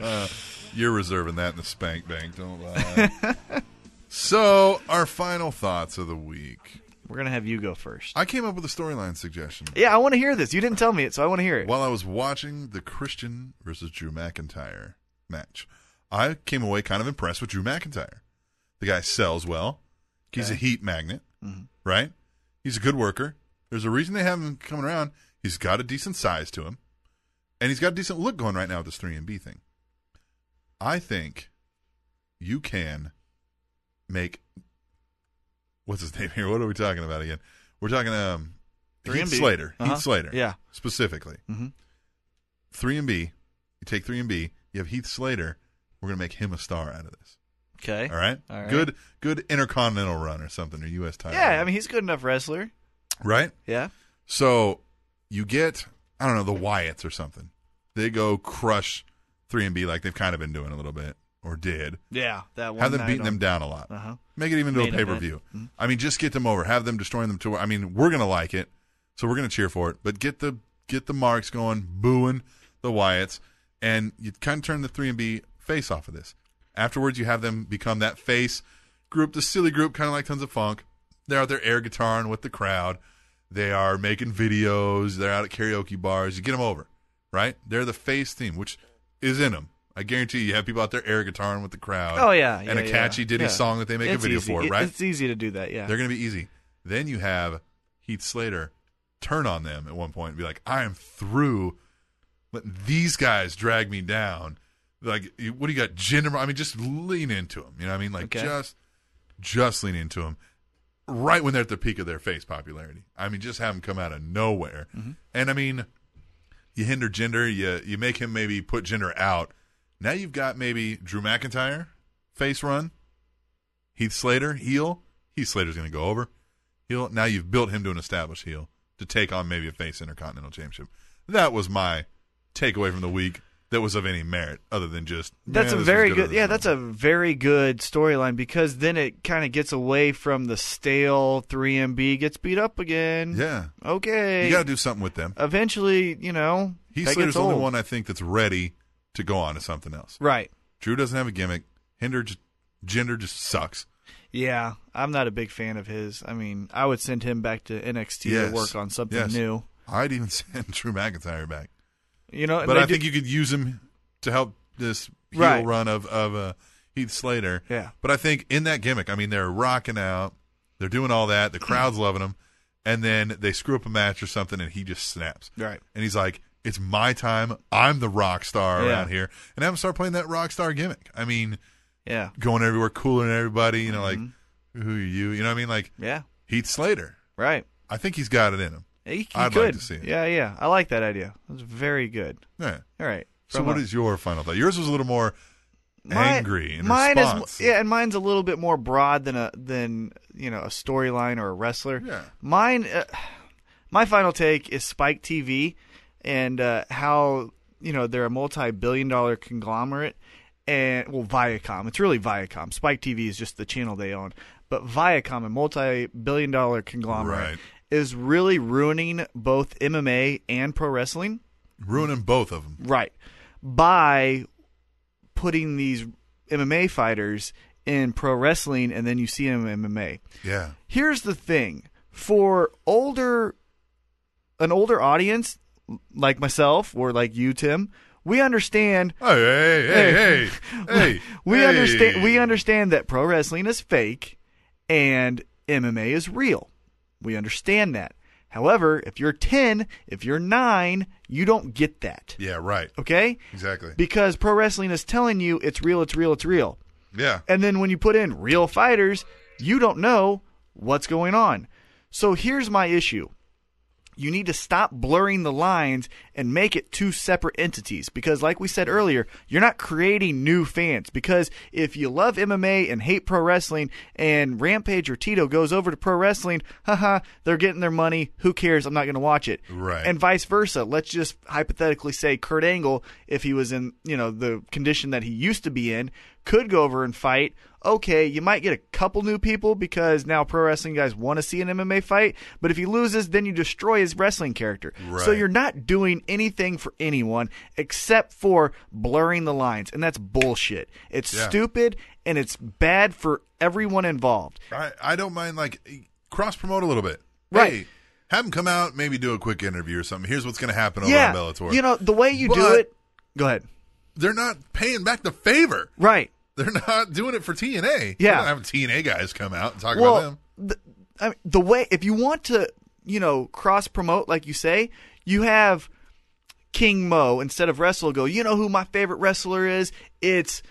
other. You're reserving that in the spank bank, don't lie. so, our final thoughts of the week. We're gonna have you go first. I came up with a storyline suggestion yeah, I want to hear this. You didn't tell me it, so I want to hear it. while I was watching the Christian versus Drew McIntyre match. I came away kind of impressed with Drew McIntyre. The guy sells well. He's a Okay. heat magnet, right? He's a good worker. There's a reason they have him coming around. He's got a decent size to him, and he's got a decent look going right now with this three and B thing. I think you can make what's his name here? What are we talking about again? We're talking um Three Heath and B. Slater. Uh-huh. Heath Slater. Yeah. Specifically. Mhm. Three and B. You take three and B. You have Heath Slater. We're gonna make him a star out of this. Okay. All right. All right. Good. Good intercontinental run or something or U.S. title. Yeah, I mean he's a good enough wrestler. Right. Yeah. So you get I don't know the Wyatts or something. They go crush three and B like they've kind of been doing a little bit or did. Yeah, that one Have them night beating on- them down a lot. Uh-huh. Make it even to a Main pay event. Mm-hmm. per view. I mean, just get them over. Have them destroying them to. where- I mean, we're gonna like it, so we're gonna cheer for it. But get the get the marks going, booing the Wyatts, and you kind of turn the three and B face off of this. Afterwards, you have them become that face group, the silly group, kind of like Tons of Funk. They're out there air guitaring with the crowd. They are making videos. They're out at karaoke bars. You get them over, right? They're the face theme, which is in them. I guarantee you, you have people out there air guitaring with the crowd. Oh yeah, and yeah, a yeah. catchy Diddy Yeah. song that they make It's a video easy. for, It- right? It's easy to do that. Yeah. They're going to be easy. Then you have Heath Slater turn on them at one point and be like, I am through. Let these guys drag me down. Like, you- what do you got? Jinder? I mean, just lean into him. You know what I mean? Like, Okay. just, just lean into him. right when they're at the peak of their face popularity. I mean, just have him come out of nowhere. And I mean, you hinder gender, you you make him maybe put gender out. Now you've got maybe Drew McIntyre face run, Heath Slater heel. Heath Slater's going to go over heel. Now you've built him to an established heel to take on maybe a face Intercontinental Championship. That was my takeaway from the week. That was of any merit other than just That's a "Man, this was very or good, this yeah. That's a very good storyline because then it kind of gets away from the stale 3MB gets beat up again. Yeah. Okay. You got to do something with them. Eventually, you know, Heath that gets Slater's the only old. one I think that's ready to go on to something else. Right. Drew doesn't have a gimmick. Hinder just, gender just sucks. Yeah, I'm not a big fan of his. I mean, I would send him back to NXT Yes. to work on something Yes. new. I'd even send Drew McIntyre back. You know, and but they I do- think you could use him to help this heel Right. run of of uh, Heath Slater. Yeah. But I think in that gimmick, I mean, they're rocking out, they're doing all that, the crowd's loving him, and then they screw up a match or something, and he just snaps. Right. And he's like, "It's my time. I'm the rock star Yeah. around here," and have him start playing that rock star gimmick. I mean, yeah, going everywhere, cooler than everybody. You know, Mm-hmm. like who are you? You know what I mean? Like, yeah, Heath Slater. Right. I think he's got it in him. He, he I'd could. like to see it. Yeah, yeah. I like that idea. That's very good. Yeah. All right. uh, So, what is your final thought? Yours was a little more angry in mine response. is yeah, and mine's a little bit more broad than a than you know a storyline or a wrestler. Yeah. Mine, uh, my final take is Spike TV, and uh, how you know they're a multi-billion-dollar conglomerate, and well, Viacom. It's really Viacom. Spike TV is just the channel they own, but Viacom, a multi-billion-dollar conglomerate, Right. is really ruining both MMA and pro wrestling. Ruining both of them. Right. By putting these MMA fighters in pro wrestling and then you see them in MMA. Yeah. Here's the thing for older, an older audience like myself or like you, Tim, we understand. Hey, hey, hey, hey, hey, we hey. understand. We understand that pro wrestling is fake and MMA is real. We understand that. However, if you're 10, if you're 9, you don't get that. Yeah, right. Okay? Exactly. Because pro wrestling is telling you it's real, it's real, it's real. Yeah. And then when you put in real fighters, you don't know what's going on. So here's my issue. You need to stop blurring the lines and make it two separate entities because, like we said earlier, you're not creating new fans. Because if you love MMA and hate pro wrestling, and Rampage or Tito goes over to pro wrestling, haha, they're getting their money. Who cares? I'm not going to watch it. Right. And vice versa. Let's just hypothetically say Kurt Angle, if he was in you know the condition that he used to be in, could go over and fight. Okay, you might get a couple new people because now pro wrestling guys want to see an MMA fight. But if he loses, then you destroy his wrestling character. So Right. you're not doing anything for anyone except for blurring the lines, and that's bullshit. It's Yeah. stupid and it's bad for everyone involved. I, I don't mind like cross promote a little bit. Right. Hey, have him come out, maybe do a quick interview or something. Here's what's going to happen over yeah, on Bellator. you know the way you do But- it. Go ahead. they're not paying back the favor. Right. They're not doing it for TNA. Yeah. They're not having TNA guys come out and talk about them. The, I mean, the way if you want to, you know, cross promote like you say, you have King Mo instead of Wrestle go. You know who my favorite wrestler is? It's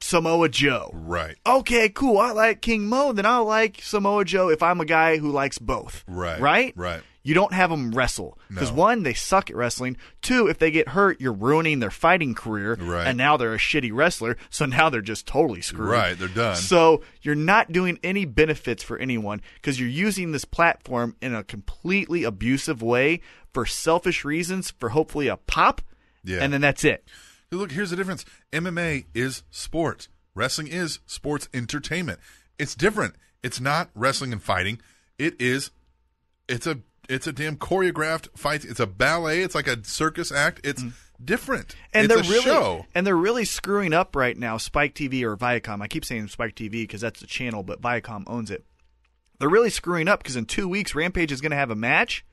Samoa Joe. Right. Okay, cool. I like King Mo, then I'll like Samoa Joe if I'm a guy who likes both. Right. Right? Right. You don't have them wrestle. Because, No. one, they suck at wrestling. Two, if they get hurt, you're ruining their fighting career. Right. And now they're a shitty wrestler. So now they're just totally screwed. Right, they're done. So you're not doing any benefits for anyone because you're using this platform in a completely abusive way for selfish reasons for hopefully a pop. Yeah. And then that's it. Look, here's the difference. MMA is sports. Wrestling is sports entertainment. It's different. It's not wrestling and fighting. It is it's a it's a damn choreographed fight. It's a ballet. It's like a circus act. It's different. Mm. and it's they're a really show. and they're really screwing up right now. Spike TV or Viacom. I keep saying Spike TV because that's the channel, but Viacom owns it. They're really screwing up because in two weeks, Rampage is going to have a match.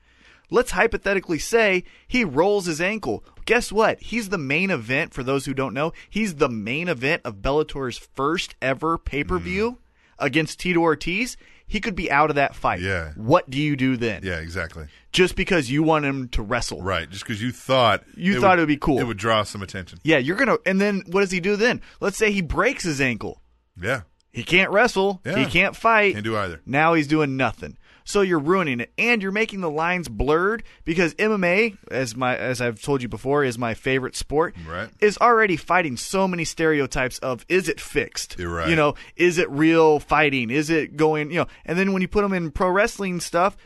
Let's hypothetically say he rolls his ankle. Guess what? He's the main event. For those who don't know, he's the main event of Bellator's first ever pay per view against Tito Ortiz. He could be out of that fight. Mm-hmm. Yeah. What do you do then? Yeah, exactly. Just because you want him to wrestle. Right. Just because you thought You thought it would be cool. It would draw some attention. Yeah, you're gonna. And then what does he do then? Let's say he breaks his ankle. Yeah. He can't wrestle. He can't fight. Can't do either. Now he's doing nothing. So you're ruining it, and you're making the lines blurred because MMA, as my as I've told you before, is my favorite sport. Right. Is already fighting so many stereotypes of is it fixed? You're right. You know, is it real fighting? Is it going? You know, and then when you put them in pro wrestling stuff.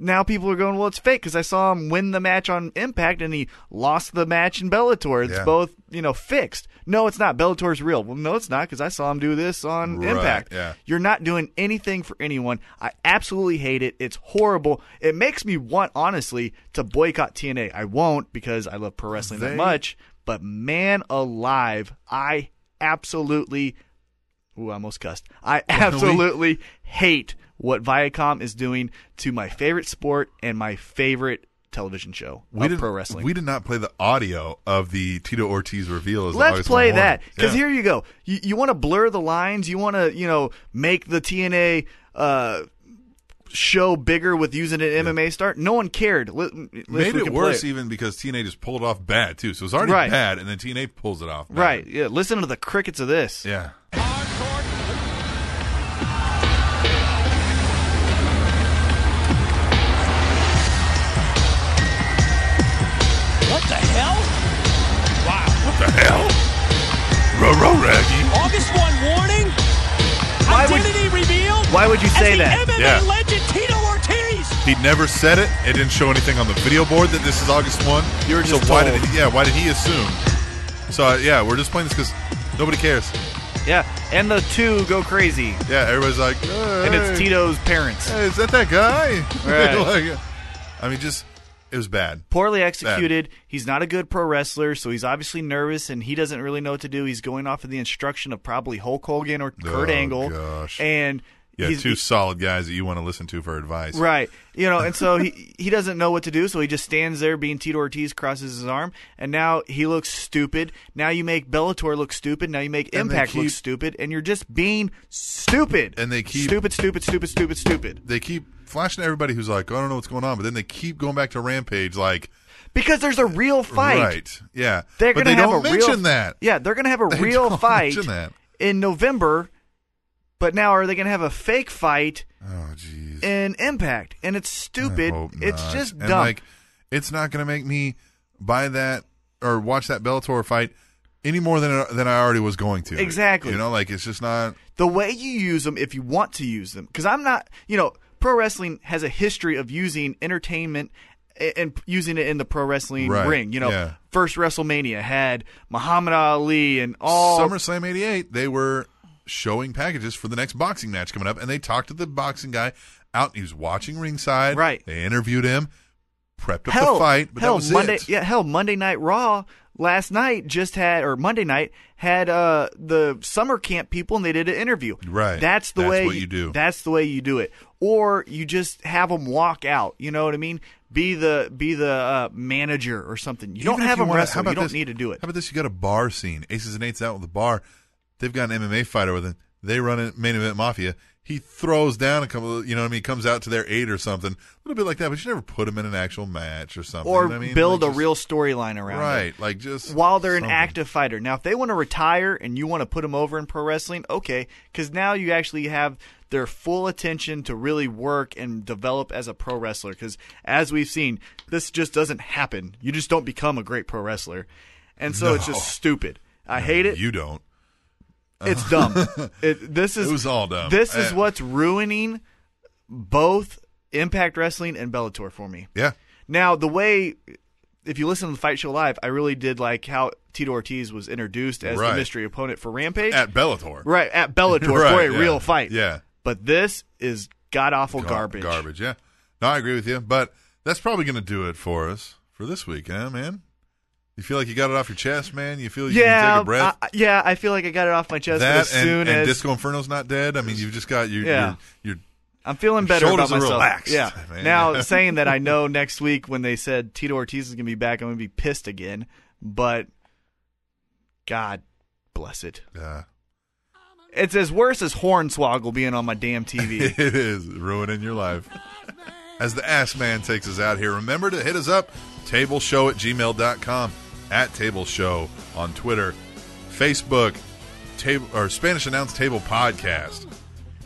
Now people are going, well, it's fake because I saw him win the match on Impact and he lost the match in Bellator. It's Yeah. both, you know, fixed. No, it's not. Bellator's real. Well, no, it's not because I saw him do this on Right, impact. yeah. You're not doing anything for anyone. I absolutely hate it. It's horrible. It makes me want, honestly, to boycott TNA. I won't because I love pro wrestling They- that much. But man alive, I absolutely, ooh, I almost cussed. I absolutely hate what Viacom is doing to my favorite sport and my favorite television show of did, pro wrestling. We did not play the audio of the Tito Ortiz reveal. As the Let's August play Mahorn. that because Yeah. here you go. You, you want to blur the lines. You want to you know make the TNA uh, show bigger with using an MMA star. No one cared. Let, made it worse even because TNA just pulled it off bad too. So it was already Right. bad, and then TNA pulls it off. bad. Right. Yeah. Listen to the crickets of this. Yeah. What the hell? Wow. What the hell? Row, row, Raggy. August 1 warning? Why would- Identity revealed? why would you say as the that? MMA Yeah. legend Tito Ortiz. He never said it. It didn't show anything on the video board that this is August one. You were so just why told. did he, yeah? Why did he assume? So uh, yeah, we're just playing this because nobody cares. Yeah. And the two go crazy. Yeah, everybody's like, And it's "Hey." Tito's parents. Hey, is that that guy? Right. Like, I mean, just it was bad. Poorly executed. He's not a good pro wrestler, so he's obviously nervous and he doesn't really know what to do. He's going off of the instruction of probably Hulk Hogan or Kurt Oh, Angle. gosh. And Yeah, he's, two solid guys that you want to listen to for advice. Right. You know, and so he he doesn't know what to do, so he just stands there being Tito Ortiz, crosses his arm, and now he looks stupid. Now you make Bellator look stupid. Now you make And they Impact look keep- stupid, and you're just being stupid. And they keep stupid, stupid, stupid, stupid, stupid. they keep flashing to everybody who's like, I don't know what's going on, but then they keep going back to Rampage, like Because there's a real fight. right, yeah. They're but gonna they have don't a mention real, that. Yeah, they're gonna have a They real don't fight mention that. in November, but now are they gonna have a fake fight Oh, jeez. in Impact? And it's stupid. I hope It's not. just and dumb. Like, it's not going to make me buy that or watch that Bellator fight any more than than I already was going to. Exactly. You know, like it's just not. the way you use them if you want to use them because i'm not you know pro wrestling has a history of using entertainment a- and p- using it in the pro wrestling Right, ring you know yeah. first wrestlemania had muhammad ali and all SummerSlam '88, they were showing packages for the next boxing match coming up, and they talked to the boxing guy out. He was watching ringside. Right. They interviewed him, prepped up hell the fight, but hell that was monday it. yeah hell monday night raw last night just had or monday night had uh the summer camp people and they did an interview Right. that's the That's way what you do. that's the way you do it or you just have them walk out you know what i mean be the be the uh, manager or something you Even don't if have them wanna- wrestle how about you don't this? need to do it How about this? You got a bar scene. Aces and eights out with the bar. They've got an MMA fighter with them. They run a main event mafia. He throws down a couple. Of, you know what I mean? Comes out to their aid or something. A little bit like that, but you never put him in an actual match or something. or you know what I mean? build Like, a just- real storyline around it. right. Like just while they're an something. active fighter. Now, if they want to retire and you want to put them over in pro wrestling, okay, because now you actually have their full attention to really work and develop as a pro wrestler. Because as we've seen, this just doesn't happen. You just don't become a great pro wrestler, and so it's No. just stupid. I hate it. You don't. It's dumb. It, this is It was all dumb. This is Eh. what's ruining both Impact Wrestling and Bellator for me. Yeah. Now, the way, if you listen to the Fight Show Live, I really did like how Tito Ortiz was introduced as Right. the mystery opponent for Rampage. At Bellator. right, at Bellator for Right, a yeah. real fight. Yeah. But this is god awful Gar- garbage. Garbage. Yeah. No, I agree with you. But that's probably going to do it for us for this week, eh, man? You feel like you got it off your chest, man? You feel you can Yeah, take a breath? I- yeah, I feel like I got it off my chest. but that as soon and, as and Disco Inferno's not dead. I mean, you've just got your Yeah. your, your I'm feeling Your better about shoulders are myself. relaxed, yeah. man. Now saying that I know next week when they said Tito Ortiz is gonna be back, I'm gonna be pissed again. But God bless it. Yeah. It's as worse as Hornswoggle being on my damn TV. it is ruining your life. As the ass man takes us out here, remember to hit us up, tableshow at gmail.com, at tableshow on Twitter, Facebook, table or Spanish announce table podcast.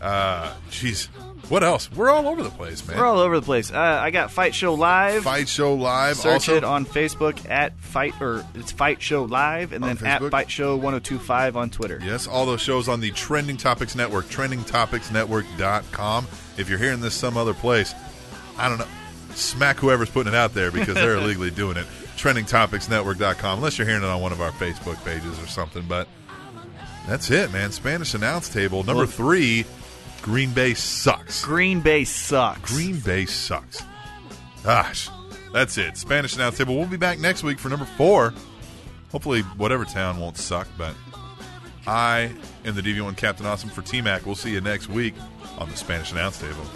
Uh, jeez, what else? We're all over the place, man. We're all over the place. Uh, I got Fight Show Live. Fight Show Live. Search also, it on Facebook at Fight or it's Fight Show Live, and On then at Facebook? Fight Show 1025 on Twitter. Yes, all those shows on the Trending Topics Network, trendingtopicsnetwork.com. If you're hearing this some other place, I don't know, smack whoever's putting it out there because they're illegally doing it. Trendingtopicsnetwork.com, unless you're hearing it on one of our Facebook pages or something. But that's it, man. Spanish announce table. Number Look. three, Green Bay sucks. Green Bay sucks. Green Bay sucks. Gosh, that's it. Spanish announce table. We'll be back next week for number four. Hopefully, whatever town won't suck, but I am the DV1 Captain Awesome for T Mac. We'll see you next week on the Spanish announce table.